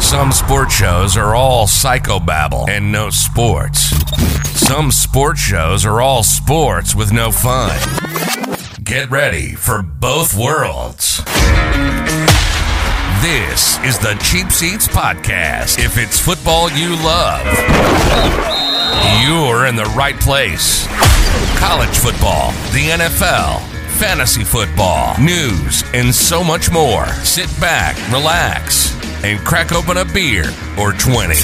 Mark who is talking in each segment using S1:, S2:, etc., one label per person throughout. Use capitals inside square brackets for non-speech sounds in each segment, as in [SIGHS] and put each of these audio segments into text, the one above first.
S1: Some sports shows are all psychobabble and no sports. Some sports shows are all sports with no fun. Get ready for both worlds. This is the Cheap Seats Podcast. If it's football you love, you're in the right place. College football, the NFL, fantasy football, news, and so much more. Sit back, relax, and crack open a beer or 20.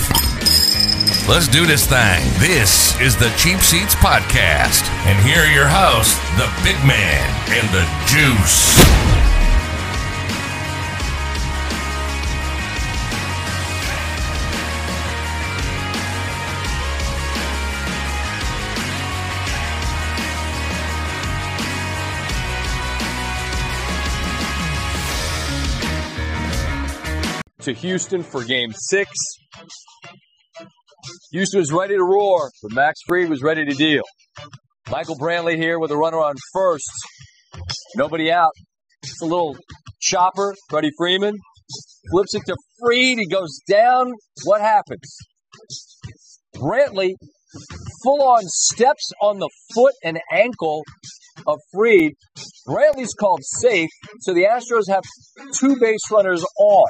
S1: Let's do this thing. This is the Cheap Seats Podcast. And here are your hosts, the big man and the juice.
S2: to Houston for game six. Houston was ready to roar, but Max Freed was ready to deal. Michael Brantley here with a runner on first. Nobody out. It's a little chopper. Freddie Freeman flips it to Freed. He goes down. What happens? Brantley full on steps on the foot and ankle of Freed. Brantley's called safe, so the Astros have two base runners on.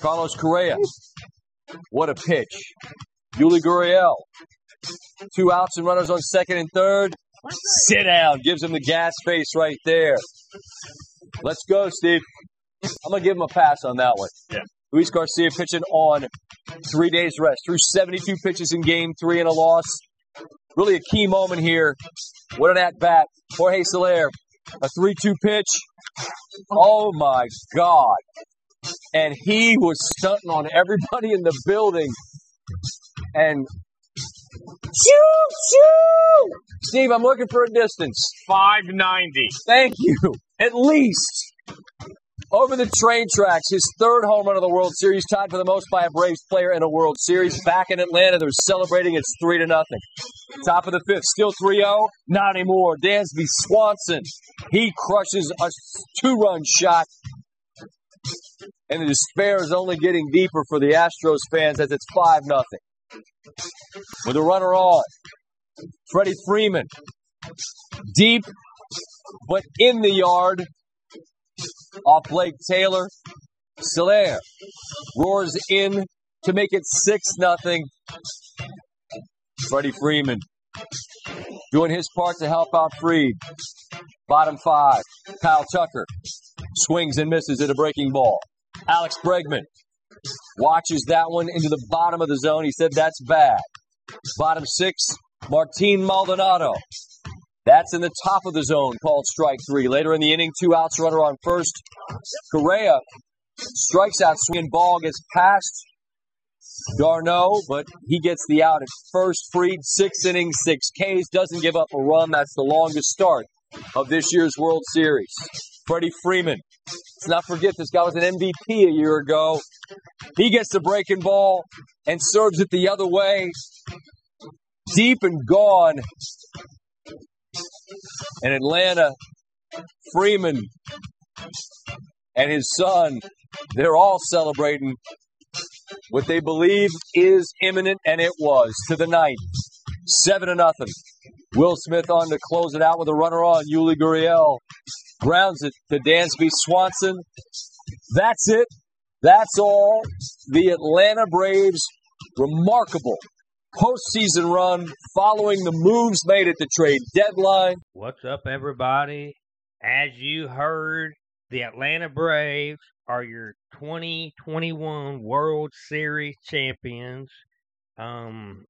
S2: Carlos Correa. What a pitch. Yuli Gurriel. Two outs and runners on second and third. Sit down. Gives him the gas face right there. Let's go, Steve. I'm going to give him a pass on that one. Yeah. Luis Garcia pitching on three days rest. Threw 72 pitches in game three and a loss. Really a key moment here. What an at bat. Jorge Soler, a 3 2 pitch. Oh my God and he was stunting on everybody in the building. And shoo, shoo! Steve, I'm looking for a distance.
S3: 590.
S2: Thank you. At least over the train tracks, his third home run of the World Series, tied for the most by a Braves player in a World Series. Back in Atlanta, they're celebrating. It's three to nothing. Top of the fifth, still 3-0. Not anymore. Dansby Swanson, he crushes a two-run shot and the despair is only getting deeper for the Astros fans as it's 5 nothing. With a runner on, Freddie Freeman, deep but in the yard, off Blake Taylor. Soler roars in to make it 6 nothing. Freddie Freeman doing his part to help out Freed. Bottom five, Kyle Tucker swings and misses at a breaking ball. Alex Bregman watches that one into the bottom of the zone. He said that's bad. Bottom six, Martin Maldonado. That's in the top of the zone, called strike three. Later in the inning, two outs, runner on first. Correa strikes out, swinging ball gets past Darno, but he gets the out at first. Freed, six innings, six Ks, doesn't give up a run. That's the longest start of this year's World Series. Freddie Freeman. Let's not forget this guy was an MVP a year ago. He gets the breaking ball and serves it the other way. Deep and gone. And Atlanta, Freeman and his son, they're all celebrating what they believe is imminent, and it was to the ninth. Seven to nothing. Will Smith on to close it out with a runner on. Yuli Gurriel grounds it to Dansby Swanson. That's it. That's all. The Atlanta Braves' remarkable postseason run following the moves made at the trade deadline.
S4: What's up, everybody? As you heard, the Atlanta Braves are your 2021 World Series champions. Um,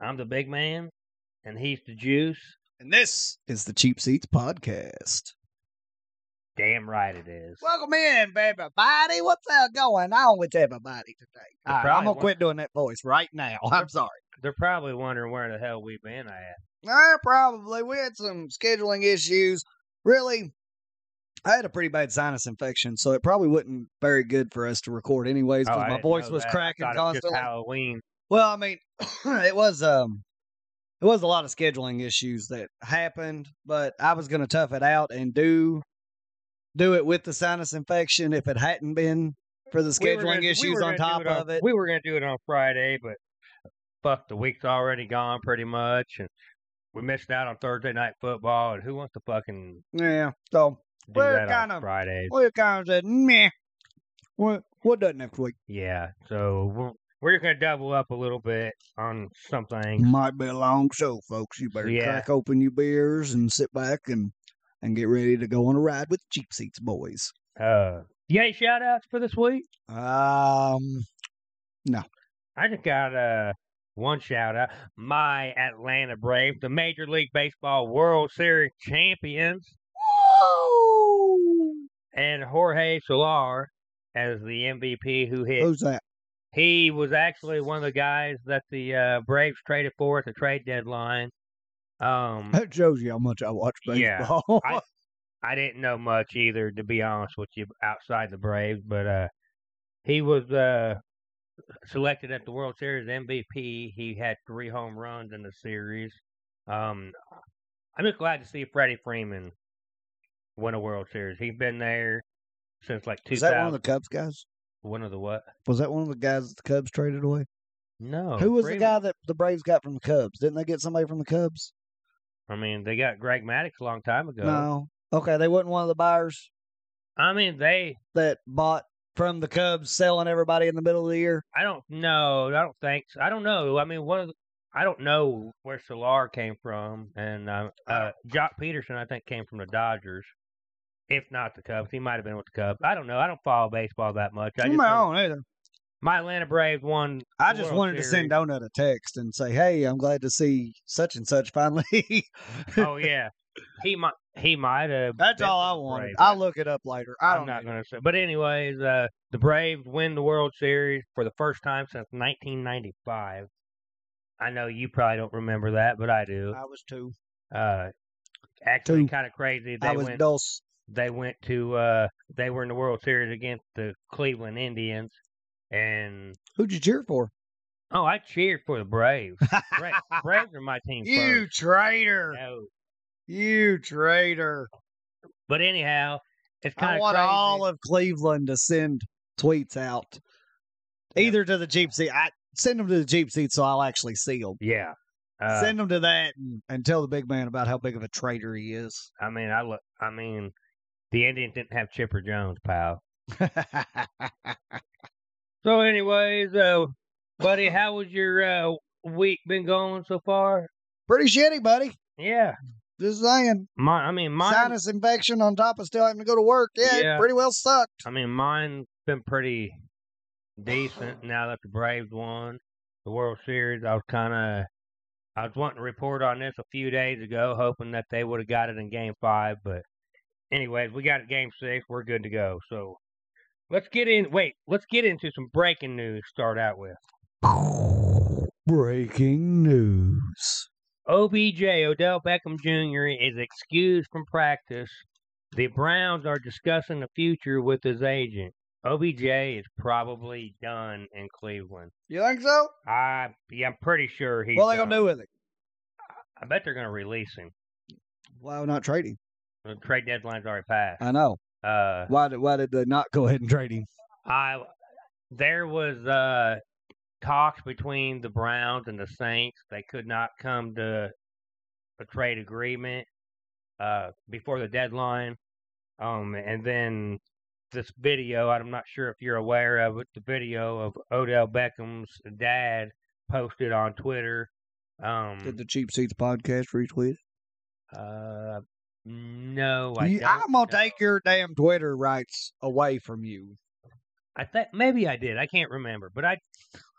S4: I'm the big man, and he's the juice.
S3: And this,
S5: is the Cheap Seats Podcast.
S4: Damn right it is.
S5: Welcome in, everybody. What's uh, going on with everybody today? All right, I'm
S4: probably
S5: gonna quit doing that voice right now. I'm sorry.
S4: They're probably wondering where the hell we've been at.
S5: Uh, probably we had some scheduling issues. Really, I had a pretty bad sinus infection, so it probably wasn't very good for us to record anyways
S4: Oh,
S5: because
S4: I
S5: my
S4: didn't
S5: voice
S4: know
S5: was
S4: that. I
S5: cracking
S4: thought it was just
S5: constantly.
S4: Halloween.
S5: Well, I mean, [CLEARS THROAT] it was um, it was a lot of scheduling issues that happened, but I was going to tough it out and do do it with the sinus infection if it hadn't been for the
S4: We were
S5: scheduling
S4: gonna- we were
S5: issues
S4: gonna
S5: on
S4: do
S5: top of it.
S4: We were going to do it on Friday, but fuck, the week's already gone pretty much, and we missed out on Thursday night football. And who wants to fucking
S5: Yeah. So
S4: do
S5: We're
S4: that on
S5: kinda-
S4: Fridays?
S5: we kind of said, meh. What what does next week?
S4: Yeah, so we're we're just going to double up a little bit on something.
S5: Might be a long show, folks. You better
S4: Yeah.
S5: crack open your beers and sit back and and get ready to go on a ride with Cheap Seats boys.
S4: Uh, yay! Shout outs for this week.
S5: Um,
S4: I just got uh, one shout out. My Atlanta Braves, the Major League Baseball World Series champions, and Jorge Solar as the MVP who hit.
S5: who's that?
S4: He was actually one of the guys that the uh, Braves traded for at the trade deadline. Um,
S5: That shows you how much I watch
S4: Yeah.
S5: baseball.
S4: I- I didn't know much either, to be honest with you, outside the Braves, but uh, he was uh, selected at the World Series MVP. He had three home runs in the series. Um, I'm just glad to see Freddie Freeman win a World Series. He's been there since like 2000.
S5: Was that one of the Cubs guys?
S4: one of the what?
S5: Was that one of the guys that the Cubs traded away?
S4: No.
S5: Who was the
S4: Freeman.
S5: guy that the Braves got from the Cubs? Didn't they get somebody from the Cubs?
S4: I mean, they got Greg Maddox a long time ago.
S5: No. Okay, they wasn't one of the buyers
S4: I mean, they.
S5: that bought from the Cubs, selling everybody in the middle of the year.
S4: I don't know. I don't think. So. I don't know. I mean, one of the, I don't know where Solar came from, and uh,
S5: Oh.
S4: uh, Jock Peterson I think came from the Dodgers, if not the Cubs. He might have been with the Cubs. I don't know. I don't follow baseball that much. I just know-
S5: either.
S4: my Atlanta Braves won.
S5: I
S4: the
S5: just
S4: World
S5: wanted to
S4: Series.
S5: send Donut a text and say, "Hey, I'm glad to see such and such finally." [LAUGHS]
S4: oh yeah, he might. He might have.
S5: That's
S4: been
S5: all
S4: with
S5: I
S4: the
S5: wanted.
S4: Braves.
S5: I'll look it up later. I
S4: I'm
S5: don't
S4: not
S5: know.
S4: going to say. But anyways, uh, the Braves win the World Series for the first time since 1995. I know you probably don't remember that, but I do.
S5: I was two.
S4: Uh, actually,
S5: Two.
S4: kind of crazy.
S5: I
S4: They
S5: was
S4: went.
S5: dulce.
S4: They went to. Uh, they were in the World Series against the Cleveland Indians, and
S5: Who'd you cheer for?
S4: oh, I cheered for the Braves.
S5: [LAUGHS]
S4: Bra- Braves are my team.
S5: you
S4: first.
S5: traitor!
S4: No.
S5: You traitor!
S4: But anyhow, it's kind
S5: I
S4: of
S5: want
S4: crazy.
S5: all of Cleveland to send tweets out, either to the Jeep seat. I send them to the Jeep seat so I'll actually see them.
S4: yeah. Uh,
S5: send them to that and, and tell the big man about how big of a traitor he is. [LAUGHS]
S4: I mean, I look. I mean, the Indians didn't have Chipper Jones, pal. So, anyways, uh, buddy, how was your uh, week been going so far?
S5: Pretty shitty, buddy.
S4: Yeah,
S5: Just saying.
S4: my, I mean, mine.
S5: Sinus infection on top of still having to go to work. Yeah, it
S4: Yeah.
S5: pretty well sucked.
S4: I mean, mine's been pretty decent now that the Braves won the World Series. I was kind of, I was wanting to report on this a few days ago, hoping that they would have got it in Game Five. But, anyways, we got it Game Six. We're good to go. So, let's get in. Wait, let's get into some breaking news. to Start out with.
S5: Breaking news.
S4: OBJ, Odell Beckham Jr., is excused from practice. The Browns are discussing the future with his agent. OBJ is probably done in Cleveland.
S5: You think so?
S4: I, yeah, I'm pretty sure he's.
S5: what are they gonna
S4: done.
S5: do with it?
S4: I bet they're gonna release him.
S5: Why not trade him?
S4: The trade deadline's already passed.
S5: I know.
S4: Uh,
S5: Why did why did they not go ahead and trade him?
S4: I there was uh talks between the Browns and the Saints. They could not come to a trade agreement uh before the deadline. Um and then this video, I'm not sure if you're aware of it, the video of Odell Beckham's dad posted on Twitter. Um
S5: Did the Cheap Seats podcast retweet? it?
S4: uh no, I
S5: You-
S4: don't
S5: I'm gonna
S4: know.
S5: take your damn Twitter rights away from you.
S4: I think maybe I did. I can't remember, but I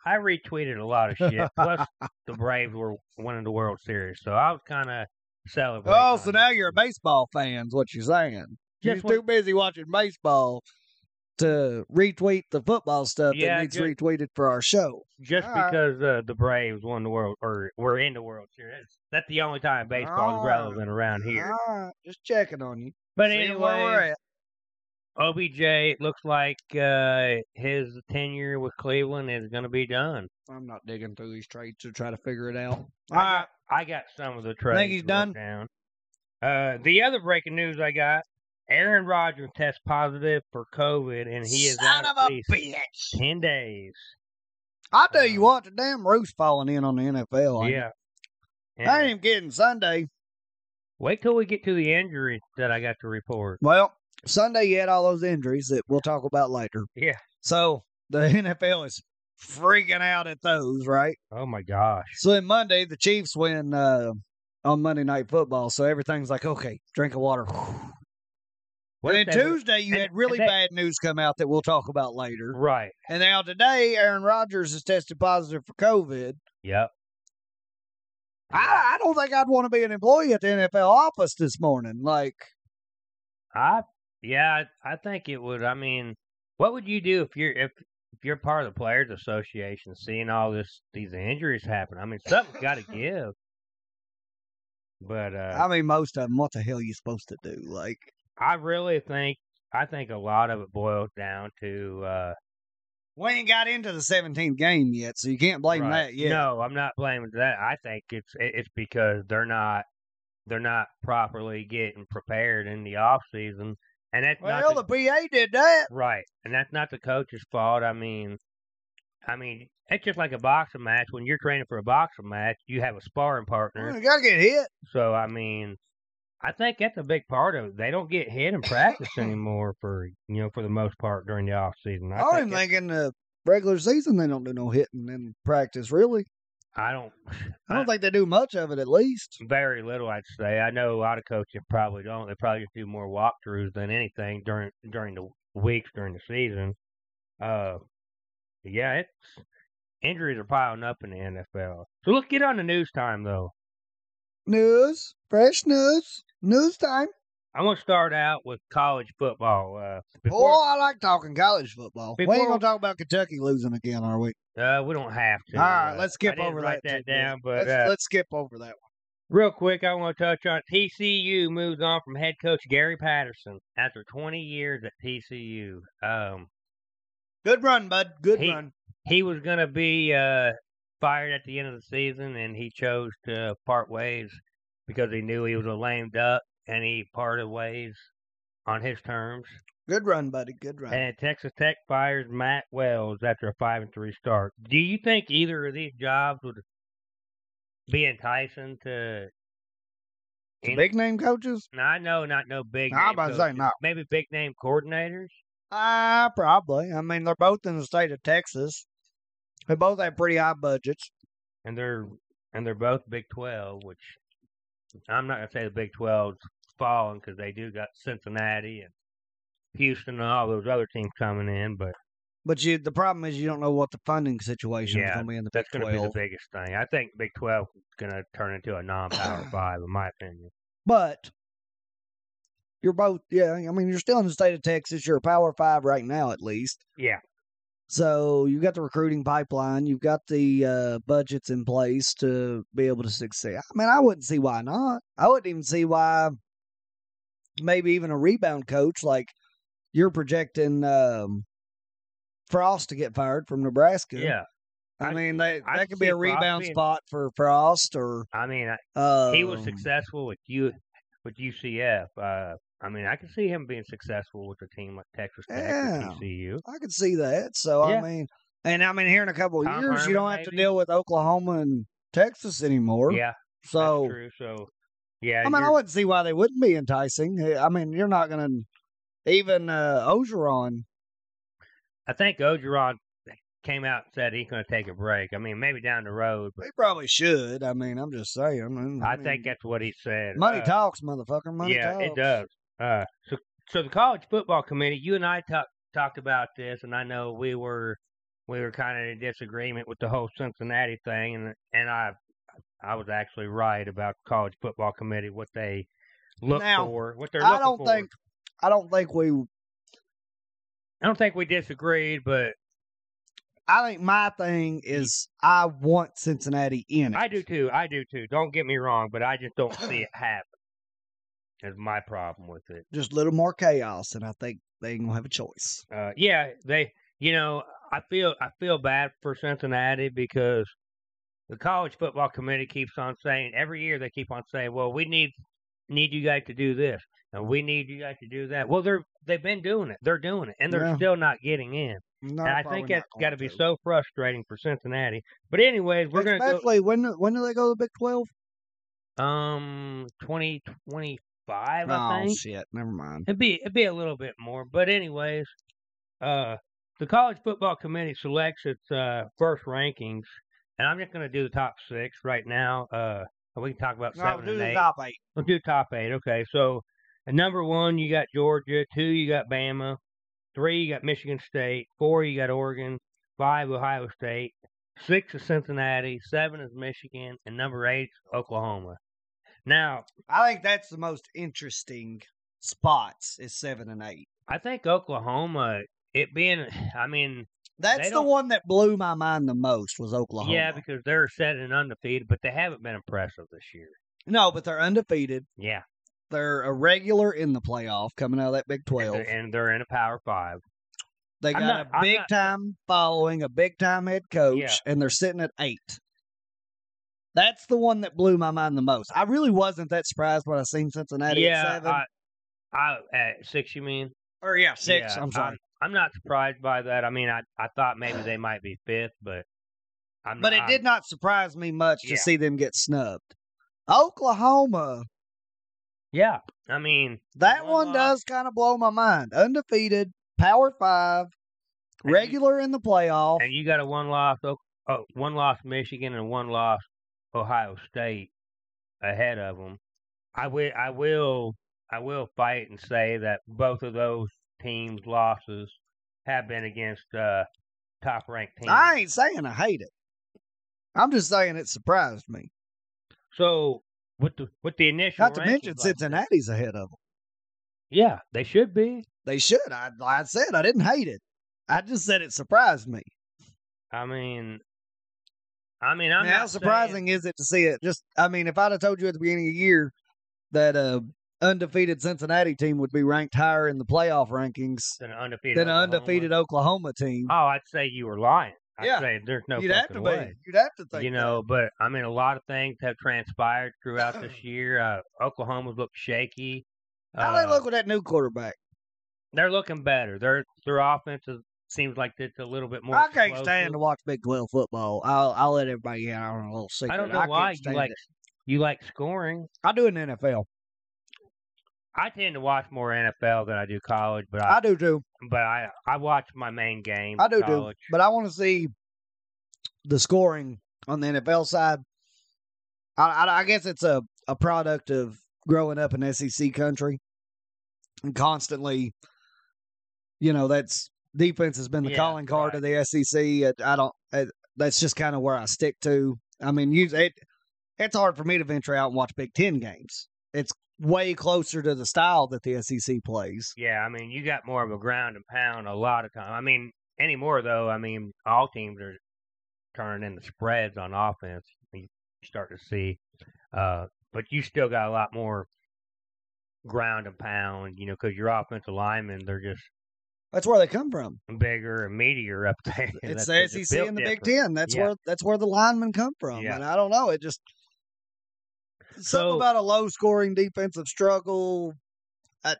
S4: I retweeted a lot of
S5: [LAUGHS]
S4: shit. Plus, the Braves were winning the World Series, so I was kind of celebrating.
S5: Oh,
S4: on
S5: so
S4: it.
S5: now you're a baseball fan, is what you're saying.
S4: Just
S5: you're too busy watching baseball to retweet the football stuff
S4: Yeah,
S5: that needs
S4: good.
S5: retweeted for our show.
S4: just
S5: all right.
S4: because uh, the Braves won the World or were in the World Series. That's the only time baseball
S5: All
S4: is
S5: right.
S4: relevant around here.
S5: All right, just checking on you.
S4: But
S5: Seeing where we're
S4: anyway,
S5: at.
S4: OBJ it looks like uh, his tenure with Cleveland is going to be done.
S5: I'm not digging through these trades to try to figure it out.
S4: I got, I got some of the trades.
S5: he's
S4: wrote
S5: done?
S4: Down. Uh, the other breaking news I got Aaron Rodgers tests positive for COVID, and he is out
S5: Son of
S4: at
S5: a
S4: least
S5: bitch.
S4: ten days.
S5: I tell you what, the damn roof's falling in on the NFL.
S4: Um, yeah. And
S5: I ain't even kidding. Sunday,
S4: wait till we get to the injuries that I got to report.
S5: well, Sunday you had all those injuries that we'll talk about later.
S4: Yeah.
S5: So the [LAUGHS] NFL is freaking out at those, right?
S4: Oh my gosh.
S5: So then Monday, the Chiefs win uh, on Monday Night Football. So everything's like, okay, drink of water.
S4: What
S5: and
S4: if
S5: then
S4: they-
S5: Tuesday, you
S4: and-
S5: had really
S4: and they-
S5: bad news come out that we'll talk about later.
S4: Right.
S5: And now today, Aaron Rodgers has tested positive for COVID.
S4: Yep.
S5: I, I don't think I'd want to be an employee at the NFL office this morning. Like,
S4: I yeah, I, I think it would. I mean, what would you do if you're if if you're part of the players' association, seeing all this these injuries happen? I mean, something's got to give. But uh,
S5: I mean, most of them, what the hell are you supposed to do? Like,
S4: I really think I think a lot of it boils down to uh,
S5: we ain't got into the 17th game yet, so you can't blame
S4: right-
S5: that yet.
S4: No, I'm not blaming that. I think it's it- it's because they're not they're not properly getting prepared in the off season, and that's not
S5: well,
S4: to-
S5: the PA did that.
S4: Right, and that's not the coach's fault. I mean, I mean, it's just like a boxing match. When you're training for a boxing match, you have a sparring partner.
S5: You got to get hit.
S4: So I mean, I think that's a big part of it. They don't get hit in practice
S5: [LAUGHS]
S4: anymore for you know for the most part during the off season. I,
S5: I
S4: think
S5: didn't think in the regular season they don't do no hitting in practice, really.
S4: that- I don't
S5: I don't think they do much of it, at least.
S4: very little. I'd say I know a lot of coaches probably don't. They probably just do more walkthroughs than anything during during the weeks during the season. Uh, yeah, it's injuries are piling up in the NFL. So let's get on the news time though.
S5: News, fresh news, news time.
S4: I want to start out with college football. Uh,
S5: oh,
S4: before
S5: I like talking college football. we
S4: Before-
S5: ain't gonna talk about Kentucky losing again, are we?
S4: uh, we don't have to.
S5: All right,
S4: uh, I
S5: let's skip
S4: didn't
S5: over
S4: write
S5: that.
S4: that
S5: too, Bill.
S4: down, but
S5: let's,
S4: uh,
S5: let's skip over that one.
S4: Real quick, I want to touch on TCU moves on from head coach Gary Patterson after 20 years at TCU. Um,
S5: Good run, bud. Good
S4: He-
S5: run.
S4: he was going to be uh, fired at the end of the season, and he chose to part ways because he knew he was a lame duck, and he parted ways on his terms.
S5: Good run, buddy. Good run.
S4: And Texas Tech fires Matt Wells after a five and three start. Do you think either of these jobs would be enticing to?
S5: Some Big name coaches?
S4: No, I know not no big.
S5: I'm
S4: name
S5: about to say
S4: coaches.
S5: no.
S4: Maybe big name coordinators.
S5: Ah, probably. I mean, they're both in the state of Texas. They both have pretty high budgets.
S4: and they're and they're both Big Twelve, which I'm not gonna say the Big 12's falling because they do got Cincinnati and Houston and all those other teams coming in, but
S5: But you, the problem is you don't know what the funding situation is
S4: Yeah,
S5: going to be in the
S4: that's
S5: Big
S4: gonna be the
S5: 12.
S4: biggest thing. I think Big Twelve is gonna turn into a
S5: [CLEARS THROAT]
S4: non-power five, in my opinion.
S5: But you're both, yeah. I mean, you're still in the state of Texas. You're a Power Five right now, at least.
S4: Yeah,
S5: So you've got the recruiting pipeline. You've got the uh, budgets in place to be able to succeed. I mean, I wouldn't see why not. I wouldn't even see why. Maybe even a rebound coach like you're projecting um, Frost to get fired from Nebraska.
S4: yeah.
S5: I
S4: I-
S5: mean that
S4: I
S5: that could be
S4: see
S5: a
S4: Frost
S5: rebound
S4: being-
S5: spot for Frost or
S4: I mean, I,
S5: um,
S4: he was successful with U with UCF. Uh, I mean, I can see him being successful with a team like Texas Tech
S5: Yeah.
S4: or TCU.
S5: I could see that. So I
S4: Yeah.
S5: mean, and I mean, here in a couple of
S4: Tom
S5: years,
S4: Herman,
S5: you don't have to
S4: maybe?
S5: deal with Oklahoma and Texas anymore.
S4: Yeah,
S5: so
S4: that's true. So, yeah,
S5: I mean, I
S4: you're-
S5: wouldn't see why they wouldn't be enticing. Eh, I mean, you're not going to even uh, Ogeron.
S4: I think Ogeron came out and said he's going to take a break. I mean, maybe down the road, but
S5: They probably should. I mean, I'm just saying. I, mean,
S4: I think that's what he said.
S5: money
S4: Uh,
S5: talks, motherfucker. Money
S4: yeah,
S5: talks.
S4: it does. Uh, so, so the college football committee, you and I talked talked about this, and I know we were we were kind of in disagreement with the whole Cincinnati thing, and and I I was actually right about the college football committee what they look
S5: Now,
S4: for, what they're
S5: I
S4: looking
S5: don't
S4: for.
S5: think. I don't think we.
S4: I don't think we disagreed, but
S5: I think my thing is I want Cincinnati in it.
S4: I do too. I do too. Don't get me wrong, but I just don't
S5: [LAUGHS]
S4: see it happen. Is my problem with it.
S5: Just a little more chaos, and I think they ain't gonna have a choice.
S4: Uh, yeah, they. You know, I feel I feel bad for Cincinnati because the college football committee keeps on saying every year they keep on saying, "Well, we need need you guys to do this." And we need you guys to do that. Well, they're they've been doing it. They're doing it, and they're
S5: Yeah.
S4: still not getting in.
S5: No,
S4: and I
S5: probably
S4: think
S5: not
S4: that's
S5: going
S4: got to be so frustrating for Cincinnati. But anyways, we're going to
S5: Especially when when do they go to the Big Twelve?
S4: go um twenty twenty five. I
S5: Oh
S4: think
S5: shit,
S4: [LAUGHS]
S5: never mind.
S4: It'd be it'd be a little bit more, but anyways, uh, the college football committee selects its uh, first rankings, and I'm just going to do the top six right now. Uh, and we can talk about
S5: No,
S4: seven
S5: do
S4: and
S5: the
S4: eight.
S5: top eight.
S4: We'll do top eight. Okay, so at number one you got Georgia, two you got Bama, three you got Michigan State, four you got Oregon, five Ohio State, six is Cincinnati, seven is Michigan, and number eight is Oklahoma. Now
S5: I think that's the most interesting spots is seven and eight.
S4: I think Oklahoma, it being, [SIGHS] I mean,
S5: That's the
S4: don't-
S5: one that blew my mind the most was Oklahoma.
S4: yeah, because they're set and undefeated, but they haven't been impressive this year.
S5: no, but they're undefeated.
S4: Yeah,
S5: They're a regular in the playoff coming out of that Big
S4: and
S5: Twelve.
S4: they're, and they're in a Power Five.
S5: They
S4: I'm
S5: got
S4: not-
S5: a
S4: I'm
S5: big
S4: not-
S5: time following, a big time head coach,
S4: Yeah.
S5: and they're sitting at eight. That's the one that blew my mind the most. I really wasn't that surprised when I seen Cincinnati
S4: yeah,
S5: at seven.
S4: I, I at six, you mean?
S5: or yeah, six.
S4: Yeah,
S5: I'm sorry.
S4: I'm not surprised by that. I mean, I I thought maybe they might be fifth, but I'm.
S5: but it
S4: I'm-
S5: did not surprise me much to
S4: Yeah.
S5: see them get snubbed. Oklahoma,
S4: Yeah, I mean,
S5: that
S4: One
S5: one
S4: loss.
S5: does kind of blow my mind. Undefeated, power five,
S4: And you-
S5: regular in the playoff.
S4: and you got a one loss, oh, oh, one loss Michigan and one loss Ohio State ahead of them. I will, I will, I will fight and say that both of those teams' losses have been against uh, top ranked teams.
S5: I ain't saying I hate it. I'm just saying it surprised me.
S4: So with the with the initial,
S5: Not to mention
S4: rankings like that-
S5: Cincinnati's ahead of them.
S4: yeah, they should be.
S5: They should. I, I said I didn't hate it. I just said it surprised me.
S4: I mean, I mean, I'm
S5: Now, how
S4: not saying-
S5: surprising is it to see it? Just, I mean, if I'd have told you at the beginning of the year that a undefeated Cincinnati team would be ranked higher in the playoff rankings
S4: than an undefeated
S5: than an
S4: Oklahoma.
S5: undefeated Oklahoma team,
S4: Oh, I'd say you were lying. I'd
S5: Yeah.
S4: say there's no
S5: you'd have to
S4: fucking
S5: be.
S4: way.
S5: You'd have to think.
S4: you know, but I mean, a lot of things have transpired throughout
S5: [CLEARS THROAT]
S4: this year. Uh, Oklahoma's looked shaky.
S5: that. how they
S4: Uh,
S5: look with that new quarterback?
S4: They're looking better. Their their offense is, seems like it's a little bit more.
S5: I can't
S4: explosive.
S5: stand to watch Big Twelve football. I'll, I'll let everybody in on a little secret.
S4: I don't know
S5: can't
S4: why you
S5: stand
S4: like
S5: it.
S4: you like scoring.
S5: I do in the NFL.
S4: I tend to watch more NFL than I do college, but I,
S5: I do too.
S4: but I I watch my main game.
S5: I do
S4: college.
S5: do, but I want to see the scoring on the NFL side. I, I, I guess it's a, a product of growing up in SEC country and constantly, you know, that's defense has been the
S4: Yeah,
S5: calling card of the SEC. It, I don't. It, that's just kind of where I stick to. I mean, you, it it's hard for me to venture out and watch Big Ten games. It's way closer to the style that the SEC plays.
S4: Yeah, I mean, you got more of a ground and pound a lot of time. I mean, anymore though. I mean, all teams are turning into spreads on offense. You start to see, uh, but you still got a lot more ground and pound. You know, because your offensive linemen they're just
S5: That's where they come from.
S4: bigger and meatier up [LAUGHS] there. That's-
S5: It's
S4: they're
S5: the
S4: just
S5: SEC
S4: built
S5: and the Big
S4: different.
S5: Ten. That's
S4: Yeah.
S5: where that's where the linemen come from.
S4: Yeah.
S5: And I don't know. It just something
S4: So-
S5: about a low scoring defensive struggle. I,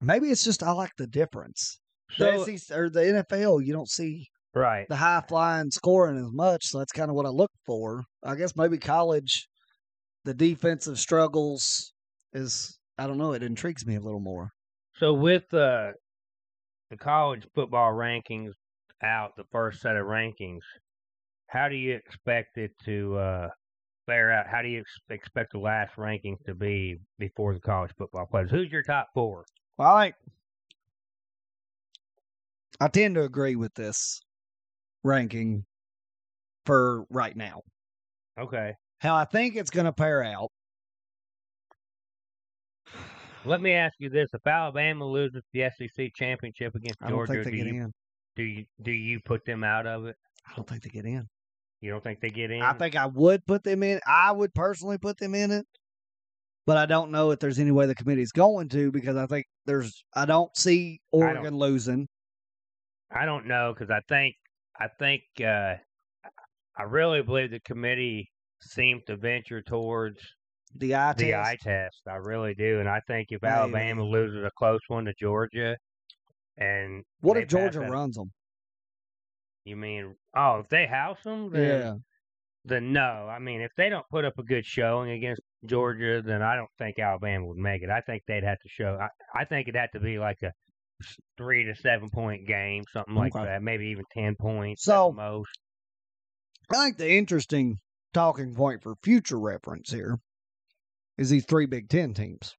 S5: maybe it's just I like the difference.
S4: So,
S5: the SEC or the NFL, you don't see
S4: right.
S5: the high flying scoring as much, so that's kind of what I look for. I guess maybe college, the defensive struggles is I don't know. It intrigues me a little more.
S4: So with uh, the college football rankings out, the first set of rankings, how do you expect it to uh, fare out? How do you ex- expect the last rankings to be before the college football playoffs? Who's your top four?
S5: Well, I like- I tend to agree with this ranking for right now.
S4: Okay,
S5: How I think it's going to pair out.
S4: let me ask you this: If Alabama loses the SEC championship against
S5: I don't
S4: Georgia,
S5: think
S4: do
S5: they get
S4: you,
S5: in.
S4: do you do you put them out of it?
S5: I don't think they get in.
S4: You don't think they get in?
S5: I think I would put them in. I would personally put them in it, but I don't know if there's any way the committee's going to because I think there's. I don't see
S4: don't-
S5: Oregon losing.
S4: I don't know because I think I think uh, I really believe the committee seems to venture towards
S5: The eye
S4: the
S5: test.
S4: eye test. I really do, and I think if
S5: Maybe.
S4: Alabama loses a close one to Georgia, and
S5: what
S4: they
S5: if
S4: pass
S5: Georgia
S4: that-
S5: runs them?
S4: You mean oh, if they house them, then
S5: Yeah.
S4: then no. I mean, if they don't put up a good showing against Georgia, then I don't think Alabama would make it. I think they'd have to show. I, I think it'd have to be like a s- three to seven point game, something like
S5: Okay.
S4: that. Maybe even ten points at
S5: So-
S4: most.
S5: I think the interesting talking point for future reference here is these three Big Ten teams.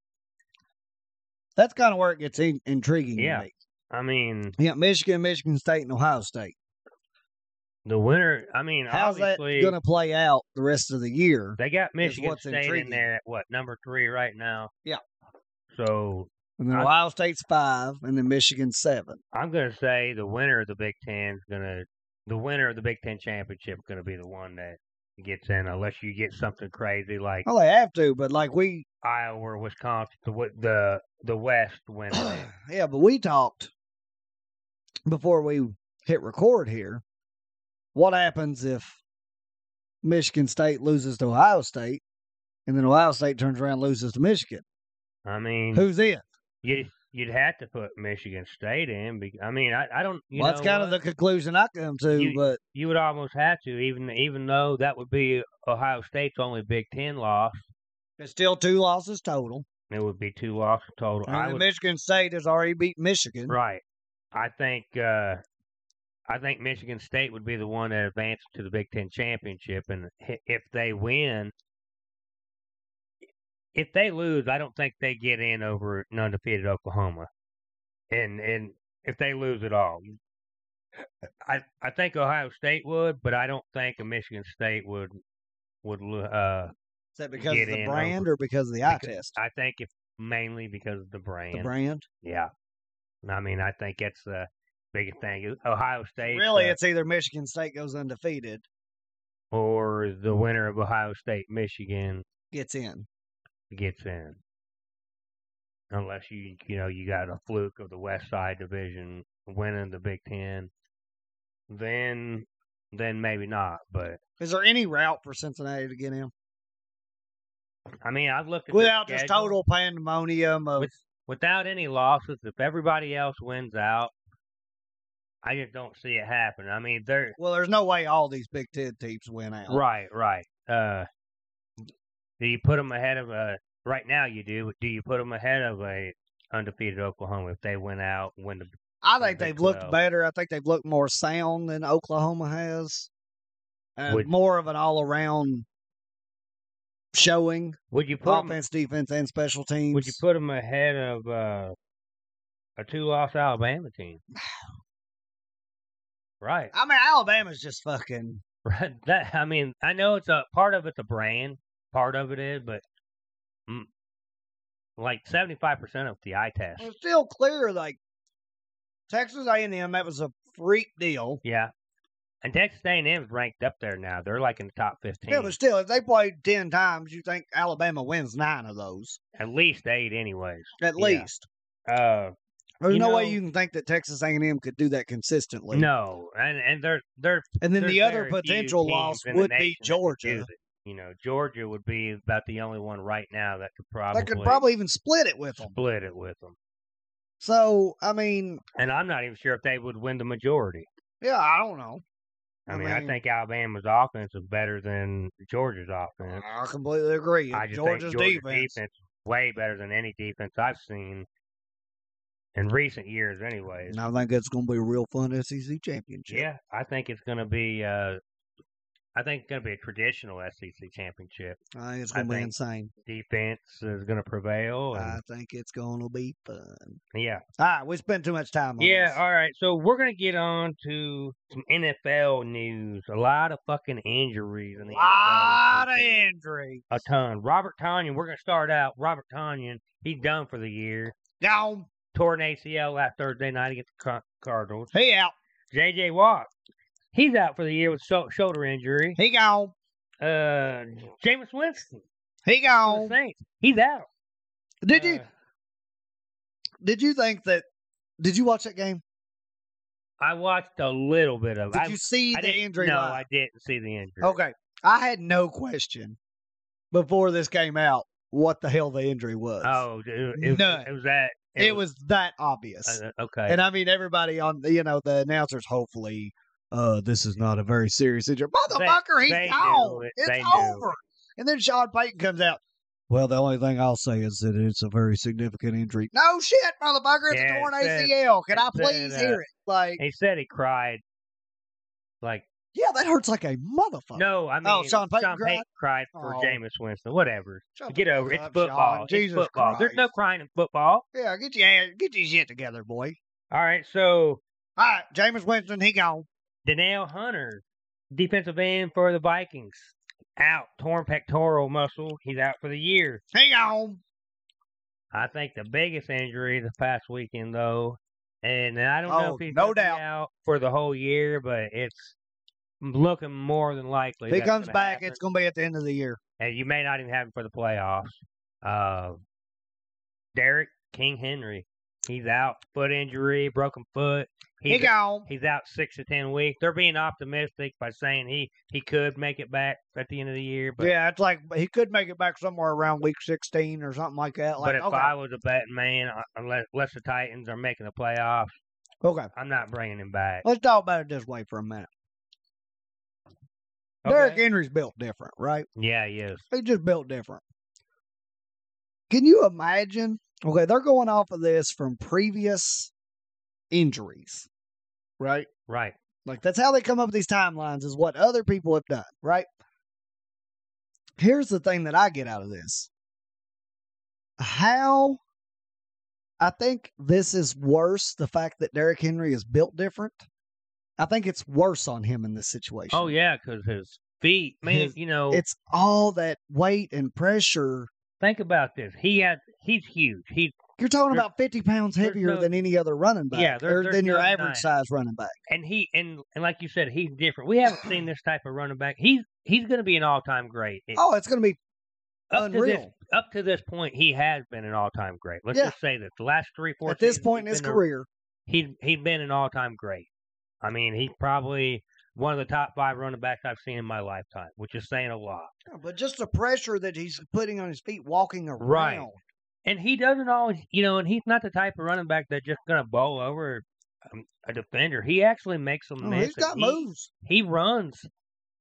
S5: That's kind of where it gets in- intriguing.
S4: Yeah.
S5: To me.
S4: I mean,
S5: Yeah. Michigan, Michigan State, and Ohio State.
S4: the winner. I mean,
S5: How's that
S4: obviously
S5: going to play out the rest of the year?
S4: they got Michigan
S5: what's
S4: State
S5: intriguing.
S4: in there at what number three right now.
S5: Yeah.
S4: So
S5: And then
S4: I-
S5: Ohio State's five, and then Michigan's seven.
S4: I'm going to say the winner of the Big Ten is going to the winner of the Big Ten championship going to be the one that gets in, unless you get something crazy like
S5: Well, they have to, but like we,
S4: Iowa or Wisconsin. The w- the the West wins. it.
S5: [CLEARS THROAT] yeah, but we talked before we hit record here. What happens if Michigan State loses to Ohio State, and then Ohio State turns around and loses to Michigan?
S4: I mean,
S5: Who's in?
S4: you you'd have to put Michigan State in. Be- I mean, I, I don't. You
S5: well, that's
S4: know
S5: kind of
S4: what?
S5: the conclusion I come to.
S4: You-
S5: but
S4: you would almost have to, even even though that would be Ohio State's only Big Ten loss.
S5: it's still two losses total.
S4: It would be two losses total.
S5: And
S4: I
S5: then
S4: would-
S5: Michigan State has already beat Michigan.
S4: Right. I think uh, I think Michigan State would be the one that advances to the Big Ten championship, and hi- if they win, if they lose, I don't think they get in over an undefeated Oklahoma, and and if they lose at all, I I think Ohio State would, but I don't think a Michigan State would would lo- uh,
S5: Is that because
S4: Get
S5: of the
S4: in
S5: brand
S4: over-
S5: or because of the eye
S4: because-
S5: test?
S4: I think if mainly because of the brand.
S5: the brand.
S4: Yeah. I mean, I think that's the biggest thing. Ohio State.
S5: Really,
S4: uh,
S5: it's either Michigan State goes undefeated,
S4: or the winner of Ohio State, Michigan
S5: gets in.
S4: gets in. Unless you you know you got a fluke of the West Side Division winning the Big Ten, then then maybe not. But
S5: Is there any route for Cincinnati to get in
S4: I mean, I've looked at the
S5: without just
S4: schedule.
S5: total pandemonium of
S4: With- without any losses. If everybody else wins out, I just don't see it happen. I mean, they're
S5: well, there's no way all these Big Ten teams win out.
S4: Right, right. Uh, do you put them ahead of a? Right now, you do. Do you put them ahead of a undefeated Oklahoma if they went out and win the?
S5: I
S4: the
S5: think
S4: Big
S5: they've looked
S4: 12.
S5: better. I think they've looked more sound than Oklahoma has. Uh,
S4: Would-
S5: more of an all around showing
S4: Would you put 'em-
S5: offense, defense, and special teams.
S4: Would you put them ahead of uh, a two-loss Alabama team? Right.
S5: I mean, Alabama's just fucking.
S4: [LAUGHS] Right. That I mean, I know it's a part of it's a brand, part of it is, but mm, like seventy-five percent of the eye test.
S5: It's still clear. Like Texas A and M, that was a freak deal.
S4: Yeah. And Texas A&M is ranked up there now. They're like in the top fifteen.
S5: Yeah, but still, if they played ten times, you think Alabama wins nine of those
S4: at least eight anyways.
S5: at
S4: Yeah.
S5: least.
S4: Uh,
S5: There's
S4: You
S5: no way
S4: know-
S5: you can think that Texas A&M could do that consistently.
S4: no, and and they're they're
S5: and then
S4: there's
S5: the other
S4: very few
S5: potential
S4: teams
S5: loss
S4: in the
S5: would be
S4: nation that could
S5: Georgia.
S4: do that. You know, Georgia would be about the only one right now that could probably
S5: They could probably even split it with them.
S4: split it with them.
S5: So I mean,
S4: And I'm not even sure if they would win the majority.
S5: yeah, I don't know.
S4: I,
S5: I
S4: mean,
S5: mean-
S4: I think Alabama's offense is better than Georgia's offense.
S5: I completely agree.
S4: I just
S5: Georgia's
S4: think Georgia's
S5: defense.
S4: is way better than any defense I've seen in recent years, anyways.
S5: And I think it's going to be a real fun SEC championship.
S4: Yeah, I think it's going to be. Uh, I think it's going to be a traditional SEC championship.
S5: I think it's
S4: I
S5: going to be
S4: think-
S5: insane.
S4: Defense is going to prevail.
S5: I
S4: And,
S5: think it's going to be fun.
S4: yeah.
S5: All right, we spent too much time on
S4: Yeah.
S5: this.
S4: All right. So we're going to get on to some NFL news. A lot of fucking injuries in the NFL
S5: lot of
S4: this week.
S5: injury.
S4: A ton. Robert Tonyan. We're going to start out. Robert Tonyan. He's done for the year.
S5: Down.
S4: Tore an ACL last Thursday night against the Car- Cardinals.
S5: He out.
S4: J.J. Watt. He's out for the year with sho- shoulder injury.
S5: He gone.
S4: Uh, Jameis Winston. for
S5: He
S4: the
S5: gone.
S4: Saints. He's out.
S5: Oh. Did you
S4: Uh,
S5: did you think that? Did you watch that game?
S4: I watched a little bit of. it.
S5: Did
S4: I,
S5: you see
S4: I
S5: the
S4: didn't-
S5: injury?
S4: No,
S5: live?
S4: I didn't see the injury.
S5: Okay. I had no question before this came out what the hell the injury was.
S4: Oh, dude, it,
S5: None.
S4: was- it was that.
S5: it, was, that obvious.
S4: uh, okay.
S5: and I mean, everybody on you know the announcers. Hopefully, uh, this is not a very serious injury. Motherfucker, he's
S4: they
S5: gone.
S4: knew it.
S5: It's
S4: They knew
S5: over. And then Sean Payton comes out. Well, the only thing I'll say is that it's a very significant injury. No shit, motherfucker. It's
S4: Yeah,
S5: a
S4: it
S5: torn
S4: said-
S5: ACL. Can
S4: it
S5: I
S4: said,
S5: please hear
S4: uh,
S5: it? Like,
S4: he said he cried. Like
S5: yeah, that hurts like a motherfucker.
S4: no, I mean
S5: Oh, Sean Payton cried?
S4: cried for
S5: Oh.
S4: Jameis Winston. Whatever.
S5: Shut the
S4: Get over
S5: fuck
S4: it. It's
S5: up,
S4: football.
S5: Sean.
S4: It's
S5: Jesus
S4: football. There's no
S5: Christ.
S4: crying in football.
S5: Yeah, get your ass- get your shit together, boy.
S4: All right, so
S5: All right, Jameis Winston, he gone.
S4: Danielle Hunter, defensive end for the Vikings, out torn pectoral muscle. He's out for the year.
S5: He gone.
S4: I think the biggest injury this past weekend though, and I don't know
S5: Oh,
S4: if he's
S5: no
S4: gonna be
S5: doubt.
S4: out for the whole year, but it's looking more than likely.
S5: If he
S4: that's
S5: comes
S4: gonna
S5: back,
S4: happen.
S5: it's gonna be at the end of the year.
S4: and you may not even have him for the playoffs. Uh, Derek King Henry, he's out foot injury, broken foot.
S5: He
S4: He's,
S5: gone.
S4: he's out six to ten weeks. They're being optimistic by saying he he could make it back at the end of the year, but
S5: yeah, it's like he could make it back somewhere around week sixteen or something like that.
S4: but
S5: Like,
S4: if
S5: okay,
S4: I was a betting man, uh, unless, unless the Titans are making the playoffs,
S5: okay.
S4: I'm not bringing him back.
S5: Let's talk about it this way for a minute.
S4: Okay?
S5: Derrick Henry's built different, right?
S4: yeah, he is.
S5: He just built different. Can you imagine? Okay, they're going off of this from previous injuries, right?
S4: Right.
S5: Like that's how they come up with these timelines is what other people have done, right? Here's the thing that I get out of this. How I think this is worse, the fact that Derrick Henry is built different. I think it's worse on him in this situation.
S4: Oh yeah, because his feet, man.
S5: His-
S4: you know,
S5: It's all that weight and pressure.
S4: think about this. He had he's huge. He's
S5: You're talking
S4: There-
S5: about 50 pounds
S4: there's
S5: heavier
S4: no-
S5: than any other running back.
S4: Yeah, there-
S5: or
S4: there's
S5: than your
S4: no
S5: average
S4: denying
S5: size running back.
S4: and he and, and like you said, he's different. We haven't seen this type of running back. He's he's going to be an all time great. It-
S5: Oh, it's going to be
S4: up to this
S5: unreal.
S4: up to this point, he has been an all time great. Let's
S5: Yeah.
S4: just say that the last three four
S5: at this
S4: seasons,
S5: point in
S4: he's
S5: his
S4: been a-
S5: career.
S4: he he's been an all time great. I mean, he's probably one of the top five running backs I've seen in my lifetime, which is saying a lot.
S5: Yeah, But just the pressure that he's putting on his feet walking around.
S4: Right. And he doesn't always, you know, and he's not the type of running back that's just going to bowl over um, a defender. He actually makes them
S5: Oh,
S4: miss.
S5: he's got
S4: and he,
S5: moves.
S4: he runs.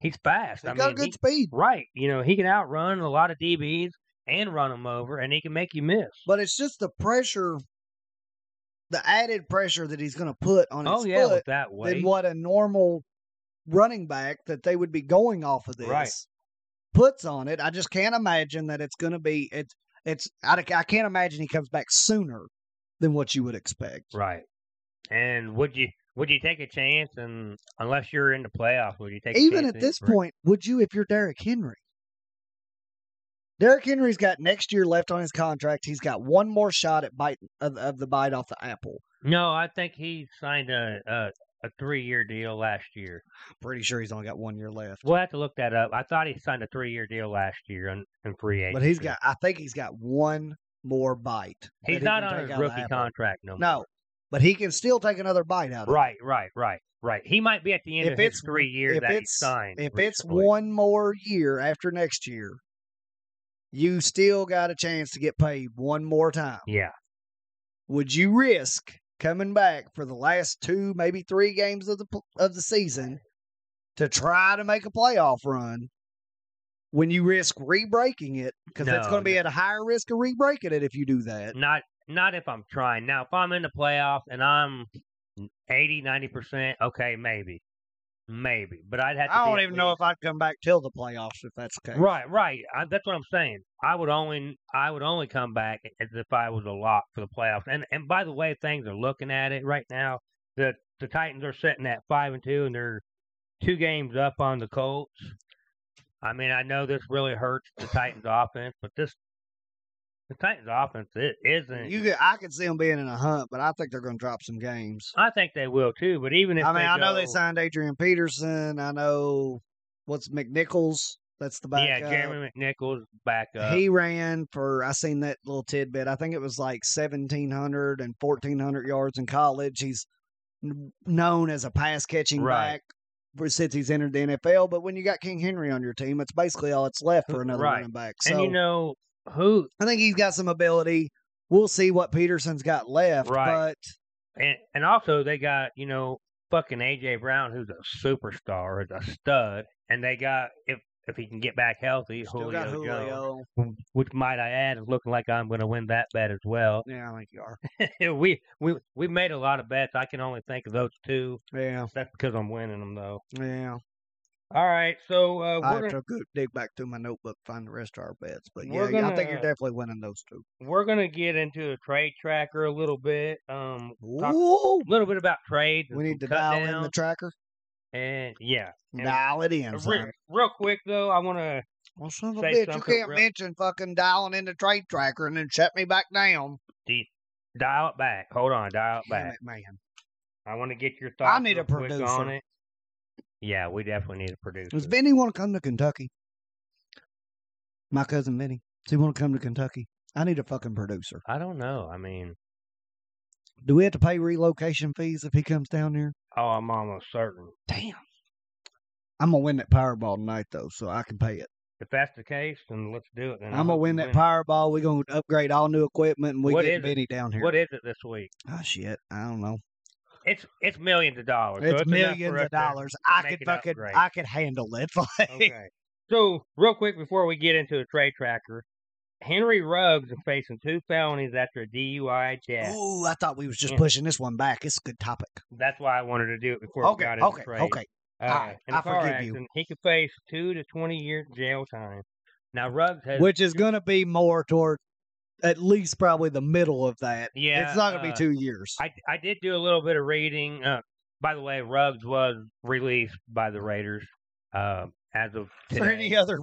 S4: He's fast.
S5: He's
S4: I
S5: got
S4: mean,
S5: good
S4: he-
S5: speed.
S4: Right. You know, he can outrun a lot of DBs and run them over, and he can make you miss.
S5: But it's just the pressure, the added pressure that he's going to put on his
S4: oh, yeah,
S5: foot
S4: with that
S5: than
S4: weight.
S5: what a normal running back that they would be going off of this
S4: Right.
S5: puts on it. I just can't imagine that it's going to be it's It's I, I can't imagine he comes back sooner than what you would expect.
S4: Right. And would you would you take a chance? And unless you're in the playoffs, would you take a
S5: Even
S4: chance
S5: at
S4: in-
S5: this
S4: right.
S5: point, would you if you're Derrick Henry? Derrick Henry's got next year left on his contract. He's got one more shot at bite of, of the bite off the apple.
S4: No, I think he signed a a, a three year deal last year.
S5: Pretty sure he's only got one year left.
S4: We'll have to look that up. I thought he signed a three year deal last year in, in free agency.
S5: But he's got I think he's got one more bite.
S4: he's
S5: that he
S4: not
S5: can
S4: on
S5: take
S4: his
S5: out of the
S4: rookie
S5: apple.
S4: contract no more.
S5: No. But he can still take another bite out of
S4: Right, right, right, right. He might be at the end
S5: If
S4: of his
S5: it's-
S4: three
S5: it.
S4: years
S5: If
S4: that he
S5: it's
S4: signed.
S5: if it's
S4: recently.
S5: one more year after next year, you still got a chance to get paid one more time.
S4: yeah.
S5: would you risk coming back for the last two, maybe three games of the pl- of the season to try to make a playoff run when you risk re-breaking it because that's
S4: No,
S5: going to be
S4: no.
S5: at a higher risk of re-breaking it if you do that.
S4: not not if I'm trying. Now, if I'm in the playoffs and I'm 80, 90%, okay, maybe. Maybe. But I'd have to
S5: I
S4: be
S5: don't
S4: at
S5: even know
S4: least-
S5: if I'd come back till the playoffs if that's okay.
S4: Right, right. I, that's what I'm saying. I would only I would only come back as if I was a lock for the playoffs. And and by the way, things are looking at it right now. The the Titans are sitting at 5 and 2 and they're two games up on the Colts. I mean, I know this really hurts the Titans offense, but this the Titans offense it isn't
S5: You could, I could see them being in a hunt, but I think they're going to drop some games.
S4: I think they will too. But even if
S5: I mean,
S4: they
S5: I know they
S4: go-
S5: signed Adrian Peterson. I know what's McNichols. That's the
S4: yeah,
S5: backup.
S4: Jeremy McNichols back up.
S5: he ran for I seen that little tidbit. I think it was like 1700 and 1400 yards in college. He's n- known as a pass catching
S4: Right.
S5: back. for- since he's entered the NFL. But when you got King Henry on your team, it's basically all that's left for another
S4: Right.
S5: running back. So
S4: and you know who
S5: I think he's got some ability. We'll see what Peterson's got left,
S4: Right.
S5: but
S4: and and also they got you know fucking AJ Brown who's a superstar, is a stud, and they got if if he can get back healthy,
S5: still
S4: Julio,
S5: got
S4: Jones,
S5: Julio.
S4: which might I add is looking like I'm going to win that bet as well. [LAUGHS]
S5: Yeah, I think you are.
S4: we we we made a lot of bets. I can only think of those two.
S5: Yeah,
S4: That's because I'm winning them though.
S5: yeah.
S4: All right, so uh,
S5: I
S4: we're gonna,
S5: have to go dig back through my notebook, find the rest of our bets. But yeah,
S4: We're
S5: yeah, I think you're
S4: gonna-
S5: definitely winning those two.
S4: we're gonna get into the trade tracker a little bit. Um, talk
S5: Ooh,
S4: a little bit about trades. and
S5: we need to
S4: some
S5: dial in the
S4: cutdowns,
S5: tracker.
S4: and yeah, and-
S5: Dial it in.
S4: real,
S5: Son.
S4: real quick though, I want to
S5: Well, son of a
S4: say
S5: bitch, you
S4: something
S5: can't
S4: real-
S5: mention fucking dialing in the trade tracker and then shut me back down.
S4: dial it back. Hold on, dial it
S5: Damn
S4: back.
S5: it, man.
S4: I want to get your thoughts.
S5: need a
S4: real quick on
S5: producer.
S4: it. Yeah, we definitely need a producer.
S5: Does Vinny want to come to Kentucky? My cousin Vinny. Does he want to come to Kentucky? I need a fucking producer.
S4: I don't know. I mean,
S5: Do we have to pay relocation fees if he comes down here?
S4: oh, I'm almost certain.
S5: Damn. I'm gonna win that Powerball tonight though, so I can pay it.
S4: If that's the case, then let's do it. Then I
S5: I'm gonna
S4: hope we
S5: win that Powerball. We're gonna upgrade all new equipment and we
S4: What
S5: get
S4: is it?
S5: Vinny down here.
S4: What is it this week?
S5: Oh shit. I don't know.
S4: It's it's millions of dollars. so enough
S5: It's,
S4: for
S5: millions
S4: us
S5: of
S4: to- [LAUGHS]
S5: dollars. I
S4: make
S5: could
S4: an
S5: fucking
S4: upgrade.
S5: I could handle it. [LAUGHS] Like,
S4: Okay. So, real quick before we get into the trade tracker, Henry Ruggs is facing two felonies after a DUI death.
S5: Ooh, I thought we was just
S4: Yeah.
S5: pushing this one back. It's a good topic.
S4: That's why I wanted to do it before we
S5: Okay,
S4: got into
S5: okay,
S4: trade.
S5: okay.
S4: Uh,
S5: Alright,
S4: in a
S5: I
S4: car
S5: forgive you.
S4: accident, He could face two to twenty year jail time. Now Ruggs has
S5: Which is gonna be more toward at least probably the middle of that.
S4: yeah.
S5: it's not gonna be
S4: uh,
S5: two years.
S4: I I did do a little bit of reading. Uh, by the way, Ruggs was released by the Raiders uh, as of
S5: Is there any
S4: today.
S5: other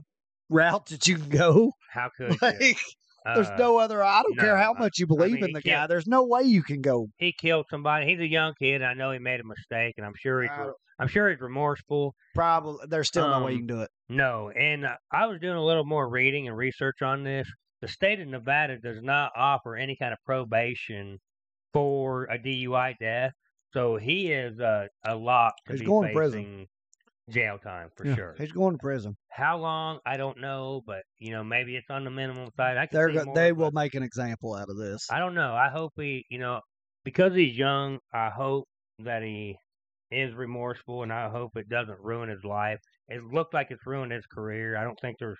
S5: route that you can go? [LAUGHS]
S4: How could you?
S5: Like, there's
S4: Uh,
S5: no other. I don't
S4: no,
S5: care
S4: uh,
S5: how
S4: I-
S5: much you believe
S4: mean,
S5: in
S4: he
S5: the guy.
S4: can't-
S5: There's no way you can go.
S4: he killed somebody. He's a young kid. and I know he made a mistake, and I'm sure he's
S5: I
S4: re-
S5: don't-
S4: I'm sure he's remorseful.
S5: Uh, Probably there's still no way you
S4: Um,
S5: can do it.
S4: No, and uh, I was doing a little more reading and research on this. The state of Nevada does not offer any kind of probation for a DUI death, so he is a a lot to
S5: He's
S4: be
S5: going to
S4: facing
S5: prison.
S4: jail time for
S5: Yeah,
S4: sure.
S5: he's going to prison.
S4: How long? I don't know, but you know maybe it's on the minimum side. I can
S5: They're
S4: see
S5: go-
S4: more,
S5: they
S4: but-
S5: will make an example out of this.
S4: I don't know. I hope he, you know, because he's young, I hope that he is remorseful and I hope it doesn't ruin his life. It looked like it's ruined his career. I don't think there's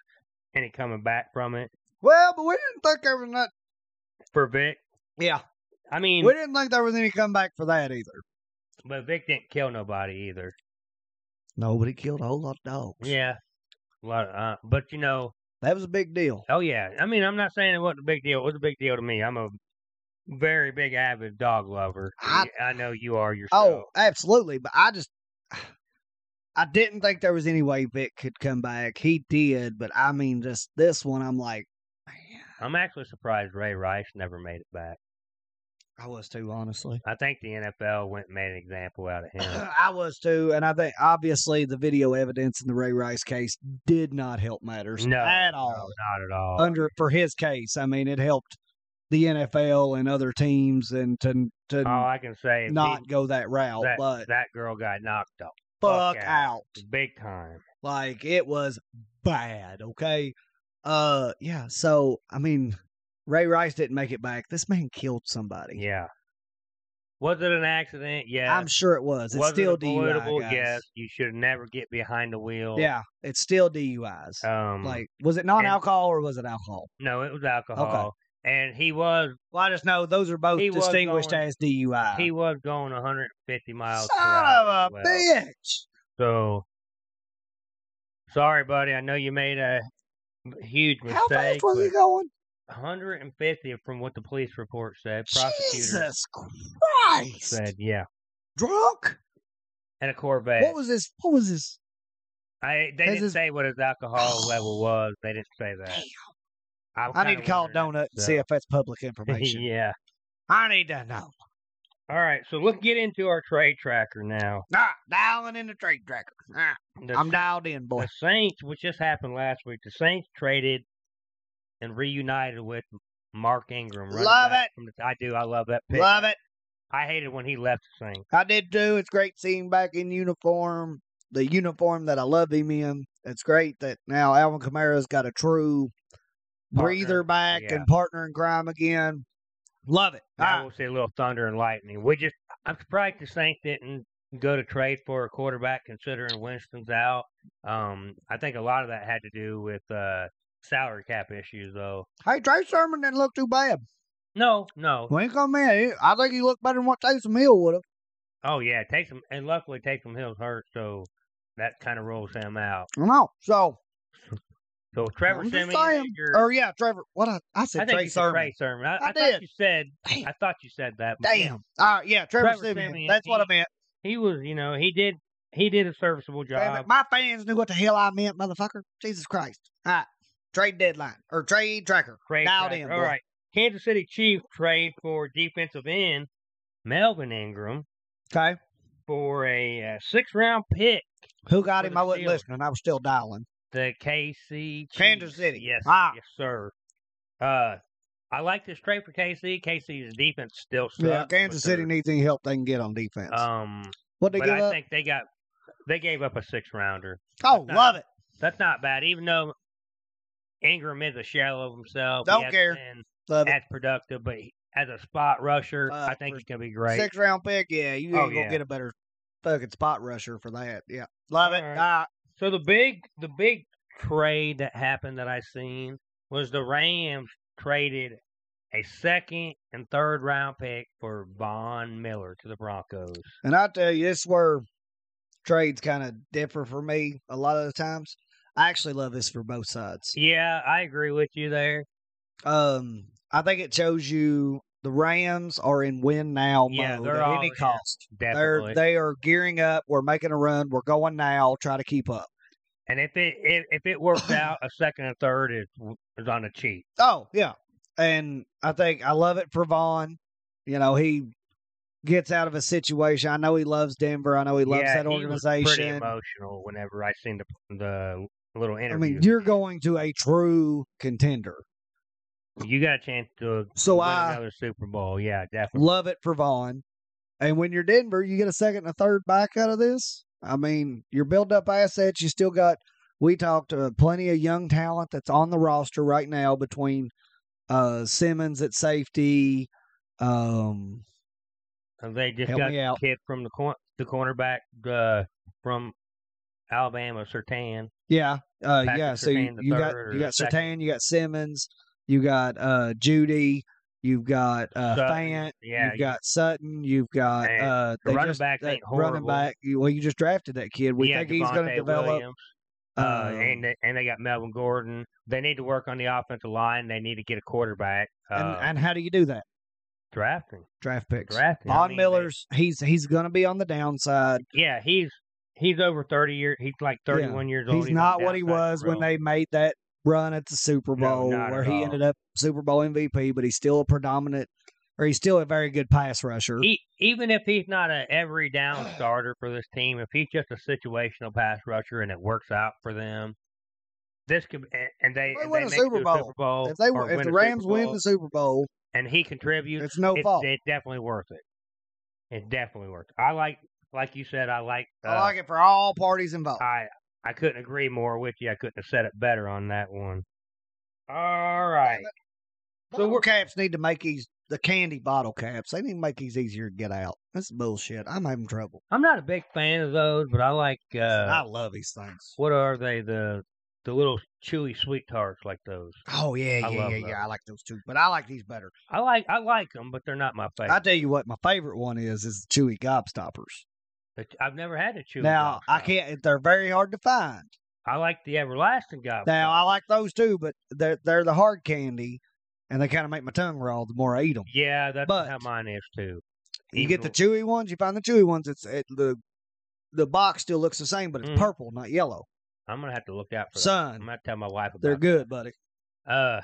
S4: any coming back from it
S5: well, but we didn't think there was not.
S4: for Vic.
S5: Yeah,
S4: I mean,
S5: we didn't think there was any comeback for that either.
S4: but Vic didn't kill nobody either.
S5: No, but he killed a whole lot of dogs.
S4: Yeah. A lot of, uh, but you know,
S5: that was a big deal.
S4: oh yeah. I mean, I'm not saying it wasn't a big deal. It was a big deal to me. I'm a very big avid dog lover.
S5: I-
S4: I know you are
S5: Oh,
S4: yourself.
S5: absolutely. But I just, I didn't think there was any way Vic could come back. He did, but I mean, just this one, I'm like, man,
S4: I'm actually surprised Ray Rice never made it back.
S5: I was too honestly.
S4: I think the NFL went and made an example
S5: [LAUGHS]
S4: out of him.
S5: [CLEARS THROAT] I was too, and I think obviously the video evidence in the Ray Rice case did not help matters
S4: No,
S5: at
S4: no,
S5: all.
S4: not at all.
S5: Under for his case, I mean, it helped the NFL and other teams, and to to
S4: all Oh, I can say is
S5: not
S4: he-
S5: go that route.
S4: that,
S5: but
S4: that girl got knocked out
S5: fuck
S4: fuck out.
S5: out.
S4: big time.
S5: Like it was bad, okay? Uh yeah, so I mean Ray Rice didn't make it back. This man killed somebody.
S4: Yeah. Was it an accident? Yes.
S5: I'm sure it was. It's
S4: was
S5: still
S4: it avoidable?
S5: DUI. Guys.
S4: Yes. You should never get behind the wheel.
S5: Yeah, it's still DUIs.
S4: Um.
S5: like was it non-alcohol or was it alcohol?
S4: no, it was alcohol, and he was
S5: Well, I just know those are both
S4: He was
S5: distinguished
S4: going-
S5: as DUI.
S4: he was going 150 miles. per
S5: Ah. Son
S4: hour
S5: of a
S4: as well.
S5: bitch.
S4: So sorry, buddy. I know you made a huge mistake.
S5: How fast were
S4: but-
S5: you going?
S4: 150 from what the police report said. Prosecutor
S5: Jesus Christ.
S4: said, yeah,
S5: Drunk?
S4: and a Corvette.
S5: What was this? What was this?
S4: I, they
S5: has
S4: didn't
S5: his-
S4: say what his alcohol level was. They didn't say that. I'm
S5: Oh. I need to
S4: kinda
S5: call
S4: wondering
S5: Donut and see if that's public
S4: [LAUGHS] that.
S5: [LAUGHS] information.
S4: yeah.
S5: I need to know.
S4: All right. So let's get into our trade tracker now.
S5: Ah, dialing in the trade tracker. Ah,
S4: The,
S5: I'm dialed in, boy.
S4: the Saints, which just happened last week, the Saints traded and reunited with Mark Ingram. running
S5: Love
S4: back from the- I do. I love that pick.
S5: Love it.
S4: I hated when he left the Saints.
S5: I did too. It's great seeing him back in uniform. the uniform that I love him in. It's great that now Alvin Kamara's got a true
S4: Partner,
S5: breather back
S4: yeah.
S5: and partner in crime again. Love it.
S4: Now
S5: I-
S4: we'll see a little thunder and lightning. We just, I'm surprised the Saints didn't go to trade for a quarterback considering Winston's out. Um, I think a lot of that had to do with uh, salary cap issues, though.
S5: hey, Trey Sermon didn't look too bad.
S4: No, no.
S5: When he come in, he- I think he looked better than what Taysom Hill would have.
S4: Oh yeah, Taysom, and luckily Taysom Hill's hurt, so that kind of rules him out.
S5: I don't know. So,
S4: So Trevor
S5: I'm just
S4: Simeon,
S5: saying.
S4: you're-
S5: Or, yeah, Trevor. What I, I
S4: I
S5: said,
S4: think
S5: Trey
S4: you said
S5: Sermon.
S4: Trey Sermon. I,
S5: I
S4: I thought
S5: did.
S4: you said.
S5: Damn.
S4: I thought you said that. but yeah.
S5: Damn. All right, yeah, Trevor,
S4: Trevor
S5: Simeon.
S4: Simeon,
S5: That's what I
S4: he-
S5: meant.
S4: He was, you know, he did. He did a serviceable
S5: Damn it,
S4: job.
S5: My fans knew what the hell I meant, motherfucker. Jesus Christ. All right. Trade deadline or trade tracker.
S4: Trade
S5: Dialed
S4: back.
S5: in,
S4: All
S5: boy.
S4: right. Kansas City Chiefs trade for defensive end Melvin Ingram
S5: Okay.
S4: for a uh, six round pick.
S5: Who got
S4: For
S5: him?
S4: the
S5: I wasn't
S4: Steelers.
S5: listening. I was still dialing.
S4: The KC Chiefs.
S5: Kansas City.
S4: Yes.
S5: Ah.
S4: Yes, sir. Uh, I like this trade for KC. KC's defense still sucks.
S5: Yeah,
S4: but
S5: Kansas City
S4: they're-
S5: needs any help they can get on defense.
S4: Um,
S5: what they
S4: but
S5: give
S4: I
S5: up?
S4: think they got they gave up a six rounder.
S5: oh,
S4: not-
S5: love it.
S4: That's not bad, even though Ingram is a shell of himself.
S5: Don't
S4: He hasn't
S5: care.
S4: been
S5: Love it.
S4: as productive, but he- as a spot rusher,
S5: Uh,
S4: I think
S5: for
S4: he can be great.
S5: Six round pick. Yeah, you ain't
S4: Oh,
S5: gonna
S4: yeah.
S5: get a better fucking spot rusher for that. Yeah, love it.
S4: All
S5: All
S4: right.
S5: right.
S4: So the big the big trade that happened that I seen was the Rams traded a second and third round pick for Von Miller to the Broncos.
S5: And I tell you, this is where trades kind of differ for me a lot of the times. I actually love this for both sides.
S4: Yeah, I agree with you there.
S5: Um, I think it shows you the Rams are in win now
S4: Yeah,
S5: mode
S4: they're
S5: at
S4: all-
S5: any
S4: yeah,
S5: cost.
S4: Definitely.
S5: They're they are gearing up. We're making a run. We're going now. Try to keep up.
S4: and if it if, if it works out, a second and third is is on the cheap.
S5: Oh yeah, and I think I love it for Vaughn. You know he gets out of a situation. I know he loves Denver. I know he loves
S4: yeah,
S5: that
S4: he was pretty
S5: organization.
S4: emotional whenever I seen the the little
S5: I
S4: interview.
S5: mean, you're going to a true contender.
S4: you got a chance to
S5: So
S4: win
S5: I-
S4: another Super Bowl. Yeah, definitely.
S5: Love it for Vaughn. And when you're Denver, you get a second and a third back out of this. I mean, you're building up assets. You still got, we talked uh, plenty of young talent that's on the roster right now between uh, Simmons at safety. Um,
S4: And they just
S5: Help
S4: got
S5: me
S4: the
S5: out.
S4: kid from the cor- the cornerback uh, from Alabama, Sertan.
S5: yeah. Uh,
S4: Patrick
S5: yeah. So
S4: Sertan
S5: you,
S4: the
S5: you got,
S4: third or
S5: you
S4: the
S5: got
S4: second.
S5: Sertan, you got Simmons, you got uh, Judy, you've got uh,
S4: Sutton.
S5: Fant.
S4: Yeah,
S5: you've
S4: you-
S5: got Sutton. You've got
S4: And
S5: uh,
S4: the
S5: they
S4: running
S5: just-
S4: backs
S5: that
S4: ain't
S5: running
S4: horrible.
S5: back. you- Well, you just drafted that kid. We
S4: yeah,
S5: think he's going to
S4: Devontae
S5: develop. um,
S4: Williams, uh, and they, and they got Melvin Gordon. They need to work on the offensive line. They need to get a quarterback. Uh,
S5: and, and how do you do that?
S4: drafting,
S5: Draft picks.
S4: drafting. I
S5: Von
S4: mean, they-
S5: Miller's he's he's going to be on the downside.
S4: yeah, he's he's over thirty years. He's like
S5: Yeah.
S4: thirty one years old.
S5: he's
S4: on
S5: not what he
S4: downside
S5: was when
S4: row.
S5: they made that run at the Super
S4: No,
S5: Bowl,
S4: not
S5: where
S4: at
S5: he
S4: all.
S5: ended up Super Bowl MVP. But he's still a predominant, or he's still a very good pass rusher.
S4: E- even if he's not an every down starter for this team, if he's just a situational pass rusher and it works out for them, this could and- and they,
S5: They
S4: and
S5: win
S4: they
S5: a
S4: make it
S5: Super
S4: to
S5: Bowl.
S4: Super Bowl
S5: if they
S4: or
S5: were, if
S4: win
S5: the
S4: a
S5: Rams
S4: Super
S5: win
S4: Bowl
S5: the Super Bowl,
S4: and he contributes,
S5: it's no
S4: it's,
S5: fault.
S4: it's definitely worth it. It's definitely worth it. I like, like you said, I like. Uh,
S5: I like it for all parties involved.
S4: I I couldn't agree more with you. I couldn't have said it better on that one. All right. so
S5: bottle
S4: we're-
S5: caps need to make these the candy bottle caps. They need to make these easier to get out. That's bullshit. I'm having trouble.
S4: I'm not a big fan of those, but I like.
S5: And I
S4: Uh,
S5: love these things.
S4: what are they? The the little chewy sweet tarts like those.
S5: Oh yeah,
S4: I
S5: yeah,
S4: love
S5: yeah,
S4: those.
S5: yeah. I like those too, but I like these better.
S4: I like I like them, but they're not my
S5: I
S4: favorite.
S5: tell you what, my favorite one is is the chewy gobstoppers.
S4: But I've never had a chew.
S5: Now I can't; they're very hard to find.
S4: I like the everlasting guy.
S5: Now I like those too, but they're they're the hard candy, and they kind of make my tongue raw the more I eat them.
S4: yeah, that's
S5: but-
S4: how mine is too.
S5: You get the chewy ones, you find the chewy ones. It's it, the the box still looks the same, but it's
S4: Mhm.
S5: purple, not yellow.
S4: I'm gonna have to look out for that. I'm
S5: Son,
S4: gonna tell my wife about.
S5: they're
S4: that.
S5: good, buddy.
S4: Uh,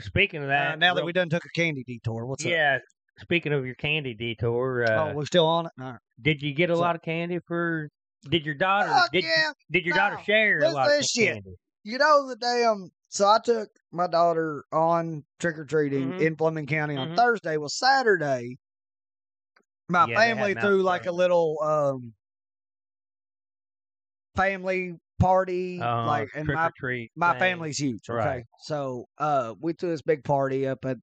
S4: speaking of that,
S5: Uh, now that
S4: real-
S5: we done took a candy detour, what's up?
S4: yeah. Speaking of your candy detour, uh,
S5: oh, we're still on it. All right.
S4: did you get a
S5: so-
S4: lot of candy for? Did your daughter?
S5: Fuck
S4: did,
S5: yeah,
S4: did your
S5: no.
S4: daughter share a
S5: Listen
S4: lot
S5: to
S4: of
S5: this shit.
S4: candy?
S5: you know the damn so i took my daughter on trick-or-treating
S4: Mhm.
S5: in fleming county on
S4: Mhm.
S5: thursday was saturday my
S4: Yeah, they had
S5: family
S4: an
S5: threw like
S4: outside.
S5: a little um family party,
S4: Uh,
S5: like, and
S4: trick
S5: my
S4: or treat.
S5: my
S4: thing.
S5: family's huge. Okay.
S4: Right.
S5: So uh we threw this big party up at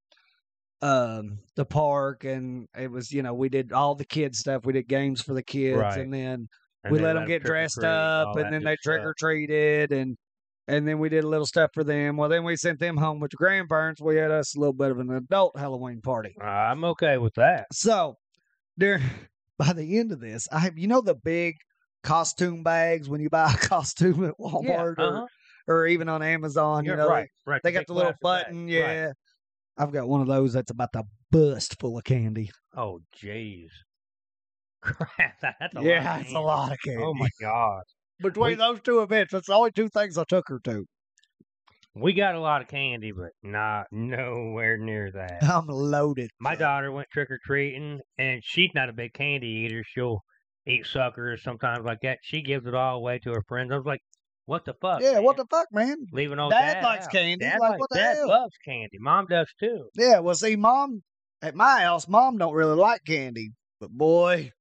S5: um the park and it was, you know, we did all the kids stuff. We did games for the kids
S4: Right.
S5: and then
S4: And
S5: we
S4: they
S5: let them
S4: 'em
S5: get
S4: trick or
S5: dressed
S4: treat,
S5: up
S4: all that
S5: and then
S4: good
S5: they
S4: stuff.
S5: trick or treated and and then we did a little stuff for them. Well then we sent them home with the grandparents. We had us a little bit of an adult Halloween party.
S4: I'm okay with that.
S5: So there [LAUGHS] by the end of this, I have you know the big costume bags when you buy a [LAUGHS] costume at Walmart or,
S4: uh-huh.
S5: or even on Amazon,
S4: You're
S5: you know,
S4: right, right.
S5: they
S4: the
S5: got
S4: big
S5: the little
S4: plastic bag.
S5: button,
S4: Right.
S5: yeah. I've got one of those that's about to bust full of candy.
S4: Oh, jeez. [LAUGHS] Crap, that's a lot.
S5: yeah,
S4: of
S5: it's a
S4: hands.
S5: lot of candy.
S4: Oh my god,
S5: Between
S4: we-
S5: those two events, that's the only two things I took her to.
S4: we got a lot of candy, but not [LAUGHS] nowhere near that.
S5: [LAUGHS] I'm loaded.
S4: My
S5: up.
S4: daughter went trick or treating, and she's not a big candy eater. She'll eat suckers sometimes like that. She gives it all away to her friends. I was like, "What the fuck?"
S5: Yeah, what
S4: man?
S5: the fuck, man?
S4: leaving old
S5: Dad
S4: dad,
S5: likes
S4: out.
S5: candy,
S4: Dad,
S5: like,
S4: likes-
S5: what the
S4: dad
S5: hell?
S4: loves candy. Mom does too.
S5: Yeah, well, see, mom at my house, mom don't really like candy, but boy,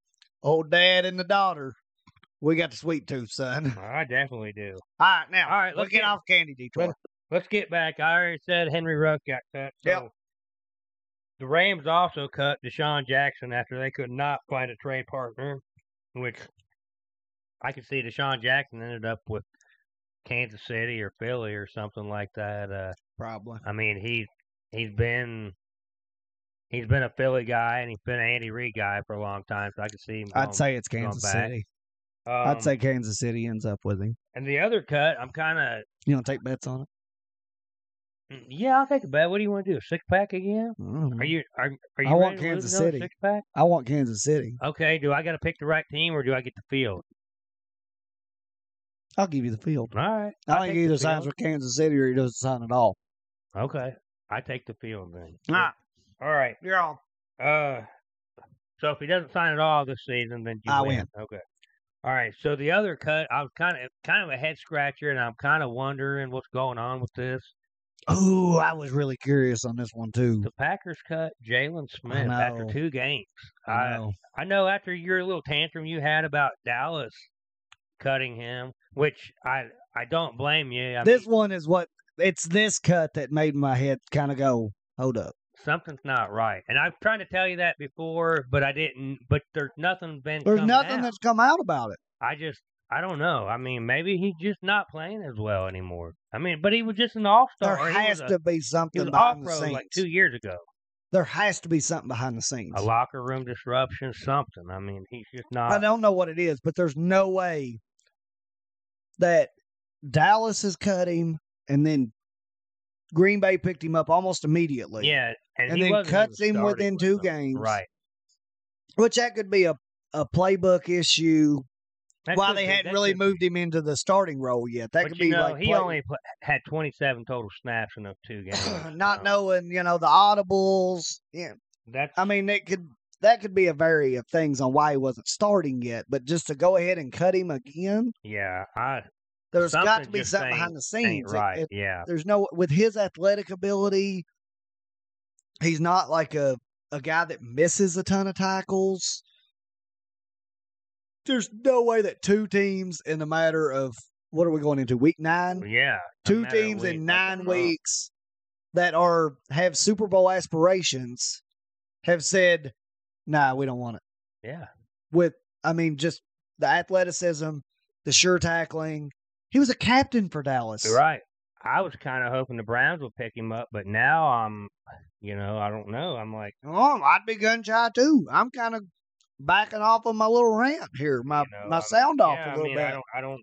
S5: old dad and the daughter, we got the sweet tooth, son. [LAUGHS]
S4: I definitely do.
S5: All right, now,
S4: All right,
S5: let's
S4: let's
S5: get
S4: get-
S5: off candy, Detroit.
S4: Let's get back. I already said Henry Ruck got cut. So
S5: Yep.
S4: The Rams also cut Deshaun Jackson after they could not find a trade partner, which I could see Deshaun Jackson ended up with Kansas City or Philly or something like that. Uh,
S5: Probably.
S4: I mean he he's been he's been a Philly guy and he's been an Andy Reid guy for a long time, so I could see him.
S5: I'd
S4: going-
S5: say it's
S4: going
S5: Kansas
S4: back.
S5: City.
S4: um,
S5: I'd say Kansas City ends up with him.
S4: And the other cut, I'm kind of
S5: You don't take bets on it?
S4: Mm, Yeah, I'll take a bet. What do you want to do? A six pack again?
S5: I don't know.
S4: Are you are are you
S5: I
S4: ready
S5: want
S4: to lose
S5: Kansas
S4: another
S5: City.
S4: Six pack?
S5: I want Kansas City.
S4: Okay. Do I got to pick the right team or do I get the field?
S5: I'll give you the field.
S4: All right.
S5: I think he either signs with Kansas City or he doesn't sign at all.
S4: Okay. I take the field then.
S5: Ah.
S4: All right.
S5: You're on.
S4: Uh, so if he doesn't sign at all this season, then you
S5: I
S4: win.
S5: win.
S4: Okay. All right. So the other cut, I was kind of kind of a head scratcher, and I'm kind of wondering what's going on with this.
S5: Oh, I was really curious on this one too.
S4: The Packers cut Jalen Smith after
S5: know.
S4: two games.
S5: I know.
S4: I know after your little tantrum you had about Dallas cutting him, which I I don't blame you. I
S5: this
S4: mean,
S5: one is what it's this cut that made my head kind of go, hold up.
S4: something's not right, and I've tried to tell you that before, but I didn't. But there's nothing been.
S5: There's
S4: coming
S5: nothing
S4: out.
S5: that's come out about it.
S4: I just I don't know. I mean, maybe he's just not playing as well anymore. I mean, but he was just an all
S5: There
S4: star. he
S5: has
S4: was a-
S5: to be
S4: he
S5: something
S4: was off
S5: behind the
S4: road
S5: scenes.
S4: like two years ago.
S5: There has to be something behind the scenes.
S4: A locker room disruption, something. I mean, he's just
S5: I
S4: not.
S5: don't know what it is, but there's no way that Dallas has cut him and then Green Bay picked him up almost immediately.
S4: Yeah, and,
S5: And
S4: he
S5: then
S4: wasn't even
S5: cuts him
S4: starting
S5: within
S4: with
S5: two
S4: them.
S5: games.
S4: Right.
S5: Which that could be a, a playbook issue.
S4: That
S5: why
S4: could
S5: they
S4: be-
S5: hadn't
S4: that
S5: really
S4: could be.
S5: moved him into the starting role yet. That could
S4: you
S5: be
S4: know,
S5: like
S4: he
S5: play-
S4: only pla had 27 total snaps in those
S5: [LAUGHS]
S4: two games.
S5: [CLEARS THROAT] not
S4: so
S5: knowing, you know, the audibles. Yeah,
S4: That's
S5: I mean, it could that could be a vary of things on why he wasn't starting yet. But just to go ahead and cut him again,
S4: yeah. I
S5: there's got
S4: Something
S5: to be
S4: just
S5: something
S4: ain't-
S5: behind the
S4: ain't
S5: scenes. It-
S4: right.
S5: it-
S4: yeah.
S5: there's no with his athletic ability. He's not like a a guy that misses a ton of tackles. There's no way that two teams in a matter of what are we going into week nine?
S4: Yeah. a
S5: two
S4: matter of
S5: teams
S4: weeks,
S5: in
S4: like a
S5: nine
S4: month.
S5: weeks that are have Super Bowl aspirations have said, "Nah, we don't want it."
S4: Yeah.
S5: With I mean, just the athleticism, the sure tackling. He was a captain for Dallas.
S4: You're right. I was kind of hoping the Browns would pick him up, but now I'm, you know, I don't know. I'm like,
S5: Oh, I'd be gun shy too. I'm kind of backing off on my little rant here, my
S4: You know,
S5: my
S4: I'm-
S5: sound off
S4: yeah,
S5: a
S4: I
S5: little
S4: mean,
S5: bit.
S4: I don't, I don't,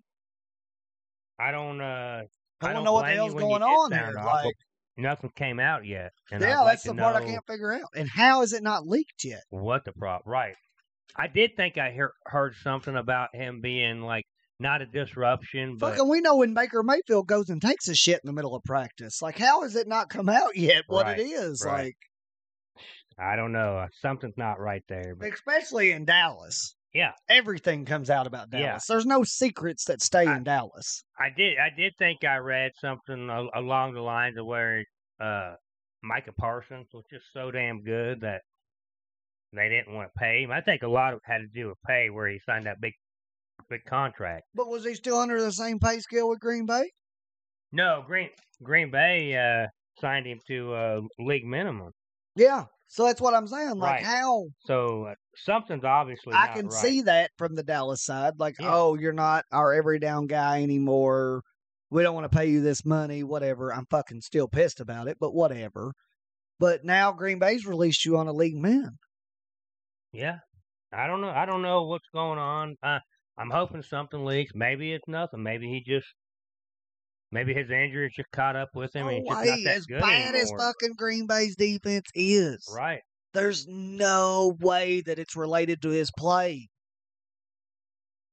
S4: I don't, uh,
S5: I
S4: I
S5: don't
S4: don't
S5: know what the
S4: blame you
S5: hell's
S4: when you
S5: going
S4: get
S5: on
S4: sound
S5: here.
S4: off,
S5: Like,
S4: nothing came out yet. And I'd
S5: yeah,
S4: like
S5: that's
S4: to
S5: the part I
S4: know
S5: can't figure out. And how is it not leaked yet?
S4: What the prop? Right. I did think I hear, heard something about him being like not a disruption, but
S5: Fucking, we know when Baker Mayfield goes and takes a shit in the middle of practice. Like, how has it not come out [LAUGHS] yet? What
S4: Right,
S5: it is,
S4: right. I don't know. uh, Something's not right there. But
S5: like, especially in Dallas.
S4: Yeah.
S5: everything comes out about
S4: Yeah.
S5: Dallas. There's no secrets that stay
S4: I-
S5: in Dallas.
S4: I did. I did think I read something al- along the lines of where uh, Micah Parsons was just so damn good that they didn't want to pay him. I think a lot of it had to do with pay, where he signed that big big contract.
S5: But was he still under the same pay scale with Green Bay?
S4: No, Green Green Bay uh, signed him to uh, league minimum.
S5: Yeah. So that's what I'm saying. Like
S4: Right.
S5: how
S4: So uh, something's obviously.
S5: I
S4: not
S5: can
S4: right.
S5: see that from the Dallas side. Like,
S4: Yeah.
S5: oh, you're not our every down guy anymore. We don't want to pay you this money, whatever. I'm fucking still pissed about it, but whatever. But now Green Bay's released you on a league man.
S4: Yeah, I don't know. I don't know what's going on. Uh, I'm hoping something leaks. Maybe it's nothing. Maybe he just. Maybe his injury just caught up with him. and he's just
S5: No
S4: not
S5: way.
S4: that
S5: Oh, as
S4: good
S5: bad as
S4: anymore.
S5: fucking Green Bay's defense is,
S4: Right.
S5: there's no way that it's related to his play.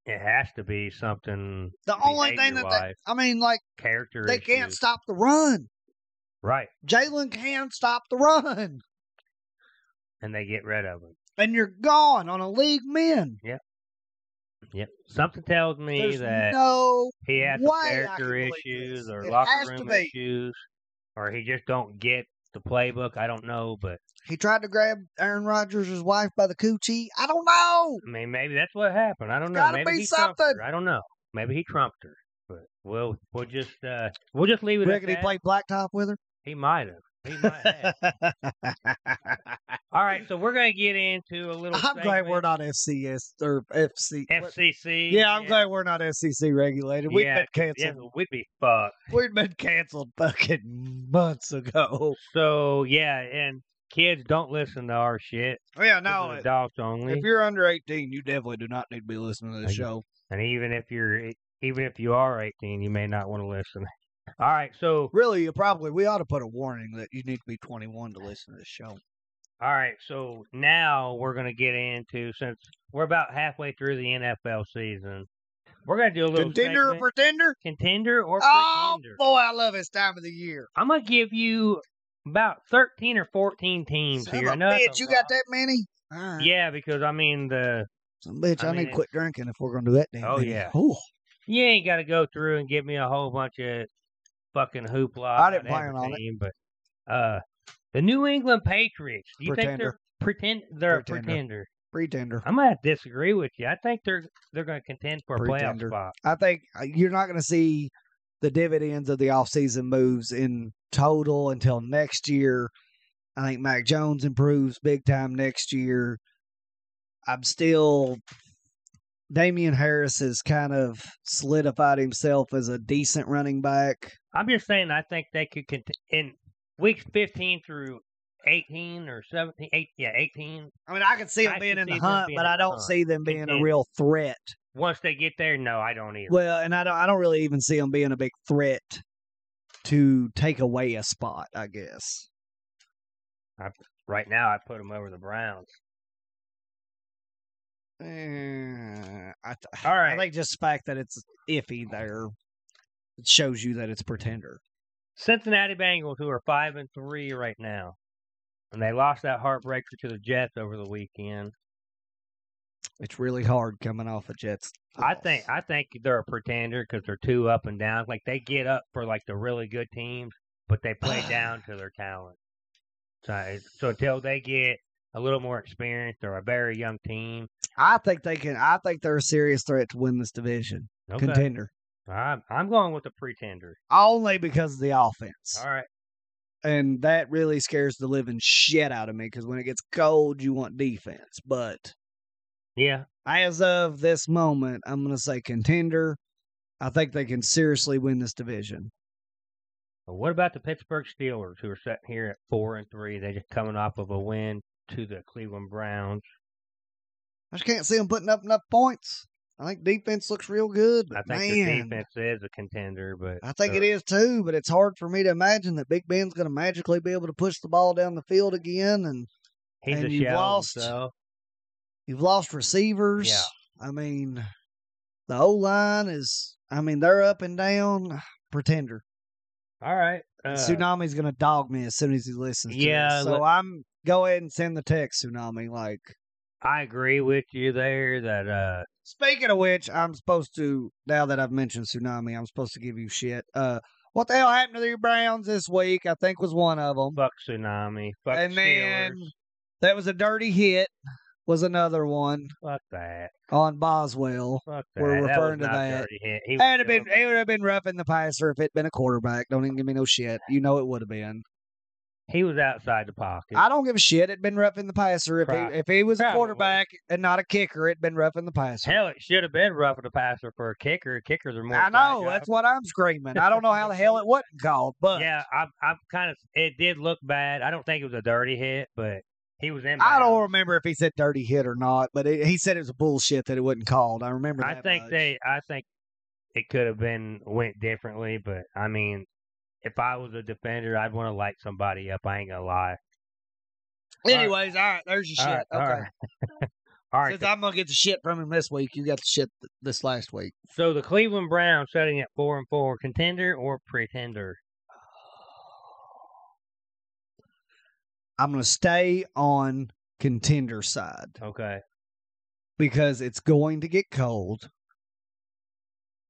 S4: It has to be something.
S5: The only thing that they,
S4: behavior-wise,
S5: I mean, like
S4: character
S5: they can't
S4: issues.
S5: stop the run.
S4: Right,
S5: Jalen can stop the run,
S4: and they get rid of him.
S5: and you're gone on a league man.
S4: Yep. Something tells me
S5: There's
S4: that
S5: no
S4: he has
S5: way
S4: some
S5: I can
S4: character
S5: believe
S4: issues
S5: this.
S4: or
S5: It has
S4: locker
S5: to
S4: room
S5: be.
S4: issues, or he just don't get the playbook. I don't know, but
S5: He tried to grab Aaron Rodgers' wife by the coochie. I don't know.
S4: I mean, maybe that's what happened. I don't know.
S5: gotta
S4: Maybe
S5: be
S4: he trumped
S5: something.
S4: her. I don't know. Maybe he trumped her. But we'll we'll just uh, we'll just leave it. At
S5: Reckon he
S4: that.
S5: played blacktop with her?
S4: He might have. He might have.
S5: [LAUGHS]
S4: All right, so we're gonna get into a little.
S5: I'm glad we're
S4: segment,
S5: not FCS or FC. what-
S4: FCC.
S5: Yeah, I'm glad we're not SEC regulated. We've
S4: Yeah,
S5: been
S4: Yeah,
S5: canceled.
S4: we'd be fucked.
S5: We've been canceled fucking months ago.
S4: So yeah, and kids don't listen to our shit.
S5: Yeah,
S4: This is
S5: no.
S4: adults only.
S5: If you're under 18, you definitely do not need to be listening to this
S4: Thank you.
S5: show.
S4: and even if you're even if you are 18 you may not want to listen all right so
S5: Really, you probably we ought to put a warning that you need to be 21 to listen to this show.
S4: all right so now we're going to get into since we're about halfway through the nfl season we're going to do a little
S5: Contender or
S4: segment,
S5: pretender?
S4: contender or
S5: Oh
S4: pretender
S5: boy, I love this time of the year.
S4: i'm going to give you about 13 or 14 teams
S5: Son of
S4: here
S5: a
S4: I know that's
S5: bitch,
S4: a
S5: you
S4: lot.
S5: got that many? All
S4: [LAUGHS]
S5: right.
S4: yeah because i mean the
S5: Some bitch, I,
S4: I
S5: need
S4: mean,
S5: to
S4: it-
S5: quit drinking if we're gonna do that damn
S4: Oh,
S5: thing.
S4: yeah.
S5: Ooh,
S4: you ain't got to go through and give me a whole bunch of fucking hoopla.
S5: I didn't
S4: about
S5: plan on it.
S4: everything, But uh, the New England Patriots. Do you think
S5: Pretender.
S4: they're pretend? They're
S5: Pretender.
S4: a pretender.
S5: pretender.
S4: I'm gonna disagree with you. I think they're they're gonna contend for a
S5: Pretender.
S4: playoff spot.
S5: I think uh, you're not gonna see the dividends of the offseason moves in total until next year. I think Mac Jones improves big time next year. I'm still Damian Harris has kind of solidified himself as a decent running back.
S4: I'm just saying. I think they could cont- in weeks 15 through 18 or 17. Eight, yeah, 18.
S5: I mean, I could see him
S4: I
S5: being
S4: could
S5: in the
S4: see them
S5: hunt,
S4: being
S5: but
S4: in
S5: I
S4: the
S5: don't
S4: hunt.
S5: see them being a
S4: Contender.
S5: real threat.
S4: Once they get there, no, I don't either.
S5: Well, and I don't I don't really even see him being a big threat to take away a spot, I guess.
S4: Right now, I put them over the
S5: [SIGHS]
S4: Browns.
S5: Uh, Eh, I th-
S4: All
S5: I
S4: right.
S5: think just the fact that it's iffy there it shows you that it's pretender.
S4: Cincinnati Bengals, who are five and three right now, and they lost that heartbreaker to the Jets over the weekend.
S5: It's really hard coming off a Jets.
S4: I
S5: loss.
S4: think I think they're a pretender because they're two up and down. Like they get up for like the really good teams, but they
S5: [SIGHS]
S4: play down to their talent. So, I- so until they get a little more experience, they're a very young team.
S5: I think they can. I think they're a serious threat to win this division.
S4: Okay,
S5: Contender
S4: I'm, I'm going with the pretender.
S5: only because of the offense,
S4: All right,
S5: and that really scares the living shit out of me. Because when it gets cold, you want defense, but
S4: yeah,
S5: as of this moment, I'm going to say contender. I think they can seriously win this division.
S4: But what about the Pittsburgh Steelers, who are sitting here at four and three? They're just coming off of a win to the Cleveland Browns.
S5: I just can't see them putting up enough points. I think defense looks real good.
S4: I
S5: But
S4: think their
S5: man,
S4: defense is a contender, but uh,
S5: I think it is too, but it's hard for me to imagine that Big Ben's going to magically be able to push the ball down the field again. And
S4: He's
S5: and
S4: a
S5: you've
S4: shell of
S5: lost-
S4: himself.
S5: you've lost receivers.
S4: Yeah.
S5: I mean, the O line is, I mean, they're up and down. Pretender.
S4: All right, uh,
S5: Tsunami's going to dog me as soon as he listens to
S4: Yeah,
S5: this. So
S4: let-
S5: I'm, go ahead and send the text, Tsunami. Like,
S4: I agree with you there that uh
S5: Speaking of which, I'm supposed to now that I've mentioned tsunami, I'm supposed to give you shit. Uh, what the hell happened to the Browns this week? I think was one of them,
S4: fuck tsunami, fuck
S5: and
S4: Steelers.
S5: then that was a dirty hit. was another one
S4: Fuck that.
S5: on Boswell.
S4: Fuck that.
S5: We're
S4: that was
S5: referring to
S4: not
S5: that.
S4: dirty hit. He
S5: It
S4: was
S5: would have been
S4: dumb.
S5: it would have been rough in the passer if it'd been a quarterback. Don't even give me no shit. You know it would have been.
S4: um, He was outside the pocket.
S5: I don't give a shit. It'd been rough in the passer if
S4: Prob-
S5: he if he was a
S4: probably.
S5: quarterback and not a kicker. It'd been rough in the passer.
S4: Hell, it should have been rough of the passer for a kicker. Kickers are more.
S5: I know.
S4: fragile.
S5: That's what I'm screaming. I don't know how the hell it wasn't called,
S4: [LAUGHS]
S5: but
S4: yeah, I'm. I'm kind of. It did look bad. I don't think it was a dirty hit, but he was in.
S5: I don't
S4: bounds.
S5: remember if he said dirty hit or not. But it, he said it was bullshit that it wasn't called. I remember.
S4: I
S5: that
S4: think
S5: much.
S4: they. I think it could have been went differently, but I mean, if I was a defender, I'd want to light somebody up. I ain't gonna lie.
S5: Anyways, all right. There's your
S4: All
S5: shit.
S4: right, all
S5: okay.
S4: right. [LAUGHS] All right.
S5: Since I'm gonna get the shit from him this week, you got the shit th- this last week.
S4: So the Cleveland Browns setting at four and four, contender or pretender?
S5: I'm gonna stay on contender side.
S4: Okay.
S5: because it's going to get cold.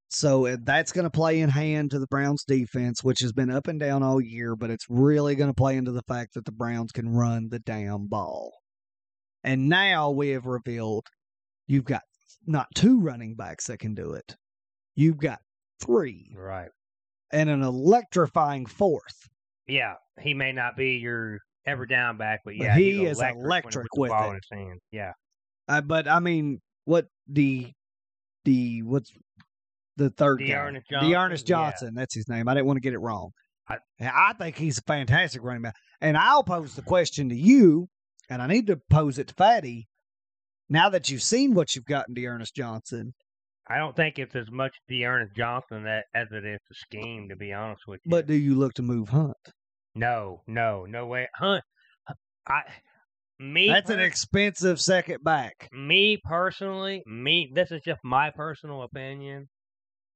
S5: So uh, that's going to play in hand to the Browns defense, which has been up and down all year, but it's really going to play into the fact that the Browns can run the damn ball. And now we have revealed you've got not two running backs that can do it, you've got three
S4: Right.
S5: and an electrifying fourth.
S4: Yeah, he may not be your ever down back, but
S5: But
S4: yeah,
S5: he
S4: he's
S5: is
S4: electric, when
S5: electric
S4: he puts the
S5: with
S4: ball
S5: it.
S4: in his hand. Yeah.
S5: Uh, but I mean, what the the what's the third guy?
S4: Dearness Johnson.
S5: Dearness
S4: Yeah.
S5: Johnson. That's his name. I didn't want to get it wrong. I,
S4: I-
S5: I think he's a fantastic running back. And I'll pose the question to you, and I need to pose it to Fatty. Now that you've seen what you've gotten, Dearness Johnson,
S4: I don't think it's as much Dearness Johnson that as it is the scheme, to be honest with you.
S5: but do you look to move Hunt?
S4: no, no, no way. Hunt, I, me,
S5: That's an
S4: pers-
S5: expensive second back.
S4: me personally, me. This is just my personal opinion.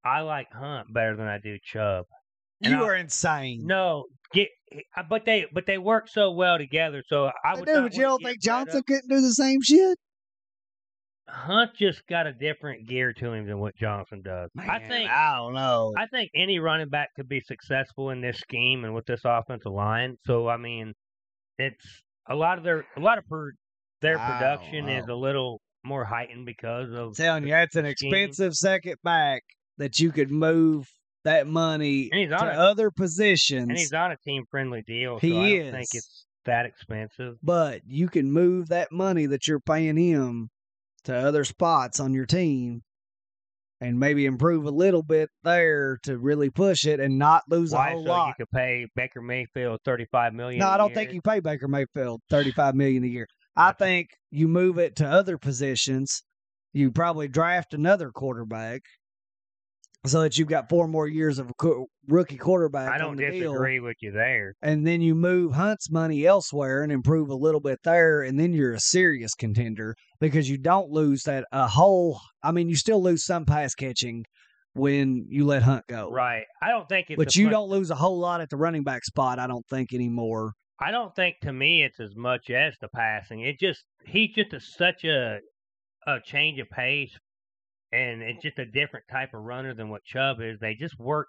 S4: I like Hunt better than I do Chubb. And
S5: You
S4: I-
S5: are insane.
S4: No, get, I- but they, but they work so well together. So I
S5: I
S4: would.
S5: do,
S4: not
S5: but you
S4: wanna
S5: don't
S4: get
S5: think
S4: fed up.
S5: Johnson couldn't do the same shit?
S4: Hunt just got a different gear to him than what Johnson does. I
S5: Man,
S4: think
S5: I don't know.
S4: I think any running back could be successful in this scheme and with this offensive line. So I mean, it's a lot of their a lot of per, their
S5: I don't
S4: production is
S5: know.
S4: a little more heightened because of
S5: I'm telling you, that's an
S4: scheme.
S5: expensive second back that you could move that money
S4: And he's
S5: to
S4: on it.
S5: other positions.
S4: and he's on a team friendly deal.
S5: he
S4: so I
S5: is.
S4: don't think it's that expensive.
S5: but you can move that money that you're paying him to other spots on your team and maybe improve a little bit there to really push it and not lose
S4: Why
S5: a whole
S4: so
S5: lot.
S4: you could pay Baker Mayfield thirty five million?
S5: No,
S4: a
S5: I don't think
S4: year?
S5: you pay Baker Mayfield thirty-five million a year. I
S4: Okay.
S5: think you move it to other positions. You probably draft another quarterback so that you've got four more years of a qu- rookie quarterback.
S4: I
S5: on
S4: don't
S5: the deal.
S4: disagree with you there.
S5: And then you move Hunt's money elsewhere and improve a little bit there, and then you're a serious contender because you don't lose that a whole. I mean, you still lose some pass catching when you let Hunt go,
S4: Right. I don't think it's
S5: But
S4: as
S5: you
S4: much-
S5: don't lose a whole lot at the running back spot. I don't think anymore.
S4: I don't think to me it's as much as the passing. It just he's just a, such a a change of pace, and it's just a different type of runner than what Chubb is. They just work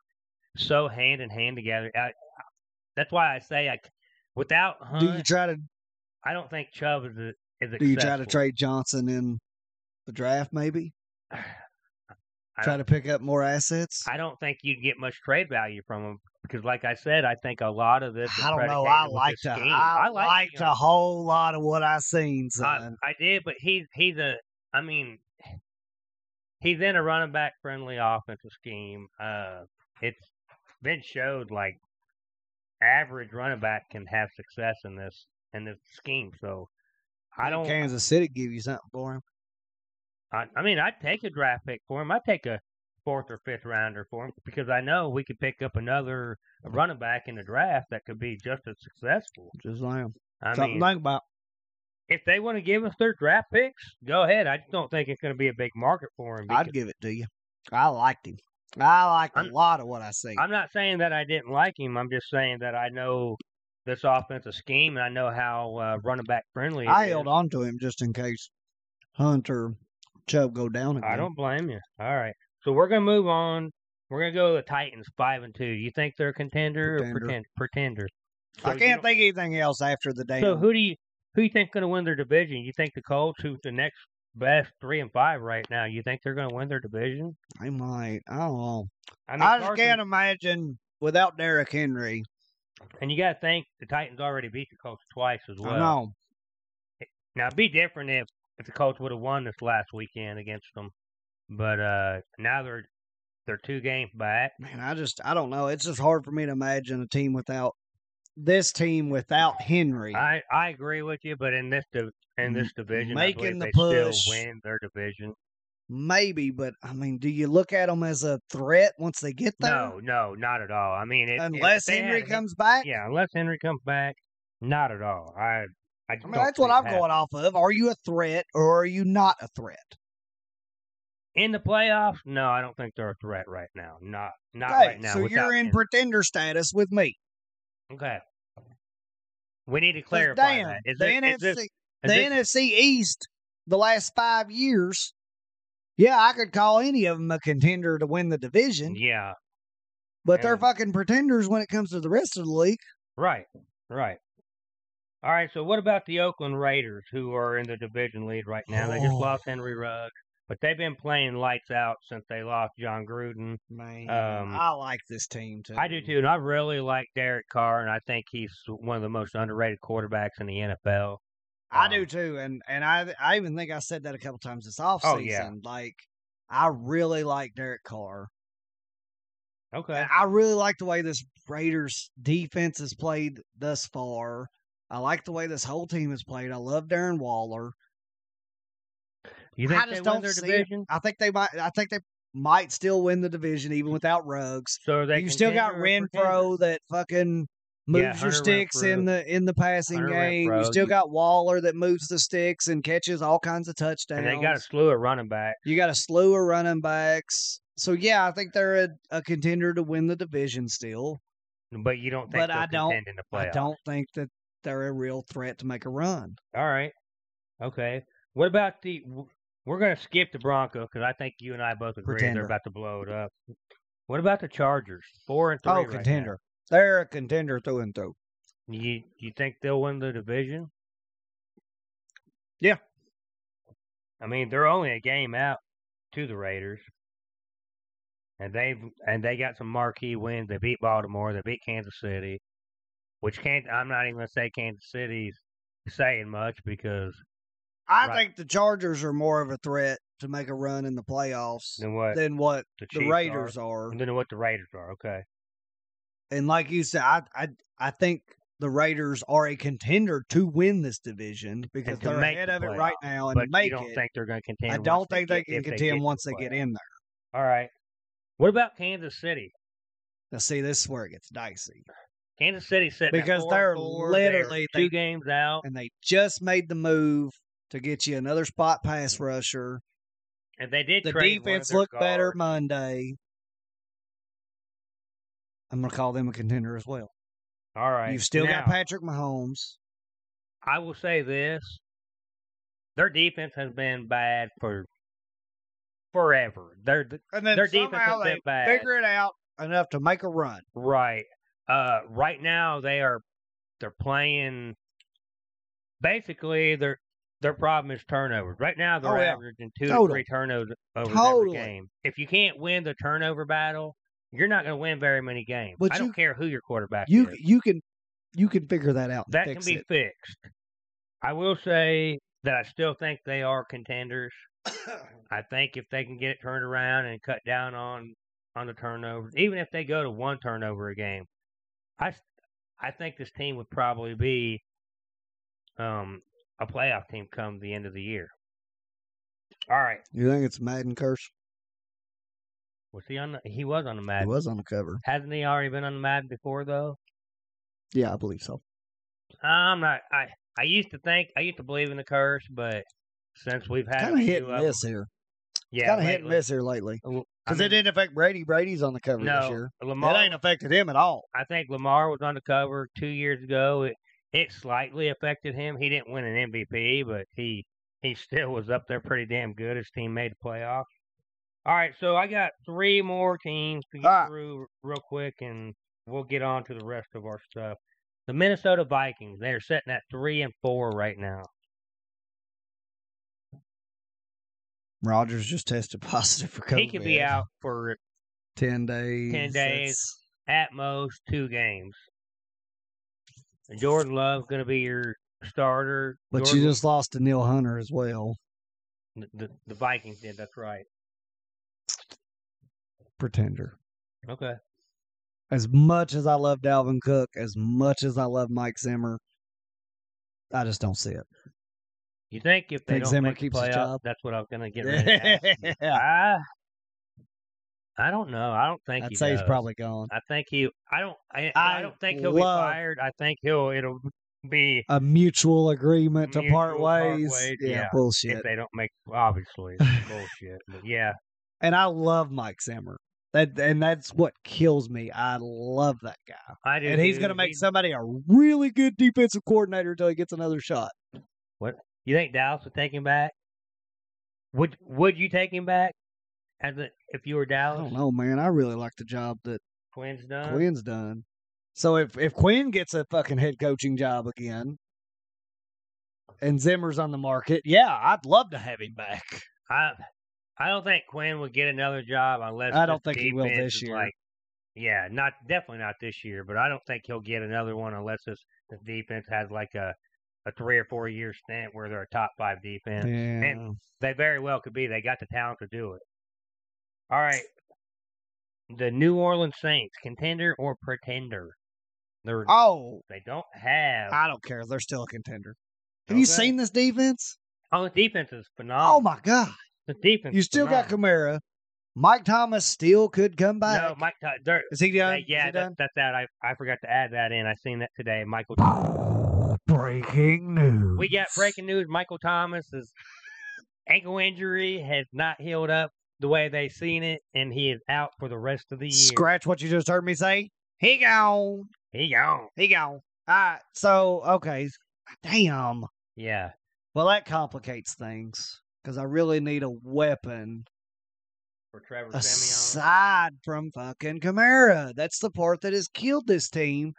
S4: so hand in hand together. I, I- that's why I say I, c- without Hunt,
S5: Do you try to
S4: I don't think Chubb is a, is
S5: do you try to
S4: accessible.
S5: trade Johnson in the draft? Maybe
S4: [SIGHS] I
S5: try to pick up more assets.
S4: I don't think you'd get much trade value from him because, like I said, I think a lot of this. Is
S5: I don't know.
S4: predicated
S5: I
S4: with
S5: liked
S4: the
S5: a,
S4: scheme.
S5: I,
S4: like
S5: liked
S4: him.
S5: a whole lot of what I seen,
S4: I,
S5: son.
S4: I did, but he's he's a. I mean, he's in a running back friendly offensive scheme. Uh, it's been showed like average running back can have success in this in this scheme. So I
S5: Didn't
S4: don't.
S5: Kansas City give you something for him.
S4: I, I mean, I'd take a draft pick for him. I'd take a fourth or fifth rounder for him because I know we could pick up another running back in the draft that could be just as successful.
S5: Just like him.
S4: I
S5: something
S4: mean,
S5: to think about.
S4: if they want to give us their draft picks, go ahead. I just don't think it's going to be a big market for him.
S5: I'd give it to you. I liked him. I liked
S4: I'm-
S5: a lot of what I seen.
S4: I'm not saying that I didn't like him. I'm just saying that I know this offensive scheme and I know how uh, running back friendly. it
S5: I
S4: is.
S5: held on to him just in case Hunter Chubb go down again.
S4: I don't blame you. All right, so we're gonna move on. We're gonna go to the Titans five and two. You think they're a contender
S5: Pretender.
S4: or pretend, pretender? So
S5: I
S4: you
S5: can't
S4: don't-
S5: think of anything else after the damn
S4: So who do you? Who you think going to win their division? You think the Colts, who's the next best three and five right now, you think they're going to win their division?
S5: I might. I don't know.
S4: I
S5: I,
S4: mean,
S5: just
S4: Carson-
S5: can't imagine without Derrick Henry.
S4: and you got to think the Titans already beat the Colts twice as well.
S5: I know.
S4: Now it'd be different if if the Colts would have won this last weekend against them, but uh now they're they're two games back.
S5: Man, I just I don't know. It's just hard for me to imagine a team without this team without Henry.
S4: I I agree with you, but in this div in this division, I believe
S5: making the
S4: they
S5: push.
S4: still win their division.
S5: Maybe, but I mean, do you look at them as a threat once they get there?
S4: No, no, not at all. I mean, it, if
S5: Unless
S4: they had
S5: Henry
S4: him-
S5: comes back.
S4: yeah, unless Henry comes back, not at all. I I, just
S5: I mean,
S4: don't
S5: that's what
S4: see it
S5: I'm
S4: happening.
S5: going off of. Are you a threat or are you not a threat?
S4: in the playoffs. No, I don't think they're a threat right now. Not not
S5: okay,
S4: right now.
S5: so
S4: without
S5: you're in
S4: Henry.
S5: pretender status with me.
S4: Okay. We need to
S5: 'Cause
S4: clarify
S5: damn,
S4: that. Is
S5: the
S4: this-
S5: NFC,
S4: is this- is
S5: the
S4: this-
S5: NFC East, the last five years. Yeah, I could call any of them a contender to win the division,
S4: Yeah,
S5: but they're
S4: and-
S5: fucking pretenders when it comes to the rest of the league.
S4: right, right. All right, so what about the Oakland Raiders, who are in the division lead right now? They just
S5: Oh.
S4: lost Henry Ruggs, but they've been playing lights out since they lost John Gruden.
S5: Man,
S4: Um,
S5: I like this team too.
S4: I do too, and I really like Derek Carr, and I think he's one of the most underrated quarterbacks in the NFL.
S5: I
S4: Um,
S5: do too, and and I I even think I said that a couple times this offseason.
S4: Oh, yeah.
S5: Like, I really like Derek Carr.
S4: Okay.
S5: And I really like the way this Raiders defense has played thus far. I like the way this whole team has played. I love Darren Waller.
S4: You think
S5: I
S4: they
S5: just
S4: won
S5: don't
S4: their
S5: see
S4: division?
S5: It. I think they might. I think they might still win the division even without Rugs.
S4: So are they
S5: You still got
S4: contender or
S5: Renfro that fucking moves
S4: Yeah,
S5: your
S4: Hunter
S5: sticks in
S4: Renfro.
S5: the in the passing
S4: Hunter
S5: game. You
S4: Renfro,
S5: still
S4: you-
S5: got Waller that moves the sticks and catches all kinds of touchdowns.
S4: contender? And they got a slew of running back.
S5: you got a slew of running backs. So yeah, I think they're a, a contender to win the division still.
S4: But you don't think
S5: But
S4: they'll
S5: I don't-
S4: contend in the playoffs?
S5: I don't think that they're a real threat to make a run.
S4: All right. Okay. What about the? w- We're going to skip the Broncos because I think you and I both agree
S5: Pretender.
S4: they're about to blow it up. What about the Chargers? Four and three.
S5: Oh,
S4: right now.
S5: contender. They're a contender through and through.
S4: You you think they'll win the division?
S5: Yeah.
S4: I mean, they're only a game out to the Raiders. And they've and they got some marquee wins. They beat Baltimore, they beat Kansas City. Which can't I'm not even gonna say Kansas City's saying much because
S5: I
S4: Right.
S5: think the Chargers are more of a threat to make a run in the playoffs
S4: then what
S5: than what the
S4: Chiefs are.
S5: Raiders are.
S4: I don't know what the Raiders are. Okay.
S5: And like you said, I, I I think the Raiders are a contender to win this division because
S4: to
S5: they're
S4: make
S5: ahead
S4: the
S5: of it
S4: playoffs,
S5: right now and
S4: But
S5: make
S4: you don't
S5: it.
S4: think they're going to contend.
S5: I
S4: once
S5: don't think they
S4: get-
S5: can
S4: if
S5: contend
S4: to
S5: once
S4: the
S5: they get
S4: playoffs.
S5: in there.
S4: All right. What about Kansas City?
S5: Now, see, this is where it gets dicey
S4: Kansas City sitting at
S5: because
S4: four and
S5: they're
S4: four.
S5: literally
S4: They're two
S5: they,
S4: games out,
S5: and they just made the move to get you another spot pass rusher.
S4: and they did.
S5: The
S4: trade one of
S5: defense
S4: their
S5: looked better
S4: guards.
S5: Monday. I'm gonna call them a contender as well.
S4: All right.
S5: You've still
S4: now,
S5: got Patrick Mahomes.
S4: I will say this: their defense has been bad for forever. They're
S5: And then
S4: Their defense has been bad.
S5: it out enough to make a run.
S4: Right. Uh, right now they are they're playing. Basically, their their problem is turnovers. Right now they're
S5: Oh, yeah.
S4: averaging two
S5: Totally.
S4: to three turnovers over
S5: Totally.
S4: every game. If you can't win the turnover battle, you're not going to win very many games.
S5: But
S4: I don't
S5: you-
S4: care who your quarterback
S5: You
S4: is.
S5: you can you can figure that out. and
S4: That can
S5: fix
S4: be
S5: it.
S4: fixed. I will say that I still think they are contenders. I think if they can get it turned around and cut down on on the turnovers, even if they go to one turnover a game, I s- I think this team would probably be um a playoff team come the end of the year. All right,
S5: You think it's Madden curse?
S4: was he on? The, he was on the
S5: It
S4: Madden.
S5: was on the cover.
S4: Hasn't he already been on the Madden before though?
S5: Yeah, I believe so.
S4: I'm not. I I used to think I used to believe in the curse, but since we've had
S5: Kind of
S4: a
S5: hit
S4: few
S5: and
S4: of 'em-
S5: miss here.
S4: yeah,
S5: kind of hit and
S4: lately,
S5: miss here lately
S4: l- I
S5: because
S4: mean,
S5: it didn't affect Brady. Brady's on the cover
S4: No,
S5: this year.
S4: Lamar.
S5: It ain't affected him at all.
S4: I think Lamar was undercover two years ago. It it slightly affected him. He didn't win an MVP, but he he still was up there pretty damn good. His team made the playoffs. All right, so I got three more teams to get
S5: All right.
S4: through real quick, and we'll get on to the rest of our stuff. The Minnesota Vikings, they're sitting at three and four right now.
S5: Rogers just tested [LAUGHS] positive for COVID.
S4: He could be out for
S5: ten days.
S4: days. at most two games. And Jordan Love's going to be your starter.
S5: But
S4: Jordan,
S5: you just lost to Neil Hunter as well.
S4: the, the Vikings did. That's right.
S5: Pretender.
S4: Okay.
S5: As much as I love Dalvin Cook, as much as I love Mike Zimmer, I just don't see it.
S4: You think if they
S5: Think
S4: don't
S5: Zimmer
S4: make the
S5: keeps his
S4: playoff,
S5: job?
S4: that's what I was going to get rid of. that.
S5: [LAUGHS]
S4: I, I don't know. I don't think
S5: I'd
S4: he
S5: say he's
S4: does.
S5: probably gone.
S4: I think he. I don't. I, I
S5: I
S4: don't think he'll
S5: love-
S4: be fired. I think he'll. It'll be
S5: A mutual agreement to part
S4: Mutual part
S5: ways.
S4: ways,
S5: Yeah,
S4: yeah. if
S5: bullshit.
S4: they don't make.
S5: [LAUGHS]
S4: Obviously, it's bullshit. But yeah,
S5: And I love Mike Zimmer. That and that's what kills me. I love that guy.
S4: I do.
S5: and he's
S4: too.
S5: going to make
S4: He-
S5: somebody a really good defensive coordinator until he gets another shot.
S4: You think Dallas would take him back? Would Would you take him back? As a, if you were
S5: I
S4: Dallas,
S5: don't know, man. I really like the job that
S4: Quinn's done.
S5: Quinn's done. So if if Quinn gets a fucking head coaching job again, and Zimmer's on the market, yeah, I'd love to have him back.
S4: I I don't think Quinn would get another job unless
S5: I don't
S4: this
S5: think he will
S4: defense is
S5: this year.
S4: Like, yeah, not definitely not this year, but I don't think he'll get another one unless this the defense has like a a three or four year stint where they're a top five defense. And- They very well could be. They got the talent to do it. All right, the New Orleans Saints, contender or pretender? They're
S5: Oh,
S4: they don't have.
S5: I don't care. They're still a contender. Have you
S4: Okay.
S5: seen this defense?
S4: Oh, the defense is phenomenal.
S5: Oh my
S4: [LAUGHS]
S5: god!
S4: the defense.
S5: You
S4: is
S5: still got
S4: phenomenal.
S5: Kamara. Mike Thomas still could come back.
S4: No, Mike. Ty- They're,
S5: Is he done?
S4: That-
S5: Is
S4: yeah,
S5: he
S4: that,
S5: done?
S4: that's out. I, I forgot to add that in. I seen that today. Michael,
S5: Breaking news.
S4: we got breaking news. Michael Thomas's ankle injury has not healed up the way they seen it, and he is out for the rest of the year.
S5: Scratch what you just heard me say. He gone.
S4: He gone.
S5: He gone. All right. So okay. Damn.
S4: Yeah,
S5: Well, that complicates things because I really need a weapon
S4: for Trevor
S5: uh,
S4: Simeon.
S5: aside from fucking Kamara. That's the part that has killed this team.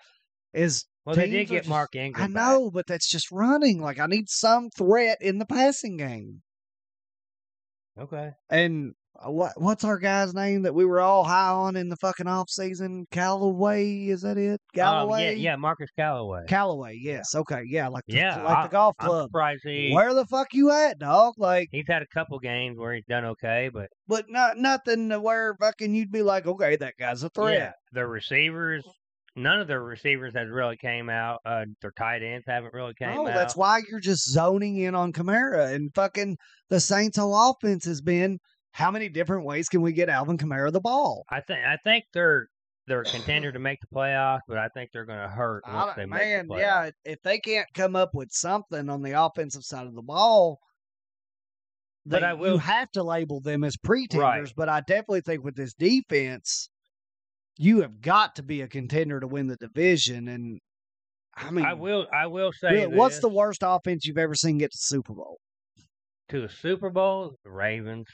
S5: Is
S4: Well, they
S5: teams
S4: did
S5: are
S4: get
S5: just-
S4: Mark Ingram.
S5: I
S4: back.
S5: know, but that's just running. Like I need some threat in the passing game.
S4: Okay. Um,
S5: And uh, what what's our guy's name that we were all high on in the fucking off season? Callaway, is that it?
S4: Um,
S5: Galloway.
S4: yeah, yeah, Marcus Callaway.
S5: Callaway. Yes. Okay. Yeah. Like the,
S4: Yeah,
S5: like the golf
S4: I'm
S5: club.
S4: surprised he.
S5: Where the fuck you at, dog? Like,
S4: He's had a couple games where he's done okay, but
S5: but not nothing to where fucking you'd be like, okay, that guy's a threat.
S4: yeah, the receivers, none of their receivers has really came out. Uh, their tight ends haven't really came
S5: No,
S4: out.
S5: Oh, that's why you're just zoning in on Kamara and fucking the Saints' whole offense has been. How many different ways can we get Alvin Kamara the ball?
S4: I think I think they're they're a contender to make the playoffs, but I think they're going to hurt
S5: I
S4: once
S5: don't-
S4: they make
S5: man,
S4: the playoffs.
S5: yeah. If they can't come up with something on the offensive side of the ball,
S4: But
S5: they-
S4: I
S5: you
S4: will-
S5: have to label them as pretenders. But I definitely think with this defense, you have got to be a contender to win the division. And I mean,
S4: I will I will say
S5: really, what's the
S4: this,
S5: worst offense you've ever seen get to Super Bowl?
S4: to the Super Bowl? The Ravens,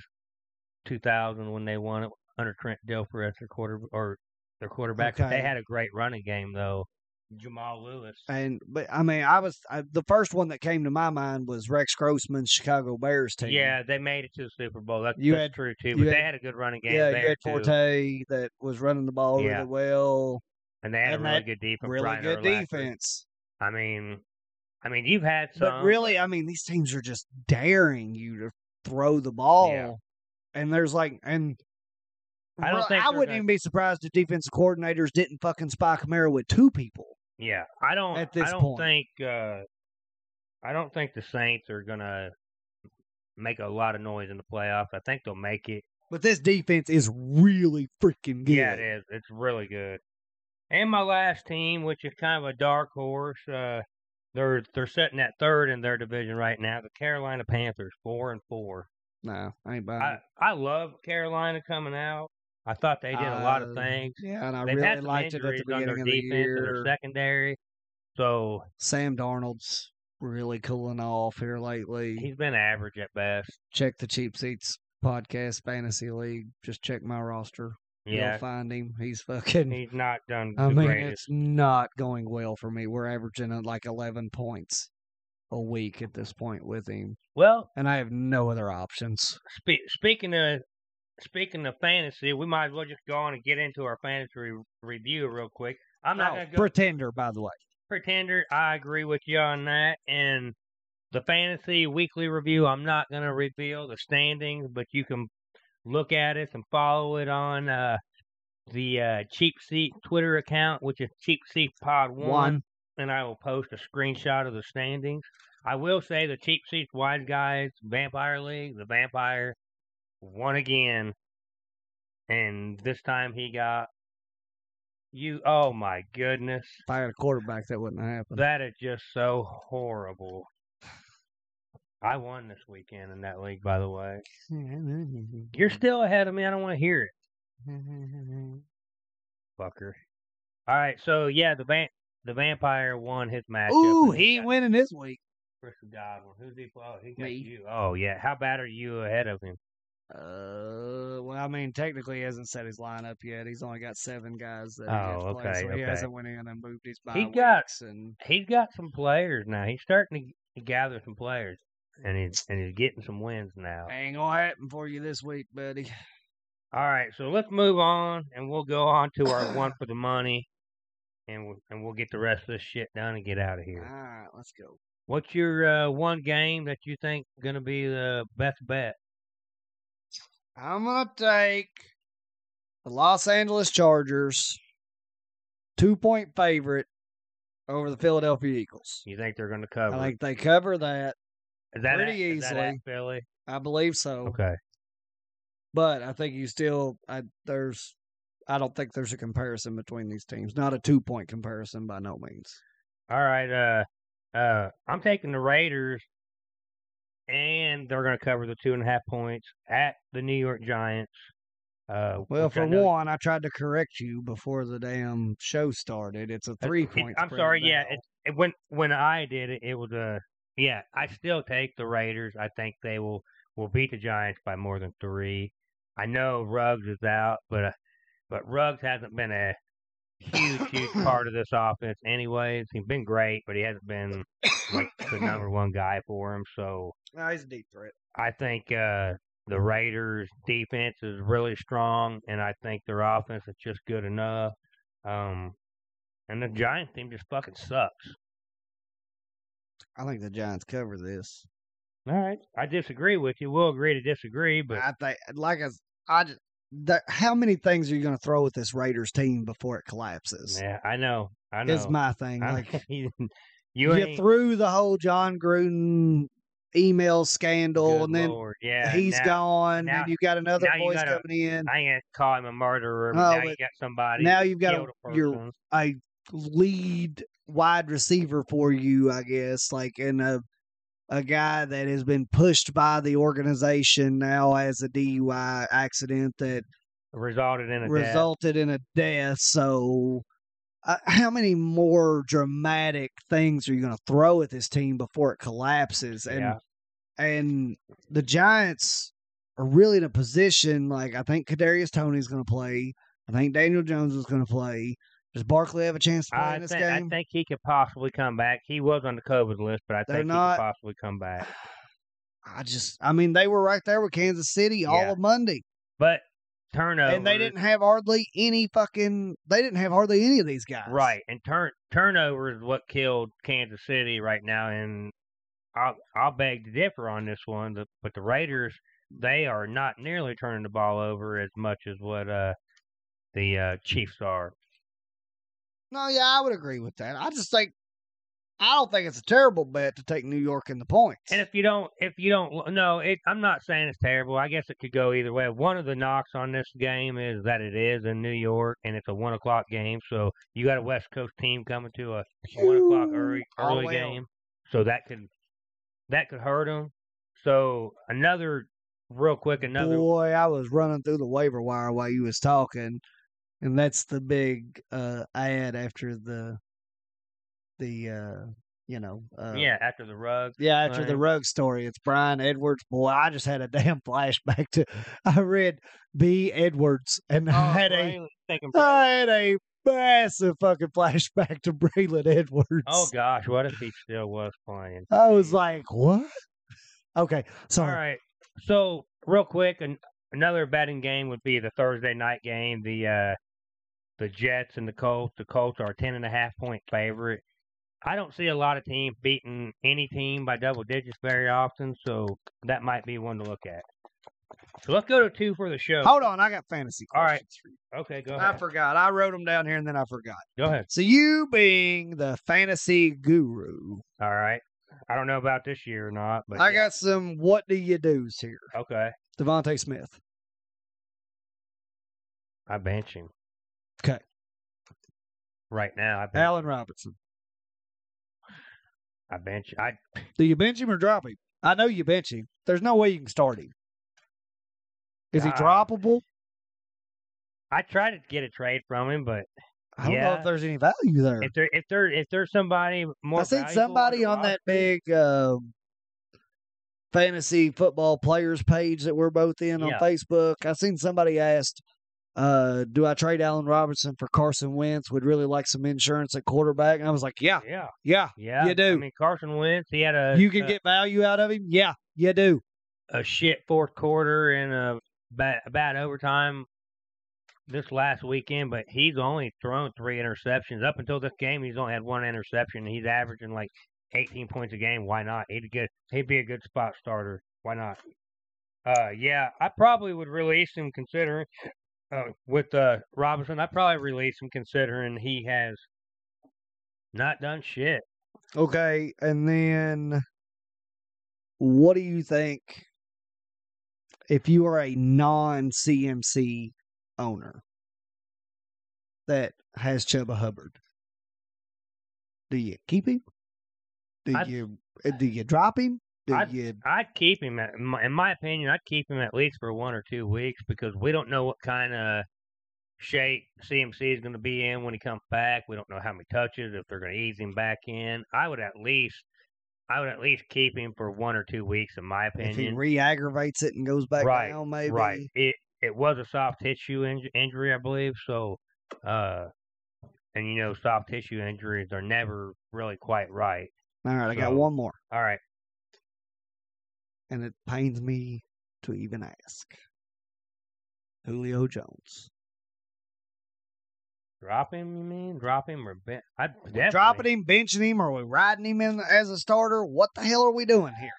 S4: two thousand when they won it under Trent Dilfer as their quarter or their quarterback. But They
S5: Okay.
S4: had a great running game though. Jamal Lewis.
S5: And but I mean, I was I, the first one that came to my mind was Rex Grossman's Chicago Bears team.
S4: Yeah, they made it to the Super Bowl. That's,
S5: You
S4: that's
S5: had-
S4: true too.
S5: you
S4: But they
S5: had-
S4: had a good running game
S5: yeah. You
S4: there
S5: had
S4: too,
S5: Forte that was running the ball
S4: Yeah.
S5: really well,
S4: and they had
S5: and
S4: a really
S5: that
S4: good defense.
S5: really
S4: Brian
S5: good
S4: Urlacher.
S5: defense.
S4: I mean, I mean, you've had some.
S5: But really, I mean, these teams are just daring you to throw the ball, and there's like, and
S4: I don't
S5: really,
S4: think
S5: I
S4: they're
S5: wouldn't
S4: gonna-
S5: even be surprised if defensive coordinators didn't fucking spy Camaro with two people.
S4: Yeah, I don't.
S5: at this
S4: I don't
S5: point.
S4: think. Uh, I don't think the Saints are gonna make a lot of noise in the playoffs. I think they'll make it.
S5: But this defense is really freaking good.
S4: Yeah, it is. It's really good. And my last team, which is kind of a dark horse, uh, they're they're sitting at third in their division right now. The Carolina Panthers, four and four.
S5: No, I ain't buying.
S4: I
S5: it.
S4: I love Carolina coming out. I thought they did a lot of
S5: Uh,
S4: things.
S5: yeah, and I
S4: They've
S5: really
S4: had some
S5: liked it at
S4: injuries
S5: the
S4: on
S5: beginning
S4: their
S5: of the
S4: defense and
S5: year.
S4: their secondary, so
S5: Sam Darnold's really cooling off here lately.
S4: he's been average at best.
S5: check the Cheap Seats podcast fantasy league. Just check my roster. Yeah.
S4: Yeah,
S5: They'll find him. He's fucking.
S4: he's not done the
S5: [LAUGHS] I mean,
S4: greatest.
S5: it's not going well for me. We're averaging uh, like 11 points a week at this point with him,
S4: Well,
S5: and I have no other options.
S4: spe- speaking of speaking of fantasy, we might as well just go on and get into our fantasy re- review real quick. I'm not
S5: Oh,
S4: gonna go
S5: Pretender, by the way.
S4: pretender. I agree with you on that. And the fantasy weekly review, I'm not going to reveal the standings, but you can look at it and follow it on uh, the uh, Cheap Seat Twitter account, which is Cheap Seat Pod One.
S5: One.
S4: And I will post a screenshot of the standings. I will say the Cheap Seats Wise Guys Vampire League, the Vampire won again. And this time he got you. Oh my goodness.
S5: If I had a quarterback, that wouldn't happen. [LAUGHS]
S4: That is just so horrible. I won this weekend in that league, by the way. You're still ahead of me. I don't want to hear it, fucker. All right, so yeah, the van- the vampire won his matchup.
S5: Ooh,
S4: and
S5: he
S4: got
S5: ain't winning this week.
S4: Chris Godwin. Who's he? Oh, he got
S5: Me.
S4: you. Oh yeah. How bad are you ahead of him?
S5: Uh, well, I mean, technically, he hasn't set his lineup yet. He's only got seven guys that he
S4: Oh,
S5: did play,
S4: okay,
S5: so he
S4: okay.
S5: hasn't went in and moved his bye
S4: He
S5: weeks.
S4: got-
S5: and
S4: He's got some players now. He's starting to gather some players, and he's and he's getting some wins now.
S5: ain't gonna happen for you this week, buddy.
S4: All right, so let's move on, and we'll go on to our one for the money, and we'll, and we'll get the rest of this shit done and get out of
S5: All
S4: here.
S5: right, let's go.
S4: What's your uh, one game that you think gonna be the best bet?
S5: I'm gonna take the Los Angeles Chargers, two point favorite over the Philadelphia Eagles.
S4: You think they're gonna cover?
S5: I think they cover that.
S4: Is that
S5: pretty
S4: at- is that at
S5: easily.
S4: Philly.
S5: I believe so.
S4: Okay.
S5: but I think you still I there's I don't think there's a comparison between these teams. Not a two point comparison by no means.
S4: All right. Uh, uh, I'm taking the Raiders, and they're gonna cover the two and a half points at the New York Giants. Uh,
S5: Well,
S4: which I
S5: for
S4: know-
S5: one, I tried to correct you before the damn show started. It's a
S4: That's-
S5: three
S4: it-
S5: point.
S4: [LAUGHS] I'm sorry. Yeah, it, it, when when I did it, it was a yeah. I still take the Raiders. I think they will will beat the Giants by more than three. I know Ruggs is out, but uh, but Ruggs hasn't been a huge huge part
S5: [COUGHS]
S4: of this offense. Anyways, he's been great, but he hasn't been like the number one guy for him. So
S5: no, he's a deep threat.
S4: I think uh, the Raiders' defense is really strong, and I think their offense is just good enough. Um, and the Giants team just fucking sucks.
S5: I think the Giants cover this.
S4: All right, I disagree with you. We'll agree to disagree, but
S5: I think, like I, s- I just, the, how many things are you going to throw at this Raiders team before it collapses?
S4: yeah, I know, I know.
S5: Is my thing.
S4: [LAUGHS] I-
S5: Like
S4: you
S5: you,
S4: ain't,
S5: threw the whole John Gruden email scandal,
S4: good
S5: and then
S4: Lord, yeah,
S5: he's
S4: now-
S5: gone,
S4: now-
S5: and you got another
S4: now you
S5: voice
S4: gotta-
S5: coming in.
S4: I ain't gonna call him a murderer. But
S5: No,
S4: now you
S5: Oh, but
S4: got somebody.
S5: now you've got a,
S4: killed a
S5: your
S4: person.
S5: a lead wide receiver for you, I guess, like and a a guy that has been pushed by the organization now as a DUI accident that
S4: resulted in a death.
S5: resulted in a death. So, uh, how many more dramatic things are you going to throw at this team before it collapses? And
S4: Yeah.
S5: and the Giants are really in a position like I think Kadarius Tony's going to play. I think Daniel Jones is going to play. Does Barkley have a chance to play
S4: I
S5: in this
S4: think, I
S5: game?
S4: think he could possibly come back. He was on the COVID list, but I
S5: They're
S4: think
S5: not-
S4: he could possibly come back.
S5: I just, I mean, they were right there with Kansas City all
S4: Yeah.
S5: of Monday,
S4: But turnovers
S5: and they didn't have hardly any fucking. They didn't have hardly any of these guys.
S4: right, and turn turnover is what killed Kansas City right now. And I'll I'll beg to differ on this one, the- but the Raiders they are not nearly turning the ball over as much as what uh the uh, Chiefs are.
S5: No, yeah, I would agree with that. I just think I don't think it's a terrible bet to take New York in the points.
S4: And if you don't, if you don't, no, it, I'm not saying it's terrible. I guess it could go either way. One of the knocks on this game is that it is in New York and it's a one o'clock game, so you got a West Coast team coming to a one o'clock
S5: Phew.
S4: early
S5: Oh,
S4: early
S5: well.
S4: game, so that could that could hurt them. So another real quick, another
S5: Boy, I was running through the waiver wire while you was talking, and that's the big uh, ad after the the uh, you know. Uh,
S4: yeah, after the rug.
S5: Yeah, after the
S4: Right.
S5: rug story, it's Brian Edwards. Boy, I just had a damn [LAUGHS] flashback to. I read B. Edwards, and
S4: Oh,
S5: I had a, [LAUGHS]
S4: thinking,
S5: I had a massive fucking flashback to Braylon Edwards.
S4: oh gosh, what if he still was playing?
S5: I was like, what? Okay,
S4: All
S5: sorry.
S4: right. So real quick, an, another betting game would be the Thursday night game. The uh, the Jets and the Colts. The Colts are a ten and a half point favorite. I don't see a lot of teams beating any team by double digits very often, so that might be one to look at. So let's go to two for the show.
S5: Hold on, I got fantasy.
S4: All right.
S5: questions for you.
S4: Okay, go
S5: I
S4: ahead.
S5: forgot. I wrote them down here, and then I forgot.
S4: Go ahead.
S5: So you being the fantasy guru,
S4: All right. I don't know about this year or not, but
S5: I got some what do you do's here.
S4: okay.
S5: Devontae Smith.
S4: I bench him.
S5: 'Kay.
S4: Right now, I bench.
S5: Allen Robinson.
S4: I bench. I
S5: Do you bench him or drop him? I know you bench him. There's no way you can start him. Is he
S4: God.
S5: droppable?
S4: I try to get a trade from him, but
S5: I don't know
S4: Yeah.
S5: if there's any value there.
S4: if there if there if there's somebody more,
S5: I seen
S4: valuable
S5: somebody
S4: the
S5: on that
S4: roster-
S5: big um, fantasy football players page that we're both in on
S4: Yeah.
S5: Facebook. I seen somebody asked, uh, "Do I trade Allen Robinson for Carson Wentz? Would really like some insurance at quarterback." And I was like, "Yeah,
S4: Yeah,
S5: yeah,
S4: yeah.
S5: You do.
S4: I mean, Carson Wentz. He had a
S5: you can
S4: a,
S5: get value out of him. Yeah, you do."
S4: a shit fourth quarter and a bad, a bad overtime this last weekend, but he's only thrown three interceptions up until this game. He's only had one interception. He's averaging like 18 points a game. Why not? He'd get he'd be a good spot starter. Why not? Uh, yeah, I probably would release him considering uh, with uh, Robinson. I'd probably release him considering he has not done shit.
S5: Okay, and then what do you think if you are a non CMC owner that has Chuba Hubbard? Do you keep him? Do
S4: I-
S5: you uh, do you drop him? Do
S4: I-
S5: you
S4: I'd keep him. At, in my- in my opinion, I'd keep him at least for one or two weeks because we don't know what kind of shape CMC is going to be in when he comes back. We don't know how many touches if they're going to ease him back in. I would at least, I would at least keep him for one or two weeks, in my
S5: if he
S4: opinion.
S5: re-aggravates it and goes back
S4: Right,
S5: down? Maybe
S4: Right. It it was a soft tissue inj- injury, I believe. So, uh, and you know, soft tissue injuries are never really quite right.
S5: All right, I got
S4: So-
S5: one more,
S4: All right.
S5: and it pains me to even ask. Julio Jones.
S4: Drop him, you mean? Drop him or ben- I definitely
S5: dropping him, benching him, or we riding him in as a starter? What the hell are we doing here?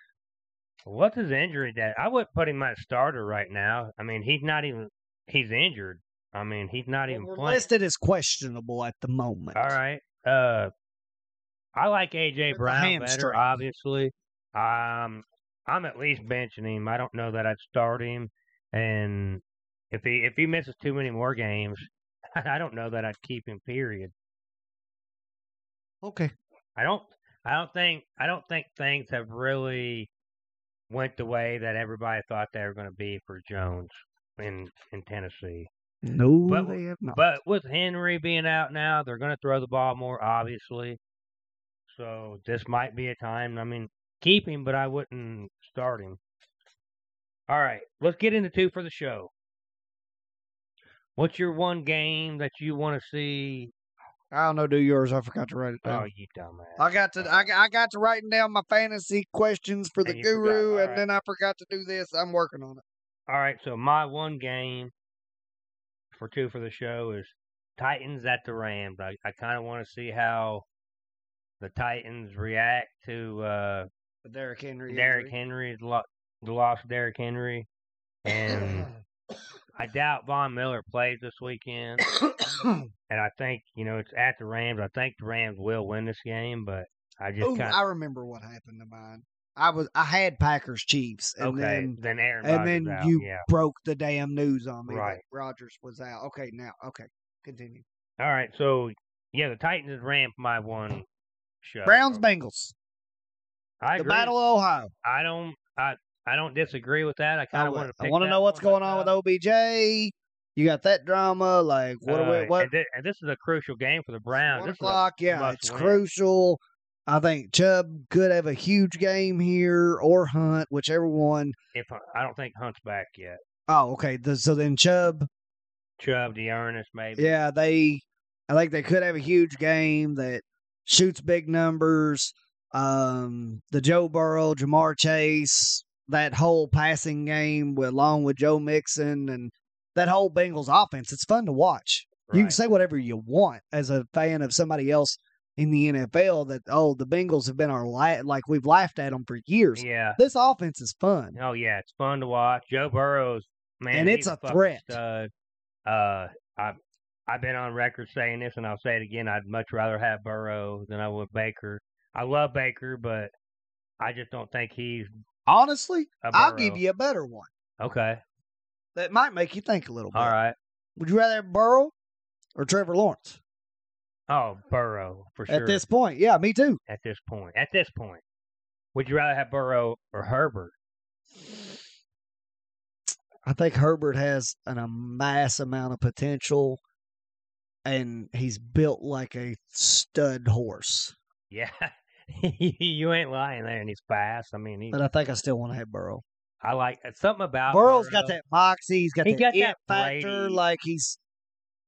S4: What's his injury that I wouldn't put him as starter right now. I mean, he's not even he's injured. I mean, he's not even
S5: We're
S4: playing.
S5: listed as questionable at the moment.
S4: All right. Uh I like AJ
S5: With the
S4: Brown better,
S5: hamstring.
S4: obviously. Um I'm at least benching him. I don't know that I'd start him and if he if he misses too many more games, [LAUGHS] I don't know that I'd keep him period.
S5: Okay.
S4: I don't I don't think I don't think things have really went the way that everybody thought they were going to be for Jones in in Tennessee.
S5: No,
S4: But-
S5: they have not.
S4: But with Henry being out now, they're going to throw the ball more obviously. So this might be a time, I mean, keep him but I wouldn't start him. All right, let's get into two for the show. What's your one game that you want to see?
S5: I don't know. Do yours? I forgot to write it
S4: Oh,
S5: down.
S4: you dumbass.
S5: Uh, I got to I, I got to writing down my fantasy questions for the
S4: And you forgot.
S5: guru,
S4: All
S5: and
S4: right.
S5: then I forgot to do this. I'm working on it.
S4: All right, so my one game for two for the show is Titans at the Rams. I, I kind of want to see how the Titans react to uh,
S5: But Derrick Henry.
S4: Derrick
S5: [COUGHS]
S4: Henry's lo- the loss of Derrick Henry,
S5: [COUGHS]
S4: and I doubt Von Miller plays this weekend. And I think you know it's at the Rams. I think the Rams will win this game, but I just
S5: Ooh,
S4: kind
S5: Oh, I remember what happened to mine. I was I had Packers Chiefs,
S4: of okay.
S5: and then
S4: Then, Aaron
S5: and
S4: Rodgers
S5: then
S4: out,
S5: you
S4: yeah.
S5: broke the damn news on me
S4: Right.
S5: that Rogers was out. Okay, now okay, continue.
S4: All right, so yeah, the Titans ramp my one show.
S5: Browns Bengals,
S4: I
S5: the
S4: agree.
S5: Battle of Ohio.
S4: I don't. I I don't disagree with that. I
S5: I,
S4: kind of want to.
S5: want to know what's going on with OBJ. You got that drama, like what? are we- what?
S4: Uh, and, thi- and this is a crucial game for the Browns.
S5: one
S4: This is a-
S5: o'clock, yeah,
S4: must
S5: it's
S4: win.
S5: crucial. I think Chubb could have a huge game here or Hunt, whichever one.
S4: If uh, I don't think Hunt's back yet.
S5: Oh, okay. The, so then Chubb,
S4: Chubb, Dearness, maybe.
S5: yeah, they, I think they could have a huge game that shoots big numbers. Um, the Joe Burrow, Jamar Chase, that whole passing game with, along with Joe Mixon and that whole Bengals offense. It's fun to watch. You can
S4: Right.
S5: say whatever you want as a fan of somebody else in the NFL that oh the Bengals have been our la- like we've laughed at them for years.
S4: Yeah.
S5: This offense is fun.
S4: Oh yeah, it's fun to watch. Joe Burrow's man,
S5: And it's
S4: he's
S5: a
S4: fucking
S5: threat.
S4: Stud. Uh, I've I've been on record saying this, and I'll say it again. I'd much rather have Burrow than I would Baker. I love Baker, but I just don't think he's.
S5: Honestly,
S4: A
S5: I'll
S4: Burrow.
S5: give you a better one
S4: Okay,
S5: that might make you think a little bit.
S4: all right.
S5: Would you rather have Burrow or Trevor Lawrence
S4: Oh, Burrow for sure.
S5: at this point? Yeah, me too.
S4: at this point, at this point, would you rather have Burrow or Herbert? [LAUGHS]
S5: I think Herbert has an, a mass amount of potential, and he's built like a stud horse.
S4: Yeah, you ain't lying there, and he's fast. I mean, he,
S5: But uh, I think I still want to have Burrow.
S4: I like uh, something about
S5: Burrow's got
S4: Burrow.
S5: that moxie. He's got
S4: He
S5: that
S4: got
S5: it
S4: that
S5: factor.
S4: Brady
S5: Like he's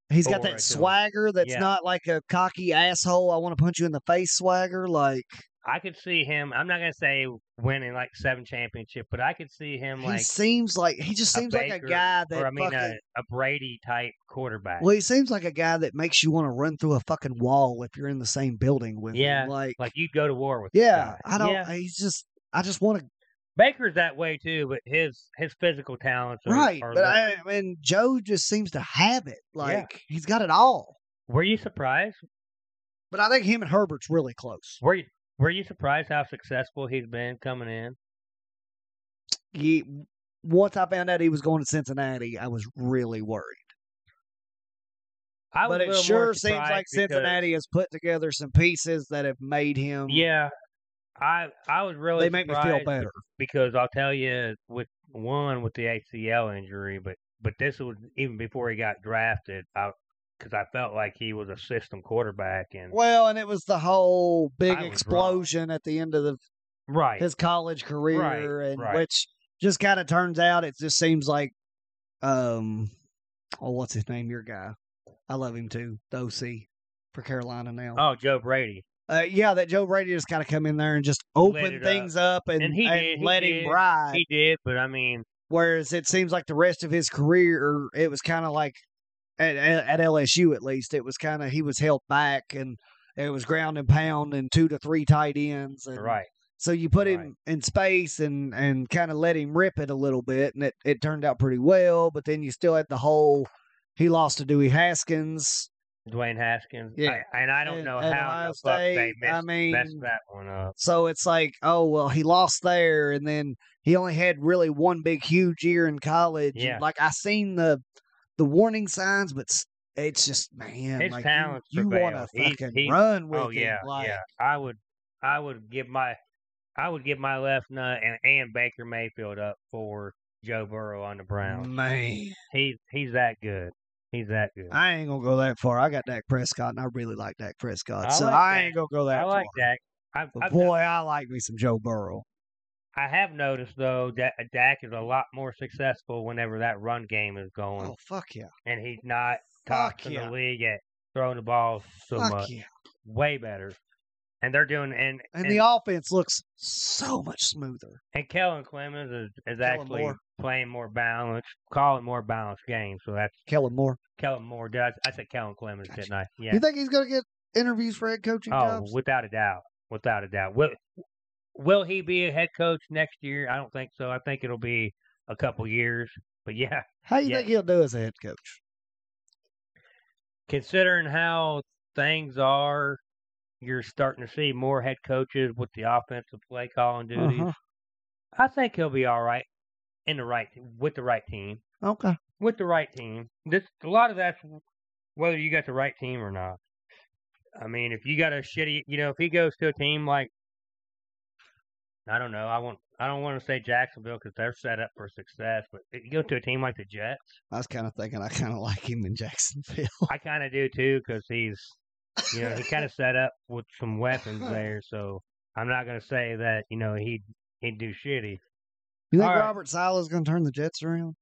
S5: he's got
S4: aura to him.
S5: that swagger that's
S4: Yeah.
S5: not like a cocky asshole. I want to punch you in the face swagger. Like
S4: I could see him. I'm not gonna say winning like seven championship, but I could see him
S5: he
S4: like
S5: seems like he just
S4: a
S5: seems like
S4: Baker,
S5: a guy that
S4: or I mean
S5: fucking.
S4: a, a Brady type quarterback.
S5: well, he seems like a guy that makes you want to run through a fucking wall if you're in the same building with
S4: Yeah,
S5: him. Like,
S4: like you'd go to war with. this
S5: yeah,
S4: guy.
S5: I don't.
S4: Yeah.
S5: He's just. I just want to.
S4: Baker's that way too, but his his physical talents are,
S5: right,
S4: are
S5: but
S4: li-
S5: I, I mean, Joe just seems to have it. Like he's got it all.
S4: were you surprised?
S5: But I think him and Herbert's really close.
S4: Were you were you surprised how successful he's been coming in?
S5: he once I found out he was going to Cincinnati, I was really worried.
S4: I was
S5: But
S4: a
S5: it
S4: little more
S5: sure seems
S4: surprised
S5: like
S4: because-
S5: Cincinnati has put together some pieces that have made him.
S4: Yeah, I I was really
S5: they make me feel
S4: surprised
S5: better.
S4: because I'll tell you with one with the ACL injury, but but this was even before he got drafted. I because I felt like he was a system quarterback and
S5: Well, and it was the whole big
S4: I was wrong.
S5: explosion at the end of the,
S4: right.
S5: his college career, and
S4: right.
S5: which just kind of turns out it just seems like, um, oh, what's his name? Your guy, I love him too. The OC for Carolina now.
S4: oh, Joe Brady.
S5: uh, yeah, that Joe Brady just kind of come in there and just
S4: Lit
S5: open
S4: it
S5: things up, and,
S4: And he did, he
S5: let
S4: did.
S5: him ride.
S4: He did, but I mean,
S5: Whereas it seems like the rest of his career, it was kind of like at, at at LSU at least, it was kind of he was held back and it was ground and pound and two to three tight ends. And
S4: right.
S5: So you put
S4: Right.
S5: him in space and and kind of let him rip it a little bit, and it it turned out pretty well. But then you still had the whole he lost to Dewey Haskins.
S4: Dwayne Haskins.
S5: Yeah.
S4: I, and I don't
S5: And-
S4: know
S5: and
S4: how
S5: Ohio
S4: the fuck they
S5: State,
S4: messed,
S5: I
S4: messed
S5: mean-
S4: that one up.
S5: So it's like, oh well, he lost there, and then he only had really one big huge year in college. and,
S4: Yeah.
S5: like I seen the the warning signs, but s- it's just man,
S4: His
S5: like
S4: talents
S5: you, you want to
S4: prevailed. He's-
S5: fucking
S4: he's-
S5: run with
S4: Oh
S5: him.
S4: yeah,
S5: like,
S4: yeah. I would, I would give my, I would give my left nut and, and Baker Mayfield up for Joe Burrow on the Browns.
S5: Mm. man,
S4: He's he's that good. He's that good. I,
S5: I ain't gonna go that far. I got Dak Prescott, and I really like Dak Prescott,
S4: I
S5: so
S4: like
S5: I
S4: Dak.
S5: ain't gonna go that
S4: like
S5: far.
S4: Dak. I've,
S5: But
S4: I've,
S5: boy, I like me some Joe Burrow.
S4: I have noticed though that Dak is a lot more successful whenever that run game is going,
S5: Oh fuck yeah,
S4: and he's not
S5: fuck
S4: tops in
S5: yeah.
S4: the league at throwing the ball so
S5: fuck
S4: much.
S5: yeah.
S4: Way better. And they're doing and
S5: And the offense looks so much smoother.
S4: And Kellen Clemens is, is
S5: Kellen
S4: actually
S5: Moore.
S4: playing more balanced, calling more balanced games. So that's
S5: Kellen Moore,
S4: Kellen Moore. Did I, I said Kellen Clemens,
S5: Gotcha.
S4: didn't I? Yeah.
S5: you think he's gonna get interviews for head coaching
S4: Oh,
S5: jobs?
S4: without a doubt. Without a doubt. Will Will he be a head coach next year? I don't think so. I think it'll be a couple years. But yeah,
S5: How you
S4: Yeah.
S5: think he'll do as a head coach?
S4: considering how things are, you're starting to see more head coaches with the offensive play calling duties.
S5: Uh-huh.
S4: I think he'll be all right in the right with the right team.
S5: Okay.
S4: with the right team. This a lot of that's whether you got the right team or not. I mean, if you got a shitty, you know, if he goes to a team like, I don't know, I want, I don't want to say Jacksonville because they're set up for success, but if you go to a team like the Jets,
S5: I was kind of thinking I kind of like him in [LAUGHS] Jacksonville.
S4: I kind of do too because he's you know, he kind of set up with some weapons
S5: [LAUGHS]
S4: there. So I'm not going to say that you know he he'd do shitty.
S5: You think
S4: All right.
S5: Robert Sala's going to turn the Jets around?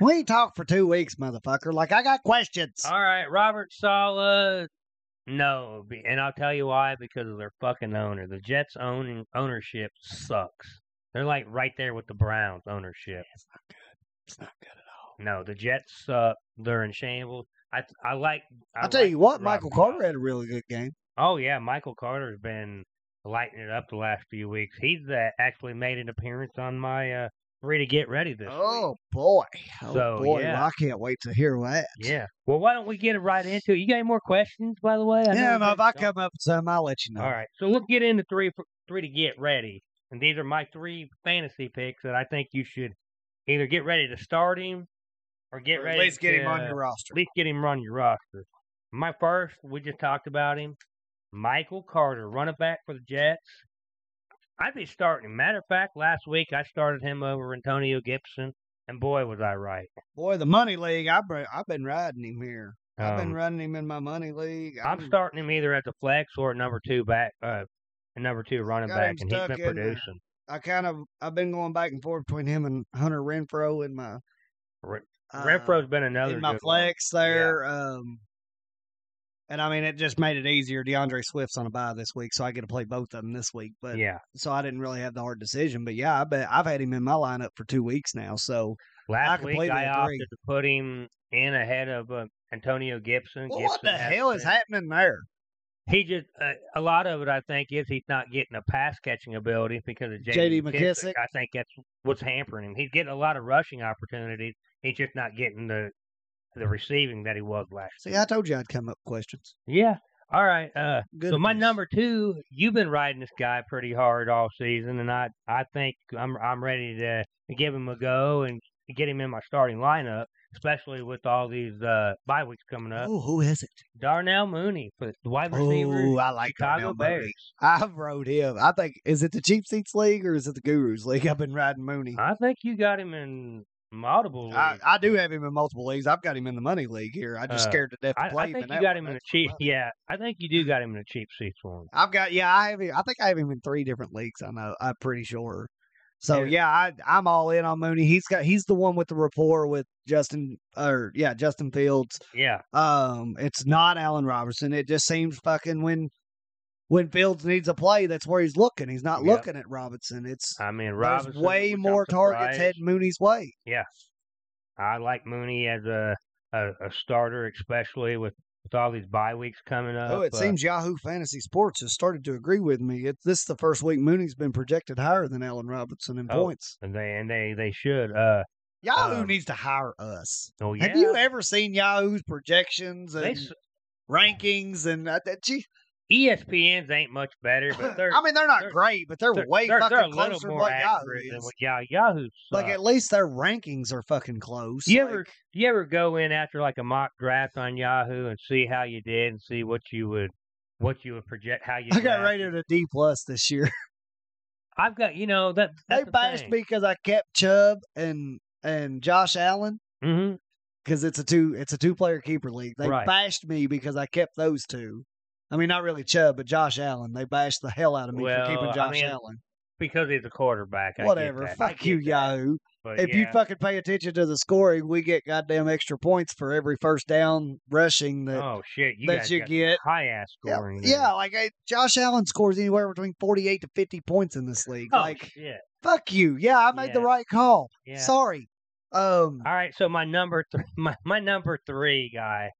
S5: We ain't talked for two weeks, motherfucker. Like I got questions.
S4: All right, Robert Sala. No, be- and I'll tell you why because of their fucking owner. The Jets' own ownership sucks. They're like right there with the Browns' ownership.
S5: It's not good. It's not good at all.
S4: No, the Jets suck. They're in shambles. I I like. I
S5: I'll tell
S4: like
S5: you what,
S4: Robert
S5: Michael
S4: Sala.
S5: Carter had a really good game.
S4: Oh yeah, Michael Carter's been lighting it up the last few weeks. He's uh, actually made an appearance on my uh, free to get ready this.
S5: Oh boy. Oh
S4: So,
S5: boy.
S4: yeah.
S5: Well, I can't wait to hear that.
S4: Yeah. Well, why don't we get right into it? You got any more questions, by the way? I know
S5: Yeah,
S4: we
S5: no,
S4: got
S5: if I
S4: some.
S5: come up with some, I'll let you know.
S4: All right. So let's get into three for, three to get ready. And these are my three fantasy picks that I think you should either get ready to start him or get
S3: Or at
S4: ready
S3: least get him on
S4: to-
S5: Your roster.
S4: at least get him on your roster. My first, we just talked about him. Michael Carter, running back for the Jets. I'd be starting him. Matter of fact, last week I started him over Antonio Gibson, and boy, was I right.
S5: Boy, the money league. I've been, I've been riding him here. I've been
S4: Um,
S5: running him in my money league.
S4: I'm starting him either at the flex or at number two back, uh, at number two running
S5: Got
S4: back,
S5: him
S4: and he's
S5: stuck
S4: been
S5: in there.
S4: producing.
S5: I kind of I've been going back and forth between him and Hunter Renfro in my
S4: Re-
S5: uh,
S4: Renfro's been another
S5: in my
S4: good one.
S5: flex there. Um, and I mean, it just made it easier. DeAndre Swift's on a bye this week, so I get to play both of them this week. But
S4: Yeah,
S5: so I didn't really have the hard decision. But yeah, I bet I've had him in my lineup for two weeks now. So
S4: last week
S5: completely
S4: I
S5: agree.
S4: opted to put him in ahead of uh, Antonio Gibson.
S5: Well,
S4: Gibson
S5: what the
S4: has
S5: hell is
S4: been-
S5: happening there?
S4: He just uh, a lot of it, I think, is he's not getting a pass catching ability because of
S5: J.D.
S4: J.D.
S5: McKissick.
S4: I think that's what's hampering him. He's getting a lot of rushing opportunities. He's just not getting the the receiving that he was last.
S5: See, I told you I'd come up with questions.
S4: Yeah. All right. Uh,
S5: Good
S4: so my
S5: piece.
S4: number two, you've been riding this guy pretty hard all season, and I I think I'm I'm ready to give him a go and get him in my starting lineup, especially with all these uh, bye weeks coming up.
S5: Oh, who is it?
S4: Darnell Mooney, for the wide receiver,
S5: Oh, I like
S4: Chicago
S5: Darnell Mooney.
S4: Bears.
S5: I've rode him. I think is it the cheap seats league or is it the Gurus league? I've been riding Mooney.
S4: I think you got him in multiple leagues.
S5: I, I do have him in multiple leagues. I've got him in the money league here. I just
S4: Uh,
S5: scared to death to
S4: I,
S5: play
S4: I
S5: him
S4: think
S5: in
S4: you
S5: that
S4: got
S5: one.
S4: him in a
S5: That's
S4: cheap.
S5: fine.
S4: Yeah, I think you do got him in a cheap seats one.
S5: I've got yeah, I have him- I think I have him in three different leagues. I know. I'm pretty sure. So
S4: Yeah.
S5: yeah, I, I'm all in on Mooney. He's got he's the one with the rapport with Justin or yeah Justin Fields.
S4: Yeah,
S5: Um, it's not Allen Robertson. It just seems fucking when when Fields needs a play, that's where he's looking. He's not
S4: Yep.
S5: looking at Robinson. It's
S4: I mean, Robinson,
S5: there's way
S4: which I'm
S5: more targets
S4: surprised.
S5: heading Mooney's way.
S4: I like Mooney as a, a, a starter, especially with, with all these bye weeks coming up.
S5: oh, it
S4: uh,
S5: seems Yahoo Fantasy Sports has started to agree with me. It, this is the first week Mooney's been projected higher than Allen Robinson in
S4: Oh.
S5: points.
S4: and they and they they should. Uh,
S5: Yahoo
S4: Um,
S5: needs to hire us.
S4: oh yeah,
S5: Have you ever seen Yahoo's projections and
S4: they, s- E
S5: rankings? And uh, that, gee,
S4: ESPN's ain't much better,
S5: [LAUGHS]
S4: but they're
S5: I mean, they're not
S4: they're-
S5: great, but they're,
S4: they're,
S5: way
S4: they're,
S5: fucking
S4: they're a little
S5: closer to
S4: more
S5: what Yahoo
S4: accurate than
S5: is.
S4: what yeah, Yahoo.
S5: Like
S4: sucks.
S5: at least their rankings are fucking close.
S4: You
S5: Like,
S4: ever you ever go in after like a mock draft on Yahoo and see how you did and see what you would what you would project how you
S5: I got
S4: drafted?
S5: rated a D plus this year.
S4: I've got you know that
S5: they
S4: that's the
S5: bashed
S4: thing.
S5: me because I kept Chubb and and Josh Allen
S4: Mhm.
S5: because it's a two it's a two player keeper league. They
S4: Right.
S5: bashed me because I kept those two. I mean, not really Chubb, but Josh Allen. They bashed the hell out of me for
S4: Well,
S5: keeping
S4: I
S5: Josh
S4: mean,
S5: Allen.
S4: because he's a quarterback. I get
S5: Whatever.
S4: that. I
S5: Fuck you,
S4: get that.
S5: Yahoo.
S4: But
S5: If you
S4: yeah.
S5: fucking pay attention to the scoring, we get goddamn extra points for every first down rushing that.
S4: oh shit, you
S5: that
S4: guys
S5: you
S4: got
S5: get-
S4: high ass
S5: Yeah,
S4: scoring. there.
S5: yeah, like I, Josh Allen scores anywhere between forty-eight to fifty points in this league.
S4: Oh
S5: like,
S4: shit.
S5: fuck you. Yeah, I made the
S4: Yeah.
S5: right call.
S4: Yeah.
S5: Sorry. Um,
S4: All right. So my number three, [LAUGHS] my, my number three guy,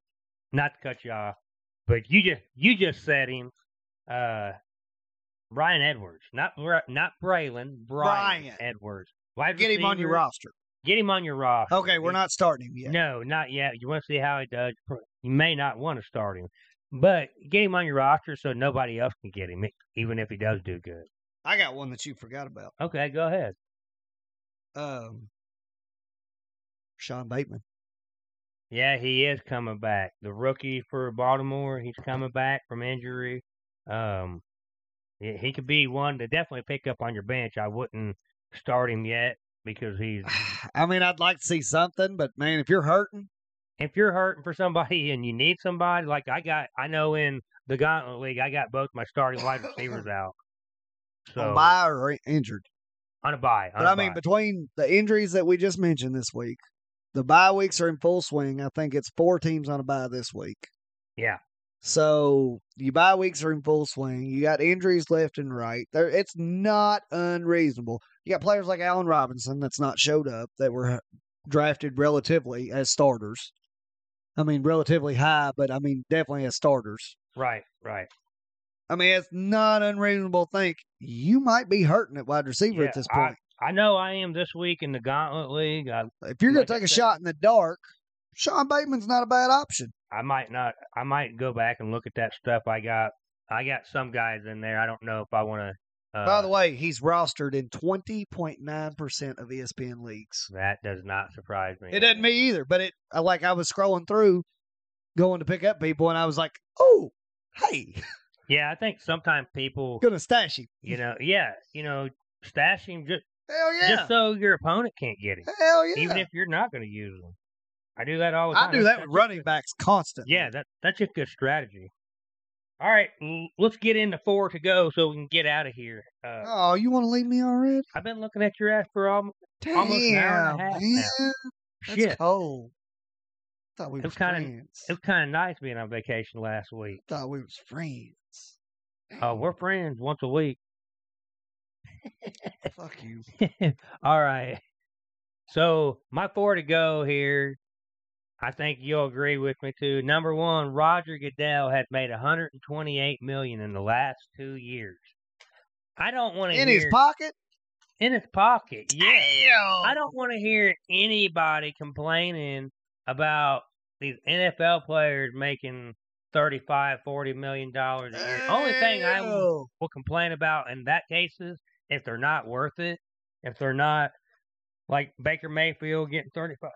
S4: not to cut you off, but you just you just said him, uh, Brian Edwards, not Bra- not Braylon, Brian,
S5: Brian.
S4: Edwards. Wide
S5: get him on your
S4: receiver.
S5: roster.
S4: Get him on your roster.
S5: Okay, we're
S4: He's-
S5: not starting him yet.
S4: No, not yet. You want to see how he does. Pro- You may not want to start him, but get him on your roster so nobody else can get him, even if he does do good.
S5: I got one that you forgot about.
S4: Okay, go ahead.
S5: Um, Sean Bateman. [SIGHS]
S4: Yeah, he is coming back. The rookie for Baltimore, he's coming back from injury. Um, he, he could be one to definitely pick up on your bench. I wouldn't start him yet because he's
S5: I mean, I'd like to see something, but man, if you're hurting,
S4: if you're hurting for somebody and you need somebody, like I got, I know in the Gauntlet League, I got both my starting wide
S5: [LAUGHS]
S4: receivers out. So
S5: on buy or injured.
S4: on a buy, on
S5: But
S4: a
S5: I mean,
S4: bye.
S5: between the injuries that we just mentioned this week, the bye weeks are in full swing. I think it's four teams on a bye this week.
S4: Yeah.
S5: So your bye weeks are in full swing. You got injuries left and right. There, it's not unreasonable. You got players like Allen Robinson that's not showed up that were drafted relatively as starters. I mean, relatively high, but I mean, definitely as starters.
S4: right, right.
S5: I mean, it's not unreasonable to think you might be hurting at wide receiver
S4: Yeah,
S5: at this
S4: I-
S5: point.
S4: I know I am this week in the Gauntlet League. I,
S5: If you're going
S4: Like
S5: to
S4: I
S5: take a
S4: said-
S5: shot in the dark, Sean Bateman's not a bad option.
S4: I might not. I might go back and look at that stuff. I got. I got some guys in there. I don't know if I want to. Uh,
S5: By the way, he's rostered in 20.9% of E ESPN leagues.
S4: that does not surprise me.
S5: It doesn't me either, but it I- like I was scrolling through going to pick up people and I was like, "Oh, hey, [LAUGHS]
S4: Yeah, I think sometimes people,
S5: going to stash him."
S4: you know, yeah, you know, stash him just
S5: Hell yeah.
S4: just so your opponent can't get him,
S5: Hell yeah.
S4: even if you're not going to use him. I do that all the time.
S5: I do
S4: That's such
S5: that with
S4: a
S5: running
S4: good-
S5: backs constantly.
S4: Yeah, that that's a good strategy. All right, l- let's get into four to go so we can get out of here. Uh,
S5: Oh, you want to leave me already?
S4: I've been looking at your ass for almost
S5: Damn,
S4: Almost an hour and a half
S5: man.
S4: now.
S5: That's
S4: shit.
S5: cold. Thought we
S4: It
S5: were
S4: was kinda-
S5: friends.
S4: It was kind of nice being on vacation last week.
S5: Thought we was
S4: [LAUGHS]
S5: friends.
S4: Oh, we're friends once a week.
S5: Fuck you.
S4: [LAUGHS] All right. So my four to go here. I think you'll agree with me too. Number one, Roger Goodell has made 128 million in the last two years. I don't want to
S5: In
S4: hear
S5: his pocket?
S4: in his pocket. Yeah.
S5: Damn.
S4: I don't want to hear anybody complaining about these NFL players making 35, 40 million dollars a year. Only thing I will
S5: Ew.
S4: will complain about in that cases if they're not worth it, if they're not like Baker Mayfield getting thirty five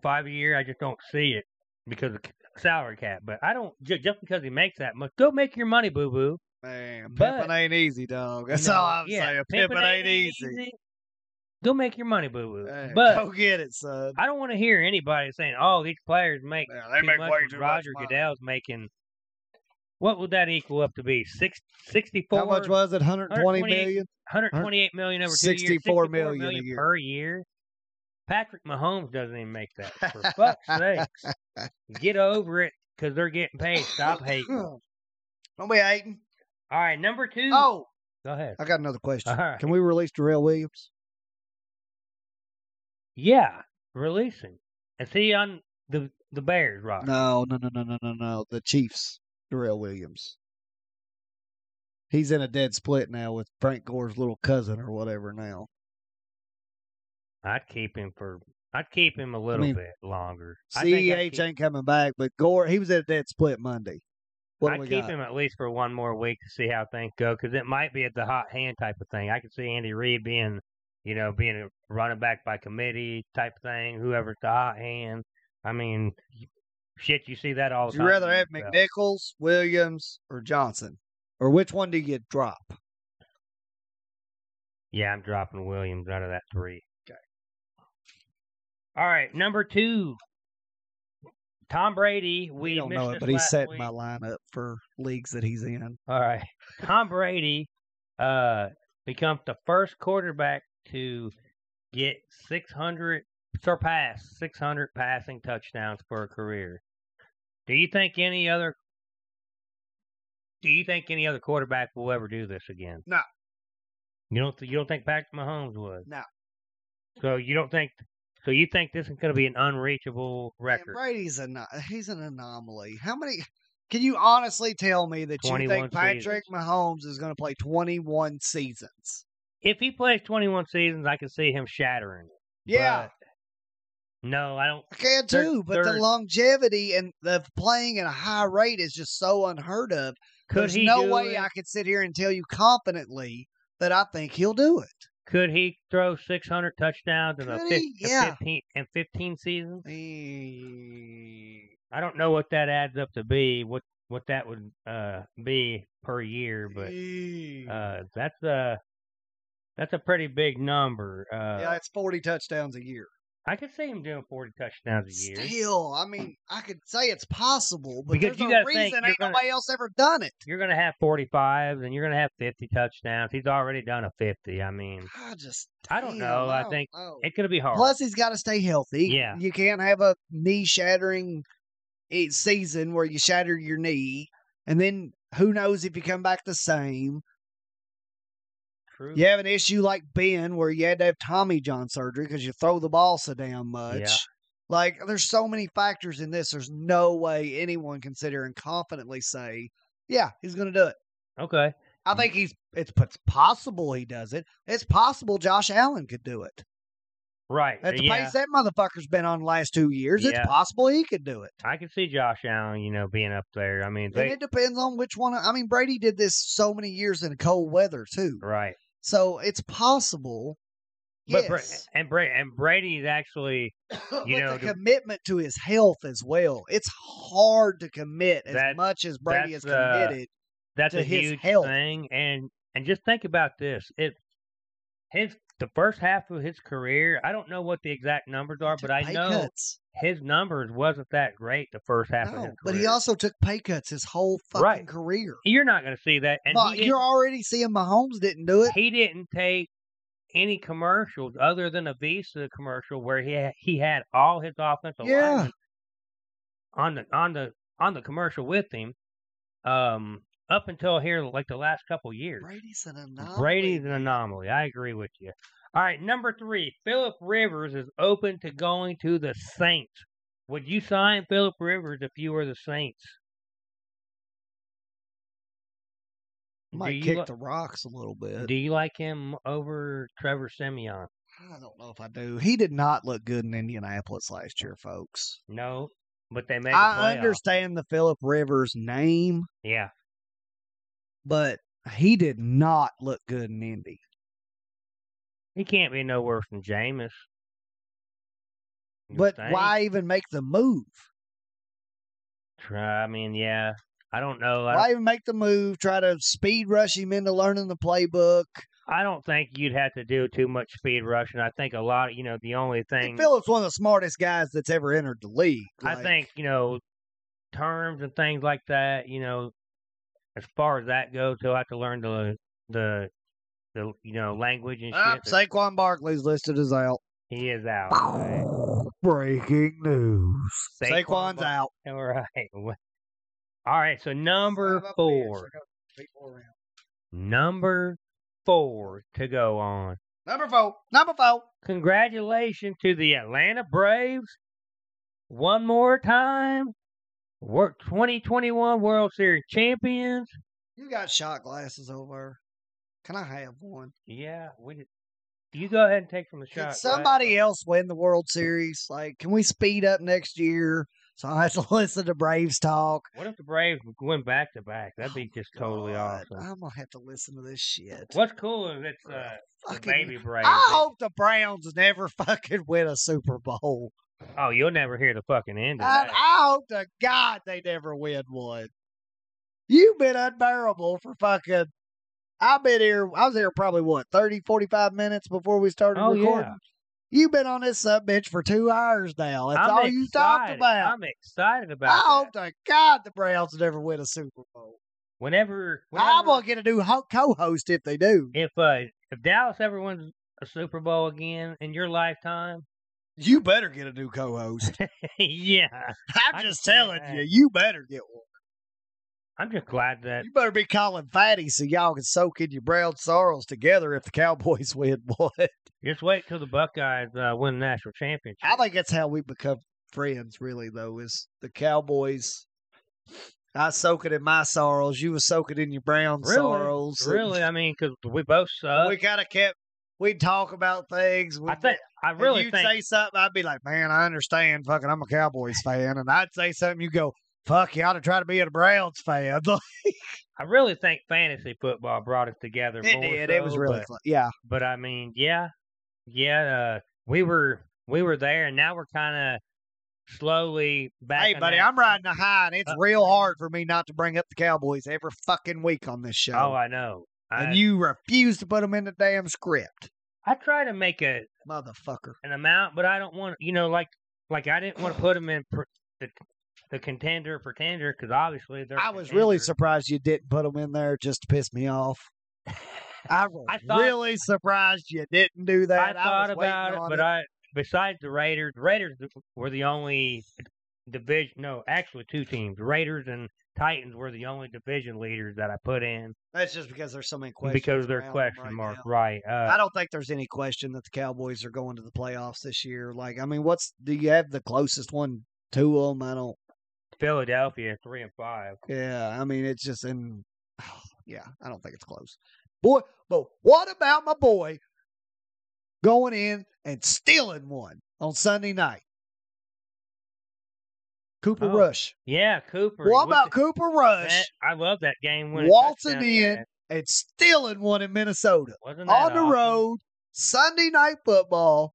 S4: five a year. I just don't see it because of salary cap. But I don't ju- just because he makes that much. Go make your money, boo boo.
S5: Man,
S4: But-
S5: pimping ain't easy, dog. That's
S4: You know,
S5: all I'm
S4: yeah,
S5: saying. Pimping, ain't easy.
S4: Go make your money, boo boo.
S5: Hey,
S4: But
S5: go get it, son.
S4: I don't want to hear anybody saying, "Oh, these players make
S5: Yeah, they
S4: too
S5: make
S4: much
S5: way
S4: when
S5: too
S4: Roger
S5: much money.
S4: Goodell's making." What would that equal up to be? Six, 64
S5: How much was it? 120
S4: 128 [LAUGHS]
S5: million?
S4: 128 million over two years,
S5: 64 million a year.
S4: per year. Patrick Mahomes doesn't even make that. For fuck's sakes,
S5: [LAUGHS]
S4: get over it because they're getting paid. Stop hating. All
S5: Don't be hating.
S4: right, number two.
S5: Oh,
S4: go ahead.
S5: I got another question.
S4: All right.
S5: Can we release Darrell Williams?
S4: Yeah, releasing. And see on the the Bears, Rock.
S5: No, no, no, no, no, no, no. The Chiefs, Darrell Williams. He's in a dead split now with Frank Gore's little cousin or whatever now.
S4: I'd keep him for. I'd keep him a little
S5: mean, E
S4: bit longer. I think I'd
S5: CEH ain't coming back, but Gore, he was at a dead split Monday. What do
S4: I'd
S5: we
S4: keep
S5: got?
S4: him at least for one more week to see how things go because it might be at the hot hand type of thing. I could see Andy Reid being, you know, being a running back by committee type thing. Whoever's the hot hand. I mean, shit, you see that all the
S5: Would you
S4: time.
S5: rather
S4: in
S5: have
S4: the NFL.
S5: McNichols, Williams, or Johnson? Or which one do you drop?
S4: Yeah, I'm dropping Williams out of that three. All right, number two, Tom Brady. We
S5: We don't
S4: missed
S5: know it,
S4: this
S5: but he's
S4: last
S5: setting
S4: week.
S5: my lineup for leagues that he's in.
S4: All right. Tom Brady uh, becomes the first quarterback to get 600, surpass 600 passing touchdowns for a career. Do you think any other? Do you think any other quarterback will ever do this again?
S5: No.
S4: You don't. Th- you don't think Patrick Mahomes would?
S5: No.
S4: So you don't think? So you think this is going to be an unreachable
S5: Man,
S4: record?
S5: Brady's an he's an anomaly. How many? Can you honestly tell me that you
S4: 21
S5: think Patrick Mahomes is going to play 21 seasons?
S4: If he plays 21 seasons, I can see him shattering. it.
S5: Yeah,
S4: But no, I don't.
S5: I can
S4: they're-
S5: too. But the
S4: they're-
S5: longevity and the playing at a high rate is just so unheard of.
S4: Could
S5: There's
S4: he
S5: no
S4: do
S5: way
S4: it?
S5: I could sit here and tell you confidently that I think he'll do it.
S4: Could he throw 600 touchdowns in a
S5: Could
S4: fif-
S5: he?
S4: in
S5: Yeah.
S4: 15 in 15 seasons?
S5: Eh,
S4: I don't know what that adds up to be, what what that would uh, be per year, but
S5: eh.
S4: uh, that's a that's a pretty big number. Uh,
S5: yeah, it's 40 touchdowns a year.
S4: I could see him doing forty touchdowns a year.
S5: Still, I mean, I could say it's possible, but
S4: Because
S5: there's
S4: you
S5: a
S4: gotta
S5: reason
S4: think, you're
S5: ain't
S4: gonna-
S5: nobody else ever done it.
S4: You're gonna have forty five, and you're gonna have fifty touchdowns. He's already done a fifty. I mean,
S5: I just,
S4: Mm. I don't
S5: damn,
S4: know. I
S5: don't
S4: think
S5: know.
S4: it's gonna be hard.
S5: Plus, he's got to stay healthy.
S4: Yeah.
S5: you can't have a knee shattering eh, season where you shatter your knee, and then who knows if you come back the same.
S4: True.
S5: You have an issue like Ben where you had to have Tommy John surgery because you throw the ball so damn much.
S4: Yeah.
S5: Like, there's so many factors in this. There's no way anyone can sit here and confidently say, yeah, he's going to do it.
S4: Okay.
S5: I think he's, it's, it's possible he does it. It's possible Josh Allen could do it.
S4: Right.
S5: At the
S4: yeah.
S5: pace that motherfucker's been on the last two years,
S4: Yeah.
S5: it's possible he could do it.
S4: I can see Josh Allen, you know, being up there. I mean, they,
S5: and it depends on which one. I mean, Brady did this so many years in cold weather, too.
S4: right.
S5: So it's possible.
S4: But
S5: yes.
S4: Bra- and Bra- and Brady's actually
S5: [LAUGHS]
S4: You
S5: but
S4: know,
S5: the
S4: the-
S5: commitment to his health as well. It's hard to commit as
S4: That-
S5: much as Brady has
S4: that's, uh,
S5: committed.
S4: that's
S5: to
S4: a
S5: his
S4: huge
S5: health.
S4: thing. And and just think about this: if his the first half of his career, I don't know what the exact numbers are,
S5: took
S4: but I
S5: pay
S4: know
S5: cuts.
S4: his numbers wasn't that great the first half of his
S5: No,
S4: career.
S5: but he also took pay cuts his whole fucking
S4: Right.
S5: career.
S4: you're not going to see that, and
S5: Ma-
S4: he
S5: you're already seeing Mahomes didn't do it.
S4: he didn't take any commercials other than a Visa commercial where he had, he had all his offensive
S5: Yeah.
S4: linemen on the on the on the commercial with him um up until here like the last couple years.
S5: Brady's an anomaly.
S4: Brady's an anomaly. I agree with you. All right, number three, Philip Rivers is open to going to the Saints. Would you sign Philip Rivers if you were the Saints? do
S5: might
S4: you
S5: kick
S4: li-
S5: the rocks a little bit.
S4: Do you like him over Trevor Simeon?
S5: I don't know if I do. He did not look good in Indianapolis last year, folks.
S4: No, but they made the
S5: I
S4: playoffs.
S5: understand the Philip Rivers name,
S4: Yeah,
S5: but he did not look good in Indy.
S4: he can't be no worse than Jameis. You
S5: But
S4: think?
S5: why even make the move?
S4: Try- I mean, yeah, I don't know. I don't,
S5: Why even make the move? Try to speed rush him into learning the playbook.
S4: I don't think you'd have to do too much speed rushing. I think a lot. You know, the only
S5: I
S4: thing
S5: think Phillips one of the smartest guys that's ever entered the league.
S4: I
S5: Like,
S4: think you know terms and things like that. You know, as far as that goes, he'll have to learn the the the you know language and
S5: Ah,
S4: shit. that
S5: Saquon Barkley's listed as out.
S4: he is out.
S5: [LAUGHS]
S4: right?
S5: Breaking news:
S4: Saquon
S5: Saquon's
S4: Bar-
S5: out.
S4: All [LAUGHS] right. All right. So number four. Number four to go on.
S5: Number four. Number four.
S4: Congratulations to the Atlanta Braves. One more time. Work 2021 World Series champions.
S5: You got shot glasses over. Can I have one?
S4: Yeah, we did. You go ahead and take from the shot.
S5: Can
S4: glass.
S5: somebody else win the World Series? Like, can we speed up next year so I have to [LAUGHS] listen to Braves talk?
S4: What if the Braves went back to back? That'd be just totally
S5: God,
S4: awesome.
S5: I'm gonna have to listen to this shit.
S4: What's cool is it's uh, the
S5: Fucking-
S4: baby Braves.
S5: I hope the Browns never [LAUGHS] fucking win a Super Bowl.
S4: Oh, you'll never hear the fucking end of
S5: I,
S4: that.
S5: I hope to oh, God they never win one. You've been unbearable for fucking. I've been here. I was here probably what 30, 45 minutes before we started
S4: Oh, yeah.
S5: recording. You've been on this sub bitch for two hours now. That's all you talked
S4: excited.
S5: about. Oh,
S4: I'm excited about
S5: I
S4: that.
S5: hope to God the Browns never win a Super Bowl.
S4: Whenever,
S5: I'm
S4: whenever
S5: gonna get a new ho- co-host if they do.
S4: if uh, if Dallas ever wins a Super Bowl again in your lifetime, [LAUGHS]
S5: You better get a new co-host.
S4: yeah, I
S5: I'm
S4: can
S5: just
S4: see
S5: telling
S4: that.
S5: you, you better get one.
S4: I'm just glad that
S5: You better be calling Fatty so y'all can soak in your brown sorrows together if the Cowboys [LAUGHS] win one.
S4: just wait till the Buckeyes uh, win the national championship.
S5: I think that's Mm-hmm. how we become friends, really, though, is the Cowboys. I soak it in my sorrows. You were soaking in your brown
S4: Really?
S5: sorrows. and
S4: really, I mean, because we both suck.
S5: [LAUGHS] We kind of kept, we'd talk about things.
S4: I
S5: we'd-
S4: think I
S5: and
S4: really
S5: you'd
S4: think
S5: say something, I'd be like, man, I understand. Fucking, I'm a Cowboys fan. And I'd say something, you go, fuck, you ought to try to be a Browns fan. [LAUGHS]
S4: I really think fantasy football brought us together.
S5: it
S4: more
S5: did. It was
S4: so,
S5: really
S4: but,
S5: fun. Yeah.
S4: but I mean, yeah, yeah, uh, we were we were there, and now we're kind of slowly back.
S5: Hey, buddy, I'm riding a high, and it's
S4: Uh,
S5: real hard for me not to bring up the Cowboys every fucking week on this show.
S4: Oh, I know. I,
S5: and you refuse to put them in the damn script.
S4: I try to make a,
S5: motherfucker.
S4: an amount, but I don't want you know like like I didn't want to put them in per, the the contender pretender because obviously they're.
S5: I was really
S4: contenders.
S5: surprised you didn't put them in there just to piss me off. I was
S4: I thought-
S5: really surprised you didn't
S4: [LAUGHS]
S5: do
S4: I
S5: that.
S4: thought
S5: was waiting
S4: about it,
S5: on
S4: but I besides the Raiders, the Raiders were the only division. No, actually, two teams: Raiders and Titans were the only division leaders that I put in
S5: that's just because there's so many questions.
S4: because they're
S5: around 'em
S4: question
S5: right
S4: mark,
S5: now.
S4: right? Uh,
S5: I don't think there's any question that the Cowboys are going to the playoffs this year. Like, I mean, what's do you have the closest one to them? I don't.
S4: Philadelphia three and five.
S5: Yeah, I mean, it's just in. [SIGHS] Yeah, I don't think it's close, boy. But what about my boy going in and stealing one on Sunday night? Cooper
S4: Oh,
S5: Rush.
S4: Yeah, Cooper.
S5: What
S4: with
S5: about
S4: the-
S5: Cooper Rush
S4: that- I love that game. winning
S5: Waltzing
S4: touchdown
S5: in
S4: pass.
S5: and stealing one in Minnesota?
S4: Wasn't that
S5: on the
S4: awesome?
S5: road, Sunday night football,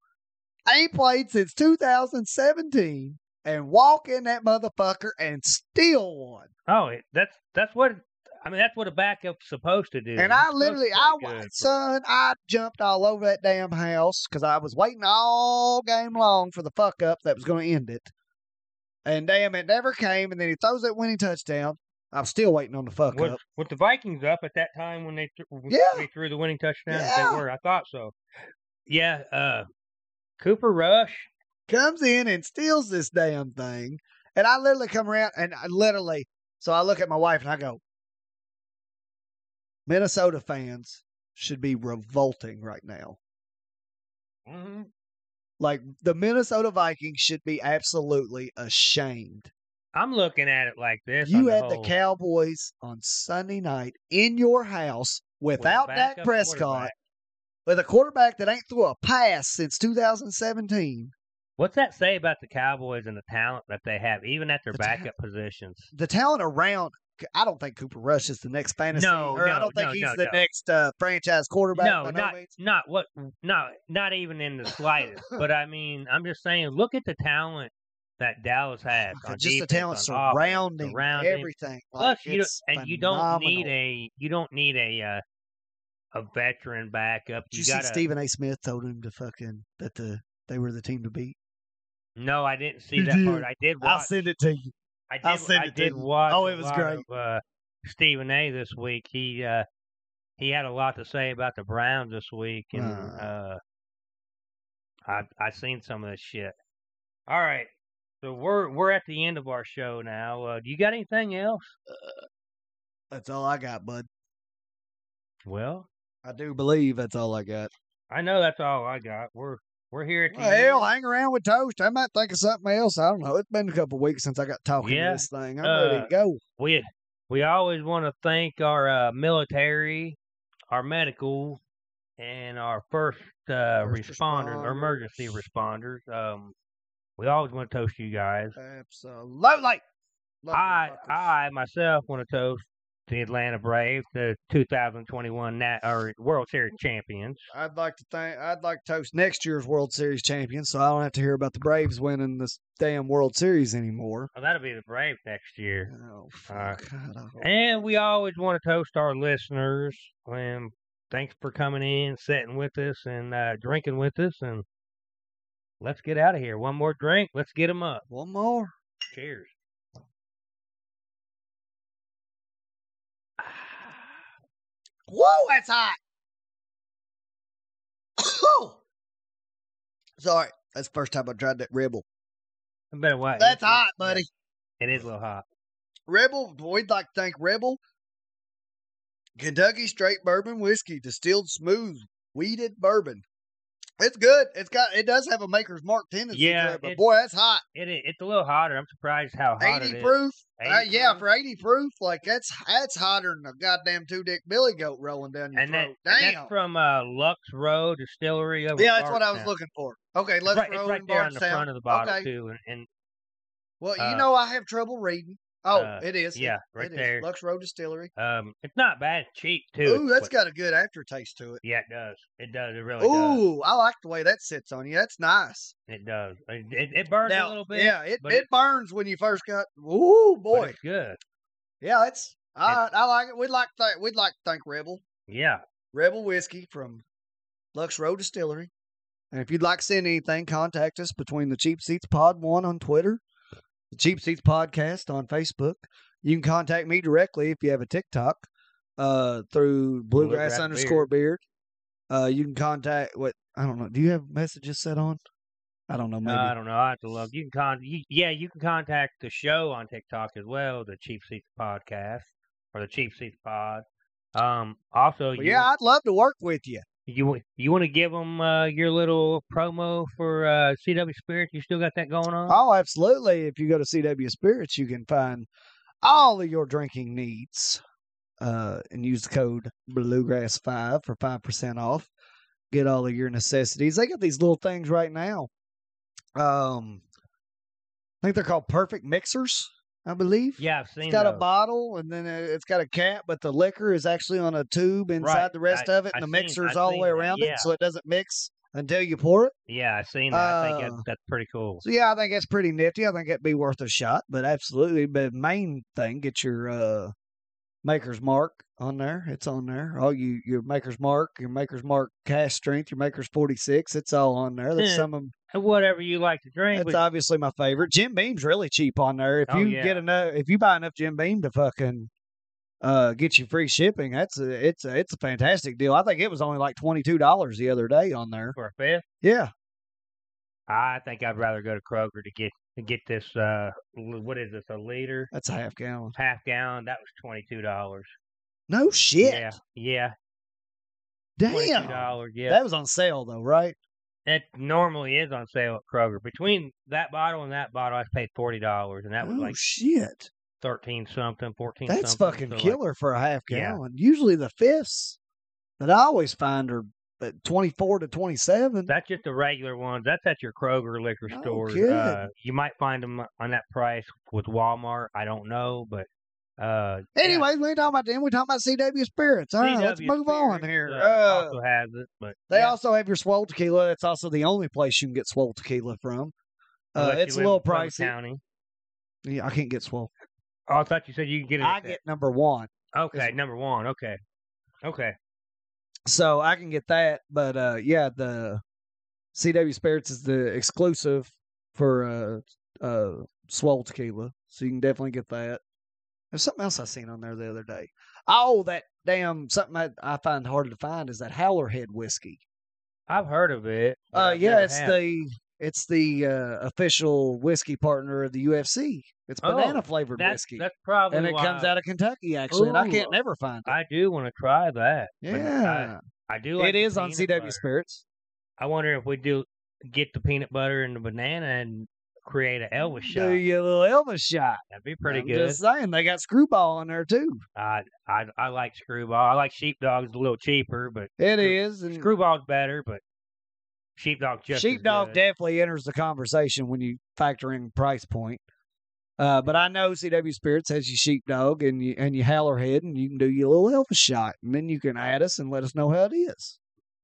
S5: ain't played since 2017, and walk in that motherfucker and steal one.
S4: Oh, it- that's that's what I mean. That's what a backup's supposed to do.
S5: And
S4: He's
S5: I
S4: supposed to
S5: literally,
S4: play
S5: I
S4: good.
S5: son, I jumped all over that damn house because I was waiting all game long for the fuck up that was going to end it. And damn, it never came. And then he throws that winning touchdown. I'm still waiting on the fuck
S4: with,
S5: up.
S4: with the Vikings up at that time when they th- when
S5: Yeah.
S4: they threw the winning touchdown.
S5: Yeah.
S4: They were. I thought so. Yeah. Uh, Cooper Rush.
S5: comes in and steals this damn thing. And I literally come around and I literally, so I look at my wife and I go, Minnesota fans should be revolting right now.
S4: Mhm.
S5: Like the Minnesota Vikings should be absolutely ashamed.
S4: I'm looking at it like this. on
S5: you had the
S4: whole,
S5: Cowboys on Sunday night in your house
S4: with a
S5: without Dak
S4: backup
S5: Prescott,
S4: quarterback.
S5: with a quarterback that ain't threw a pass since 2017.
S4: What's that say about the Cowboys and the talent that they have, even at their
S5: The ta-
S4: backup positions?
S5: the talent around. I don't think Cooper Rush is the next fantasy.
S4: No,
S5: or I
S4: no,
S5: don't think
S4: no,
S5: he's
S4: no,
S5: the
S4: no.
S5: next uh, franchise quarterback.
S4: No,
S5: by
S4: not
S5: means.
S4: not what no, not even in the
S5: [LAUGHS]
S4: slightest. but I mean, I'm just saying, look at the talent that Dallas has.
S5: Fuck,
S4: on
S5: just the
S4: defense,
S5: talent
S4: on offense.
S5: surrounding,
S4: Oh, surrounding.
S5: everything.
S4: Plus,
S5: Like,
S4: you don't,
S5: it's
S4: and you don't need
S5: phenomenal.
S4: a you don't need a uh, a veteran backup.
S5: Did
S4: You,
S5: you
S4: got
S5: see Stephen A. Smith told him to fucking that the they were the team to beat.
S4: No, I didn't see
S5: You
S4: that part.
S5: did.
S4: I did
S5: I'll
S4: watch.
S5: send it to you.
S4: I did,
S5: I'll send
S4: I
S5: it to
S4: did
S5: you.
S4: watch.
S5: Oh,
S4: a
S5: it was
S4: lot
S5: great.
S4: Of, uh, Stephen A. this week. He uh, he had a lot to say about the Browns this week, and
S5: Uh.
S4: uh, I I seen some of this shit. All right, so we're we're at the end of our show now. Uh, do you got anything else?
S5: That's all I got, bud.
S4: Well,
S5: I do believe that's all I got.
S4: I know that's all I got. We're we're here at the
S5: Well, hell,
S4: end.
S5: hang around with Toast. I might think of something else. I don't know. It's been a couple weeks since I got talking
S4: Yeah.
S5: to this thing. I'm
S4: Uh,
S5: ready to go.
S4: we we always want to thank our uh, military, our medical, and our first, uh,
S5: First
S4: responders, or emergency responders. Um, we always want to toast you guys.
S5: Absolutely. Love
S4: I
S5: you fuckers.
S4: I myself want to toast the Atlanta Braves, the 2021 Nat- or World Series champions.
S5: I'd like to thank. I'd like to toast next year's World Series champions, so I don't have to hear about the Braves winning this damn World Series anymore.
S4: Oh, that'll be the Braves next year.
S5: Oh
S4: Uh,
S5: fuck! God, I hope-
S4: And we always want to toast our listeners. And thanks for coming in, sitting with us, and uh, drinking with us. And let's get out of here. One more drink. Let's get them up.
S5: One more.
S4: Cheers. [SIGHS]
S5: Whoa, that's hot. [COUGHS] Sorry, that's the first time I tried that Rebel.
S4: I better wait.
S5: That's hot, buddy.
S4: It is a little hot.
S5: Rebel. We'd like to thank Rebel. Kentucky straight bourbon whiskey, distilled smooth, weeded bourbon. It's good. It's got. It does have a maker's mark tendency
S4: Yeah,
S5: to it, but
S4: it-
S5: boy, that's hot.
S4: It is, it's a little hotter. I'm surprised how hot it
S5: Eighty
S4: is.
S5: proof.
S4: 80
S5: Uh, yeah,
S4: proof.
S5: for eighty proof, like that's that's hotter than a goddamn two dick billy goat rolling down your
S4: and, that,
S5: throat.
S4: and
S5: Damn.
S4: that's from uh, Lux Road Distillery. Over
S5: yeah, that's what I was
S4: Bardstown.
S5: looking for. Okay,
S4: It's
S5: let's
S4: right,
S5: roll
S4: it's right
S5: in
S4: there on the
S5: Bardstown.
S4: front of the bottle
S5: Okay.
S4: too, and, and
S5: Well, you
S4: Uh,
S5: know I have trouble reading. Oh,
S4: uh,
S5: it is. It-
S4: yeah, right
S5: it is.
S4: there.
S5: Lux Road Distillery.
S4: um, it's not bad. It's cheap too.
S5: Ooh,
S4: It's
S5: that's
S4: what-
S5: got a good aftertaste to it.
S4: Yeah, it does. It does. It really does.
S5: Ooh, I like the way that sits on you. That's nice.
S4: It does. It, it, it burns
S5: Now,
S4: a little bit.
S5: yeah, it,
S4: but
S5: it,
S4: it-
S5: burns when you first got. Ooh,
S4: but
S5: boy.
S4: it's good.
S5: Yeah, it's all right. I like it. We'd like to thank, we'd like to thank Rebel
S4: Yeah.
S5: Rebel Whiskey from Lux Road Distillery. And if you'd like to send anything, contact us between the Cheap Seats Pod One on Twitter, the Cheap Seats Podcast on Facebook. You can contact me directly if you have a TikTok uh, through bluegrass,
S4: Bluegrass
S5: underscore beard. Uh, you can contact what I don't know. Do you have messages set on? I don't know. Maybe
S4: Uh, I don't know. I have to look. You can con. You, yeah, you can contact the show on TikTok as well, the Cheap Seats Podcast or the Cheap Seats Pod. Um. Also,
S5: But
S4: you-
S5: yeah, I'd love to work with you.
S4: You wa- you want to give them uh, your little promo for uh, CW Spirit? You still got that going on?
S5: Oh, absolutely. If you go to CW Spirits, you can find all of your drinking needs uh, and use the code Bluegrass5 for 5% off. Get all of your necessities. They got these little things right now. Um, I think they're called Perfect Mixers, I believe.
S4: yeah, I've seen
S5: It's got a
S4: those.
S5: bottle and then it- it's got a cap, but the liquor is actually on a tube inside
S4: Right.
S5: the rest
S4: I-
S5: of it,
S4: I
S5: and the
S4: seen-
S5: mixer's
S4: I
S5: all the
S4: seen
S5: way
S4: that,
S5: around
S4: yeah.
S5: it, so it doesn't mix until you pour it.
S4: Yeah, I've seen that. I think
S5: Uh,
S4: that's, that's pretty cool.
S5: So yeah, I think that's pretty nifty. I think that'd be worth a shot. But absolutely, but main thing, get your uh, Maker's Mark on there. It's on there. All you your Maker's Mark, your Maker's Mark Cash Strength, your Maker's Forty Six. It's all on there. That's
S4: Yeah.
S5: some of
S4: And Whatever you like to drink.
S5: that's
S4: but-
S5: obviously my favorite. Jim Beam's really cheap on there. If
S4: Oh,
S5: you
S4: yeah.
S5: get enough, if you buy enough Jim Beam to fucking uh get you free shipping, that's a, it's a, it's a fantastic deal. I think it was only like twenty two dollars the other day on there.
S4: for a fifth,
S5: Yeah,
S4: I think I'd rather go to Kroger to get to get this. Uh, l- what is this? A liter,
S5: that's a half gallon.
S4: half gallon. That was twenty two dollars.
S5: No shit.
S4: Yeah, yeah, twenty two
S5: Damn.
S4: dollars. Yeah,
S5: That was on sale though, right?
S4: it normally is on sale at Kroger. Between that bottle and that bottle, I paid forty dollars, and that was
S5: oh
S4: like
S5: shit!
S4: thirteen something, fourteen.
S5: That's
S4: something,
S5: fucking
S4: so, like,
S5: killer for a half
S4: Yeah.
S5: gallon. Usually the fifths that I always find are at twenty four to twenty seven.
S4: That's just the regular ones. That's at your Kroger liquor
S5: No
S4: store.
S5: kidding.
S4: Uh, you might find them on that price with Walmart. I don't know, but uh, yeah,
S5: Anyways, we ain't talking about them. We talking about CW Spirits. All right, let's
S4: CW
S5: move on
S4: Spirits,
S5: here.
S4: uh,
S5: Uh,
S4: also has it, but
S5: they
S4: yeah,
S5: also have your Swole tequila. That's also the only place you can get Swole tequila from. Uh,
S4: unless you
S5: it's a
S4: live
S5: little
S4: in Plymouth
S5: pricey.
S4: County.
S5: Yeah, I can't get Swole.
S4: Oh, I thought you said you can get it.
S5: I
S4: at the-
S5: get number one.
S4: okay, number one. Okay, okay.
S5: so I can get that. But uh, yeah, the CW Spirits is the exclusive for uh, uh, Swole Tequila, so you can definitely get that. There's something else I seen on there the other day. Oh, that damn something I, I find hard to find is that Howlerhead whiskey.
S4: I've heard of it. but
S5: Uh,
S4: I've
S5: yeah,
S4: never
S5: it's
S4: had it.
S5: the it's the uh, official whiskey partner of the UFC. It's
S4: Oh,
S5: banana flavored
S4: that's,
S5: whiskey,
S4: That's probably
S5: and it comes
S4: why
S5: out of Kentucky actually, and I
S4: Ooh.
S5: can't never find it.
S4: I do want to try that. but
S5: yeah,
S4: I, I do. Like
S5: it
S4: the
S5: is on
S4: peanut
S5: CW
S4: butter.
S5: Spirits.
S4: I wonder if we do get the peanut butter and the banana and create an Elvis shot.
S5: Do you little Elvis shot?
S4: That'd be pretty
S5: I'm
S4: good.
S5: Just saying, they got screwball on there too.
S4: I, I I like screwball. I like sheepdog's a little cheaper, but
S5: It
S4: Screw-
S5: is, and
S4: screwball's better. But sheepdog just as
S5: sheepdog
S4: good.
S5: definitely enters the conversation when you factor in price point. Uh, but I know CW Spirits has your sheepdog and you and your howlerhead, and you can do your little Elvis shot, and then you can add us and let us know how it is.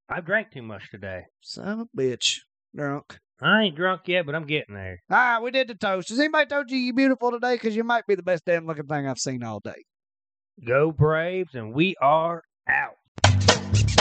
S4: I've drank too much today.
S5: Son of a bitch, drunk.
S4: I ain't drunk yet, but I'm getting there.
S5: All right, we did the toast. Has anybody told you you're beautiful today? Because you might be the best damn looking thing I've seen all day.
S4: Go Braves, and we are out.